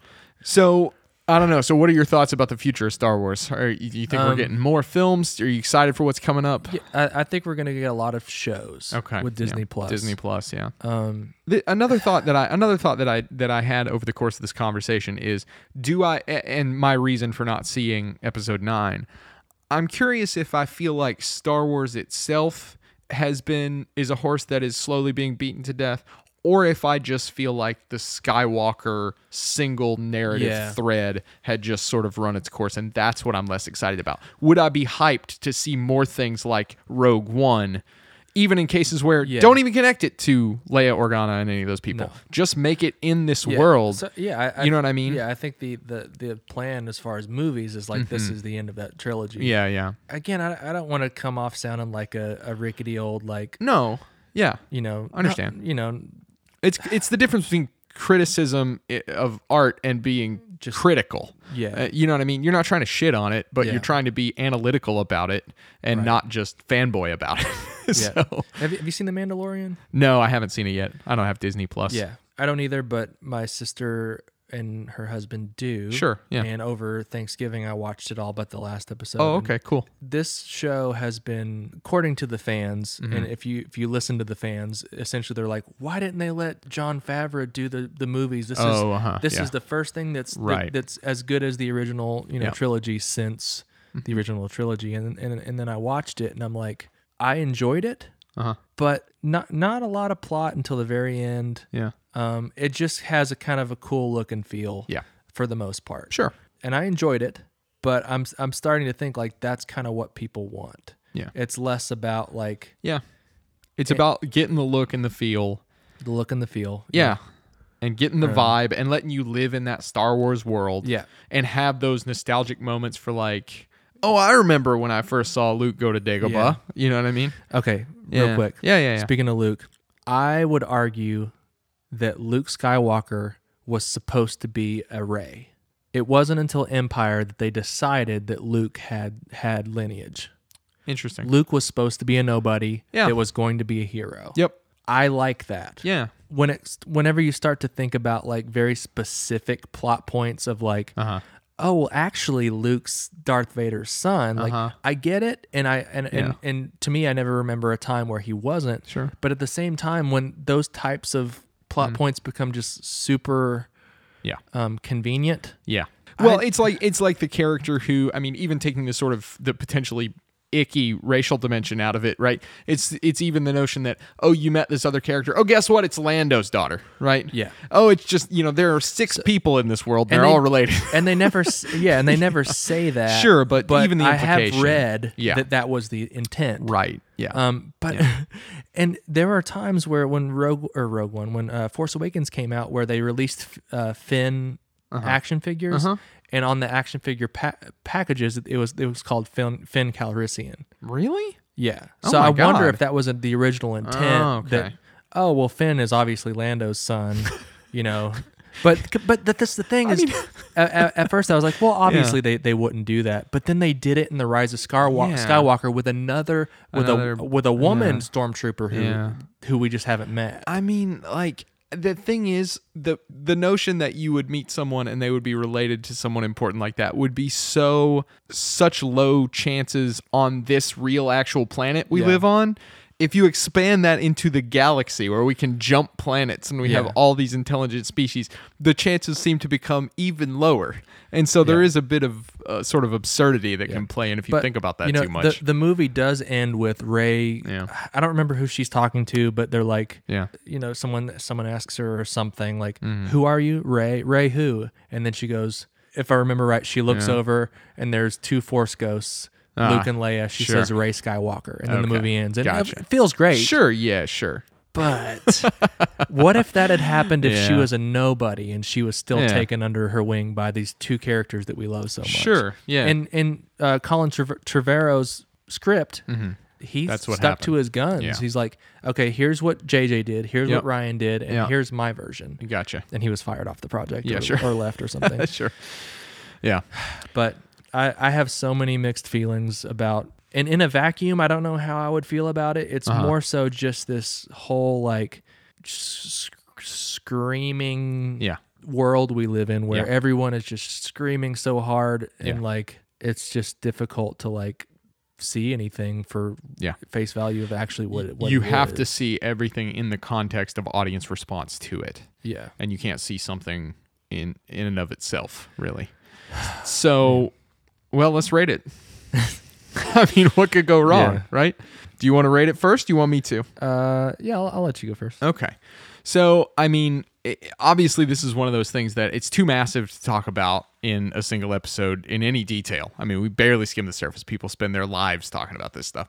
S3: so i don't know so what are your thoughts about the future of star wars are you, you think we're getting more films are you excited for what's coming up
S2: Yeah, I, I think we're gonna get a lot of shows. with Disney
S3: Yeah.
S2: Plus.
S3: Disney Plus, yeah.
S2: Um,
S3: The, another thought that I another thought that I that I had over the course of this conversation is do I a- and my reason for not seeing episode 9 I'm curious if I feel like Star Wars itself has been is a horse that is slowly being beaten to death or if I just feel like the Skywalker single narrative
S2: Yeah.
S3: thread had just sort of run its course and that's what I'm less excited about. Would I be hyped to see more things like Rogue One even in cases where
S2: Yeah.
S3: don't even connect it to Leia Organa and any of those people. Just make it in this
S2: yeah.
S3: world.
S2: So, yeah, I, I,
S3: You know what I mean?
S2: Yeah, I think the the the plan as far as movies is like this is the end of that trilogy.
S3: Mm-hmm. yeah, yeah.
S2: Again, I, I don't want to come off sounding like a, a rickety old like
S3: No. Yeah.
S2: you know.
S3: I understand.
S2: You know,
S3: It's it's the difference between criticism i- of art and being
S2: Just-
S3: critical.
S2: Yeah.
S3: Uh, you know what I mean? You're not trying to shit on it, but
S2: Yeah.
S3: you're trying to be analytical about it and not just fanboy about it.
S2: yeah.
S3: so,
S2: Have you, have you seen The Mandalorian?
S3: no, I haven't seen it yet. I don't have Disney Plus.
S2: Yeah, I don't either, but my sister and her husband do.
S3: Sure, yeah.
S2: And over Thanksgiving, I watched it all but the last episode.
S3: Oh,
S2: and
S3: okay, cool.
S2: This show has been, according to the fans,
S3: Mm-hmm.
S2: and if you if you listen to the fans, essentially they're like, why didn't they let John Favreau do the the movies? This
S3: Oh,
S2: is
S3: uh-huh,
S2: this
S3: yeah.
S2: is the first thing that's that-
S3: Right.
S2: that's as good as the original you know
S3: Yeah. Mm-hmm.
S2: trilogy since the original trilogy, and and and then I watched it and I'm like, I enjoyed it.
S3: Uh-huh.
S2: But not not a lot of plot until the very end.
S3: Yeah.
S2: Um, it just has a kind of a cool look and feel.
S3: Yeah.
S2: For the most part.
S3: Sure.
S2: And I enjoyed it, but I'm I'm starting to think like that's kind of what people want.
S3: Yeah.
S2: It's less about like
S3: Yeah. It's about getting the look and the feel.
S2: the look and the feel.
S3: Yeah. And getting the vibe and letting you live in that Star Wars world.
S2: Yeah.
S3: And have those nostalgic moments for like, oh, I remember when I first saw Luke go to Dagobah.
S2: Yeah.
S3: You know what I mean?
S2: Okay.
S3: Yeah.
S2: Real quick.
S3: Yeah, yeah, yeah.
S2: Speaking of Luke, I would argue that Luke Skywalker was supposed to be a Ray. It wasn't until Empire that they decided that Luke had had lineage.
S3: Interesting.
S2: Luke was supposed to be a nobody
S3: Yeah.
S2: that was going to be a hero.
S3: Yep.
S2: I like that.
S3: Yeah.
S2: when it's whenever you start to think about like very specific plot points of like
S3: Uh huh.
S2: oh well actually luke's darth vader's son like
S3: Uh-huh.
S2: i get it and i and,
S3: Yeah.
S2: and and to me i never remember a time where he wasn't
S3: Sure. Mm.
S2: but at the same time when those types of plot points become just super
S3: Yeah.
S2: um convenient
S3: Yeah. Well, it's like it's like the character who I mean, even taking the sort of the potentially icky racial dimension out of it, right? It's it's even the notion that, oh, you met this other character. Oh, guess what? It's Lando's daughter, right?
S2: Yeah.
S3: Oh, it's just, you know, there are six people in this world. They're
S2: they-
S3: all related.
S2: and they never s- yeah and they never say that
S3: Sure, but even the
S2: i have
S3: implication.
S2: read
S3: Yeah.
S2: that that was the intent
S3: right. Yeah.
S2: Um, but and there are times where when Rogue or Rogue One, when uh, Force Awakens came out, where they released uh, Finn
S3: Uh-huh.
S2: action figures, and on the action figure pa- packages, it was it was called Finn, Finn Calrissian.
S3: really?
S2: Yeah.
S3: Oh
S2: So
S3: my
S2: I wonder
S3: God.
S2: if that wasn't the original intent.
S3: Oh, okay.
S2: That oh well, Finn is obviously Lando's son, you know. But but that that's the thing is, at, at- at first I was like, well, obviously they, they wouldn't do that, but then they did it in the Rise of Scarwa-
S3: Yeah.
S2: Skywalker with another with
S3: Another-
S2: a with a woman stormtrooper who
S3: Yeah.
S2: who we just haven't met.
S3: I mean, like the thing is the the notion that you would meet someone and they would be related to someone important like that would be so such low chances on this real actual planet we
S2: Yeah.
S3: live on. If you expand that into the galaxy where we can jump planets and we have
S2: Yeah.
S3: all these intelligent species, the chances seem to become even lower. And so there is a bit of uh, sort of absurdity that can play in if you
S2: But,
S3: think about that
S2: you know,
S3: too much.
S2: The, the movie does end with Ray.
S3: Yeah.
S2: I don't remember who she's talking to, but they're like,
S3: Yeah.
S2: you know, someone someone asks her or something like,
S3: Mm-hmm.
S2: "Who are you, Ray? Ray who?" And then she goes, "If I remember right, she looks over and there's two Force ghosts,
S3: Ah,
S2: Luke and Leia." She
S3: sure.
S2: says Ray Skywalker, and then the
S3: Okay.
S2: movie ends, and
S3: Gotcha.
S2: it feels great.
S3: sure, yeah, sure.
S2: But what if that had happened if she
S3: Yeah.
S2: was a nobody and she was still
S3: Yeah.
S2: taken under her wing by these two characters that we love so much?
S3: Sure, yeah.
S2: And in uh, Colin Trev- Trevorrow's script, he
S3: Mm-hmm. That's what
S2: stuck to his guns.
S3: Yeah.
S2: He's like, okay, here's what JJ did, here's
S3: Yep.
S2: what Ryan did, and
S3: Yeah.
S2: here's my version.
S3: Gotcha.
S2: And he was fired off the project
S3: Yeah,
S2: or,
S3: sure.
S2: or left or something.
S3: Sure. Yeah.
S2: but I, I have so many mixed feelings about and in a vacuum i don't know how i would feel about it it's
S3: Uh-huh.
S2: more so just this whole like sc- screaming
S3: Yeah.
S2: world we live in where
S3: Yeah.
S2: everyone is just screaming so hard
S3: Yeah.
S2: and like it's just difficult to like see anything for
S3: Yeah.
S2: face value of actually what, it- what
S3: you
S2: it
S3: have to
S2: is.
S3: see everything in the context of audience response to it
S2: yeah
S3: and you can't see something in in and of itself really so well let's rate it i mean what could go wrong
S2: Yeah.
S3: right do you want to rate it first do you want me to
S2: uh yeah i'll, I'll let you go first
S3: Okay. So, I mean, i obviously, this is one of those things that it's too massive to talk about in a single episode in any detail. I mean, we barely skim the surface. People spend their lives talking about this stuff.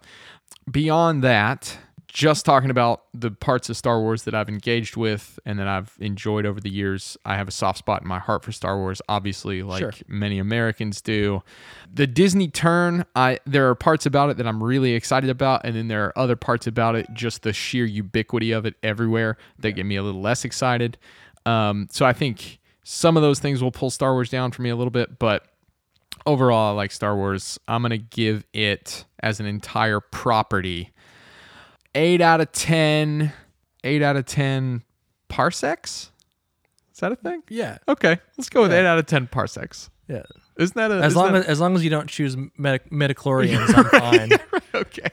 S3: Beyond that, just talking about the parts of Star Wars that I've engaged with and that I've enjoyed over the years, I have a soft spot in my heart for Star Wars, obviously, like
S2: Sure.
S3: many Americans do. The Disney turn, I there are parts about it that I'm really excited about, and then there are other parts about it, just the sheer ubiquity of it everywhere that get me a little less excited. Um, so I think some of those things will pull Star Wars down for me a little bit, but overall, I like Star Wars. I'm gonna give it as an entire property eight out of ten. Eight out of ten parsecs. Is that a thing?
S2: yeah
S3: Okay, let's go with eight out of ten parsecs.
S2: yeah
S3: Isn't that a
S2: as
S3: isn't
S2: long
S3: that-
S2: as, as long as you don't choose meta- metachlorians i'm fine
S3: okay?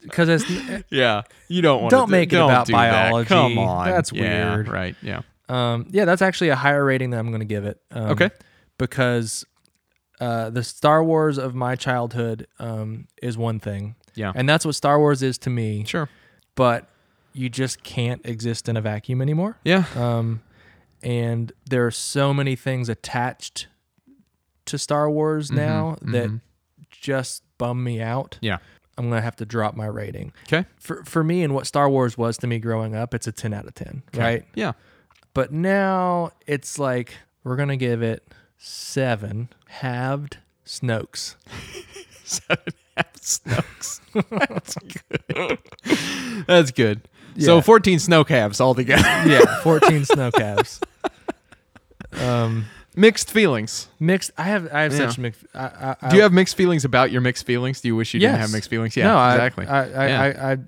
S2: because it's
S3: Yeah, you don't want
S2: Don't make it about
S3: do that.
S2: biology.
S3: Come on,
S2: That's
S3: Yeah,
S2: weird.
S3: Right? Yeah.
S2: Um, yeah, that's actually a higher rating than I'm going to give it. Um,
S3: Okay.
S2: Because uh, the Star Wars of my childhood um, is one thing.
S3: Yeah.
S2: And that's what Star Wars is to me.
S3: Sure.
S2: But you just can't exist in a vacuum anymore.
S3: Yeah.
S2: Um, and there are so many things attached to Star Wars now that just bum me out.
S3: Mm-hmm, yeah.
S2: I'm going to have to drop my rating.
S3: Okay.
S2: For, for me and what Star Wars was to me growing up, it's a 10 out of 10, right?
S3: Yeah.
S2: But now it's like we're gonna give it seven halved Snokes.
S3: Seven half snokes. That's good. That's good. So
S2: Yeah.
S3: 14 snow calves altogether.
S2: Yeah, fourteen snow calves. Um,
S3: mixed feelings.
S2: mixed. I have I have such
S3: Yeah.
S2: mixed. I, I,
S3: Do you have mixed feelings about your mixed feelings? Do you wish you
S2: yes.
S3: didn't have mixed feelings? Yeah,
S2: no, I-
S3: exactly.
S2: I I,
S3: Yeah.
S2: I, I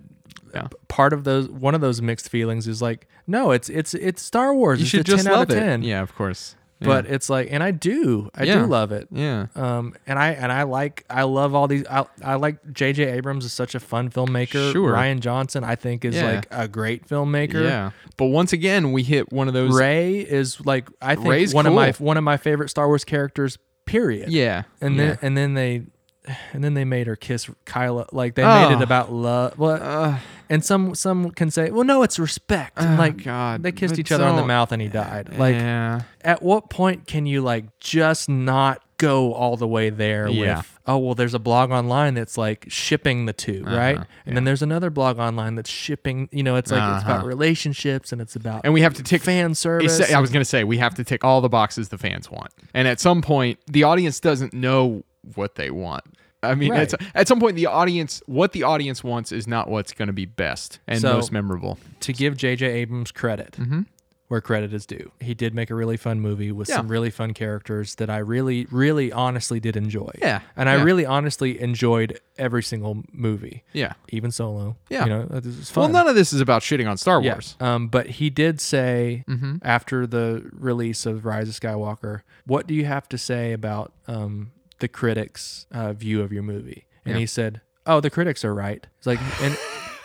S3: Yeah.
S2: part of those one of those mixed feelings is like no, it's it's it's Star Wars.
S3: you
S2: it's
S3: should
S2: a
S3: just
S2: 10
S3: love
S2: out of 10.
S3: it. Yeah, of course. Yeah.
S2: But it's like, and I do, I
S3: Yeah.
S2: do love it.
S3: yeah,
S2: Um, and I and I like I love all these. I, I like J.J. Abrams is such a fun filmmaker.
S3: Sure.
S2: Ryan Johnson I think is
S3: Yeah.
S2: like a great filmmaker.
S3: yeah. But once again, we hit one of those.
S2: Ray is like I think
S3: Rey's
S2: one of my
S3: cool.
S2: one of my favorite Star Wars characters. Period.
S3: yeah,
S2: And
S3: yeah.
S2: then and then they and then they made her kiss Kyla. Like they made
S3: Oh.
S2: it about love. Well,
S3: Ugh.
S2: and some some can say, well, no, it's respect. And,
S3: Oh,
S2: like
S3: God.
S2: they kissed
S3: But
S2: each other on the
S3: don't-
S2: mouth and he died. Like
S3: yeah,
S2: at what point can you like just not go all the way there
S3: Yeah.
S2: with oh well there's a blog online that's like shipping the 2
S3: Uh-huh.
S2: right and then there's another blog online that's shipping you know it's like it's about relationships and it's about
S3: Uh-huh. and we have to tick
S2: fan service
S3: It's- I was going to say we have to tick all the boxes the fans want, and at some point, the audience doesn't know what they want. I mean,
S2: Right.
S3: it's, at some point, the audience, what the audience wants is not what's going to be best and
S2: So-
S3: most memorable.
S2: to give J.J. Abrams credit
S3: Mm-hmm.
S2: where credit is due, he did make a really fun movie with
S3: Yeah.
S2: some really fun characters that I really, really honestly did enjoy.
S3: Yeah,
S2: And
S3: yeah.
S2: I really honestly enjoyed every single movie.
S3: Yeah.
S2: Even solo.
S3: Yeah.
S2: You know, it was fun.
S3: Well, none of this is about shitting on Star
S2: Yeah.
S3: Wars. Mm-hmm.
S2: Um, but he did say after the release of Rise of Skywalker, what do you have to say about um, the critics' uh, view of your movie? And he said, "Oh, the critics are right." It's like, and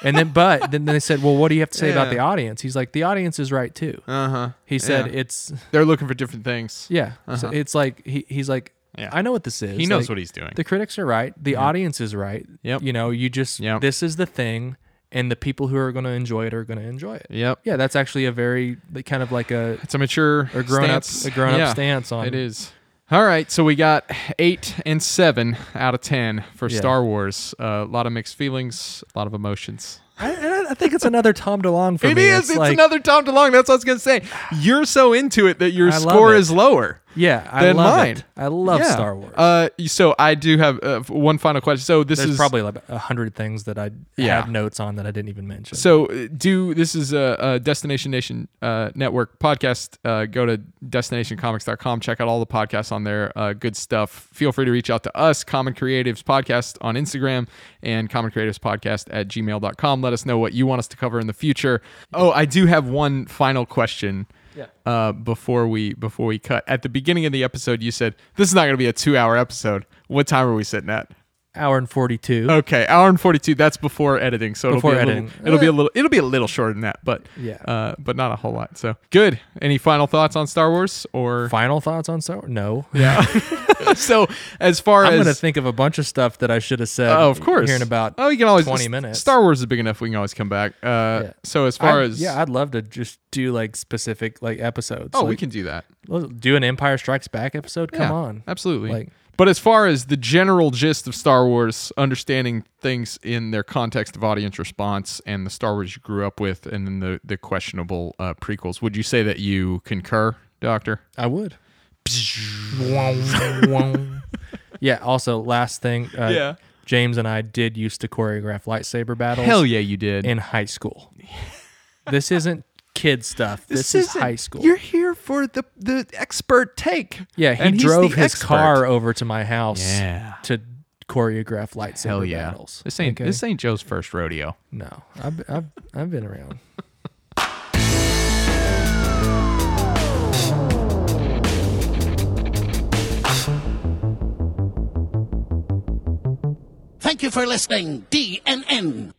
S2: and then but then they said, "Well, what do you have to say about the audience?" He's like, "The audience is right too."
S3: Uh huh.
S2: He said, "It's
S3: They're looking for different things.
S2: yeah, so it's like he, he's like."
S3: Uh-huh. Yeah.
S2: I know what this is.
S3: He knows
S2: Like,
S3: what he's doing.
S2: The critics are right. The audience is right.
S3: Yep.
S2: You know, you just
S3: Yep.
S2: this is the thing, and the people who are going to enjoy it are going to enjoy it.
S3: Yep.
S2: Yeah, that's actually a very like, kind of like a
S3: It's a mature
S2: a grown
S3: stance.
S2: up a grown up
S3: Yeah,
S2: stance on
S3: It is. All right, so we got eight and seven out of ten for
S2: Yeah.
S3: Star Wars. Uh, A lot of mixed feelings, a lot of emotions.
S2: I, and I- I think it's another Tom DeLonge for
S3: It
S2: me.
S3: is. It's,
S2: like-
S3: another Tom DeLonge. That's what I was gonna say. You're so into it that your
S2: I love
S3: score
S2: it.
S3: is lower.
S2: Yeah, I
S3: than
S2: love
S3: mine.
S2: it. I love
S3: Yeah.
S2: Star Wars.
S3: Uh, so I do have uh, f- one final question. So this
S2: There's
S3: is
S2: probably like a hundred things that I
S3: Yeah.
S2: have notes on that I didn't even mention.
S3: So uh, do this is a, a Destination Nation uh, network podcast. Uh, go to destinationcomics.com. Check out all the podcasts on there. Uh, good stuff. Feel free to reach out to us, Common Creatives Podcast on Instagram and Common Creatives Podcast at gmail.com. Let us know what you want us to cover in the future. Oh, I do have one final question.
S2: Yeah.
S3: Uh, before we before we cut at the beginning of the episode, you said this is not going to be a two hour episode. What time are we sitting at?
S2: hour and forty two.
S3: Okay, hour and forty two. That's before editing, so
S2: Before
S3: it'll be a
S2: editing. Eh.
S3: little. It'll be a little. It'll be a little shorter than that, but
S2: Yeah.
S3: uh, but not a whole lot. So good. Any final thoughts on Star Wars or?
S2: Final thoughts on Star? No.
S3: Yeah. so as far
S2: I'm
S3: as
S2: gonna think of a bunch of stuff that I should have said.
S3: oh, of course.
S2: Hearing about
S3: oh, you can always
S2: 20
S3: S-
S2: minutes.
S3: Star Wars is big enough. We can always come back. Uh,
S2: Yeah.
S3: so as far
S2: I-
S3: as
S2: yeah, I'd love to just do like specific like episodes.
S3: oh,
S2: like,
S3: we can do that.
S2: let's do an Empire Strikes Back episode. Come
S3: Yeah,
S2: on,
S3: absolutely.
S2: Like-
S3: but as far as the general gist of Star Wars, understanding things in their context of audience response and the Star Wars you grew up with, and then the the questionable uh, prequels, would you say that you concur, Doctor?
S2: I would. yeah. Also, last thing. Uh,
S3: Yeah.
S2: James and I did used to choreograph lightsaber battles
S3: Hell yeah, you did.
S2: in high school. this isn't kid stuff. This, is
S3: isn't-
S2: high school.
S3: You're here for the the expert take.
S2: yeah. He
S3: And he's
S2: drove
S3: the
S2: his
S3: expert.
S2: car over to my house
S3: Yeah.
S2: to choreograph lightsaber
S3: Hell yeah.
S2: battles.
S3: This ain't
S2: Okay?
S3: this ain't Joe's first rodeo.
S2: No, I've, I've I've been around.
S4: Thank you for listening, DNN.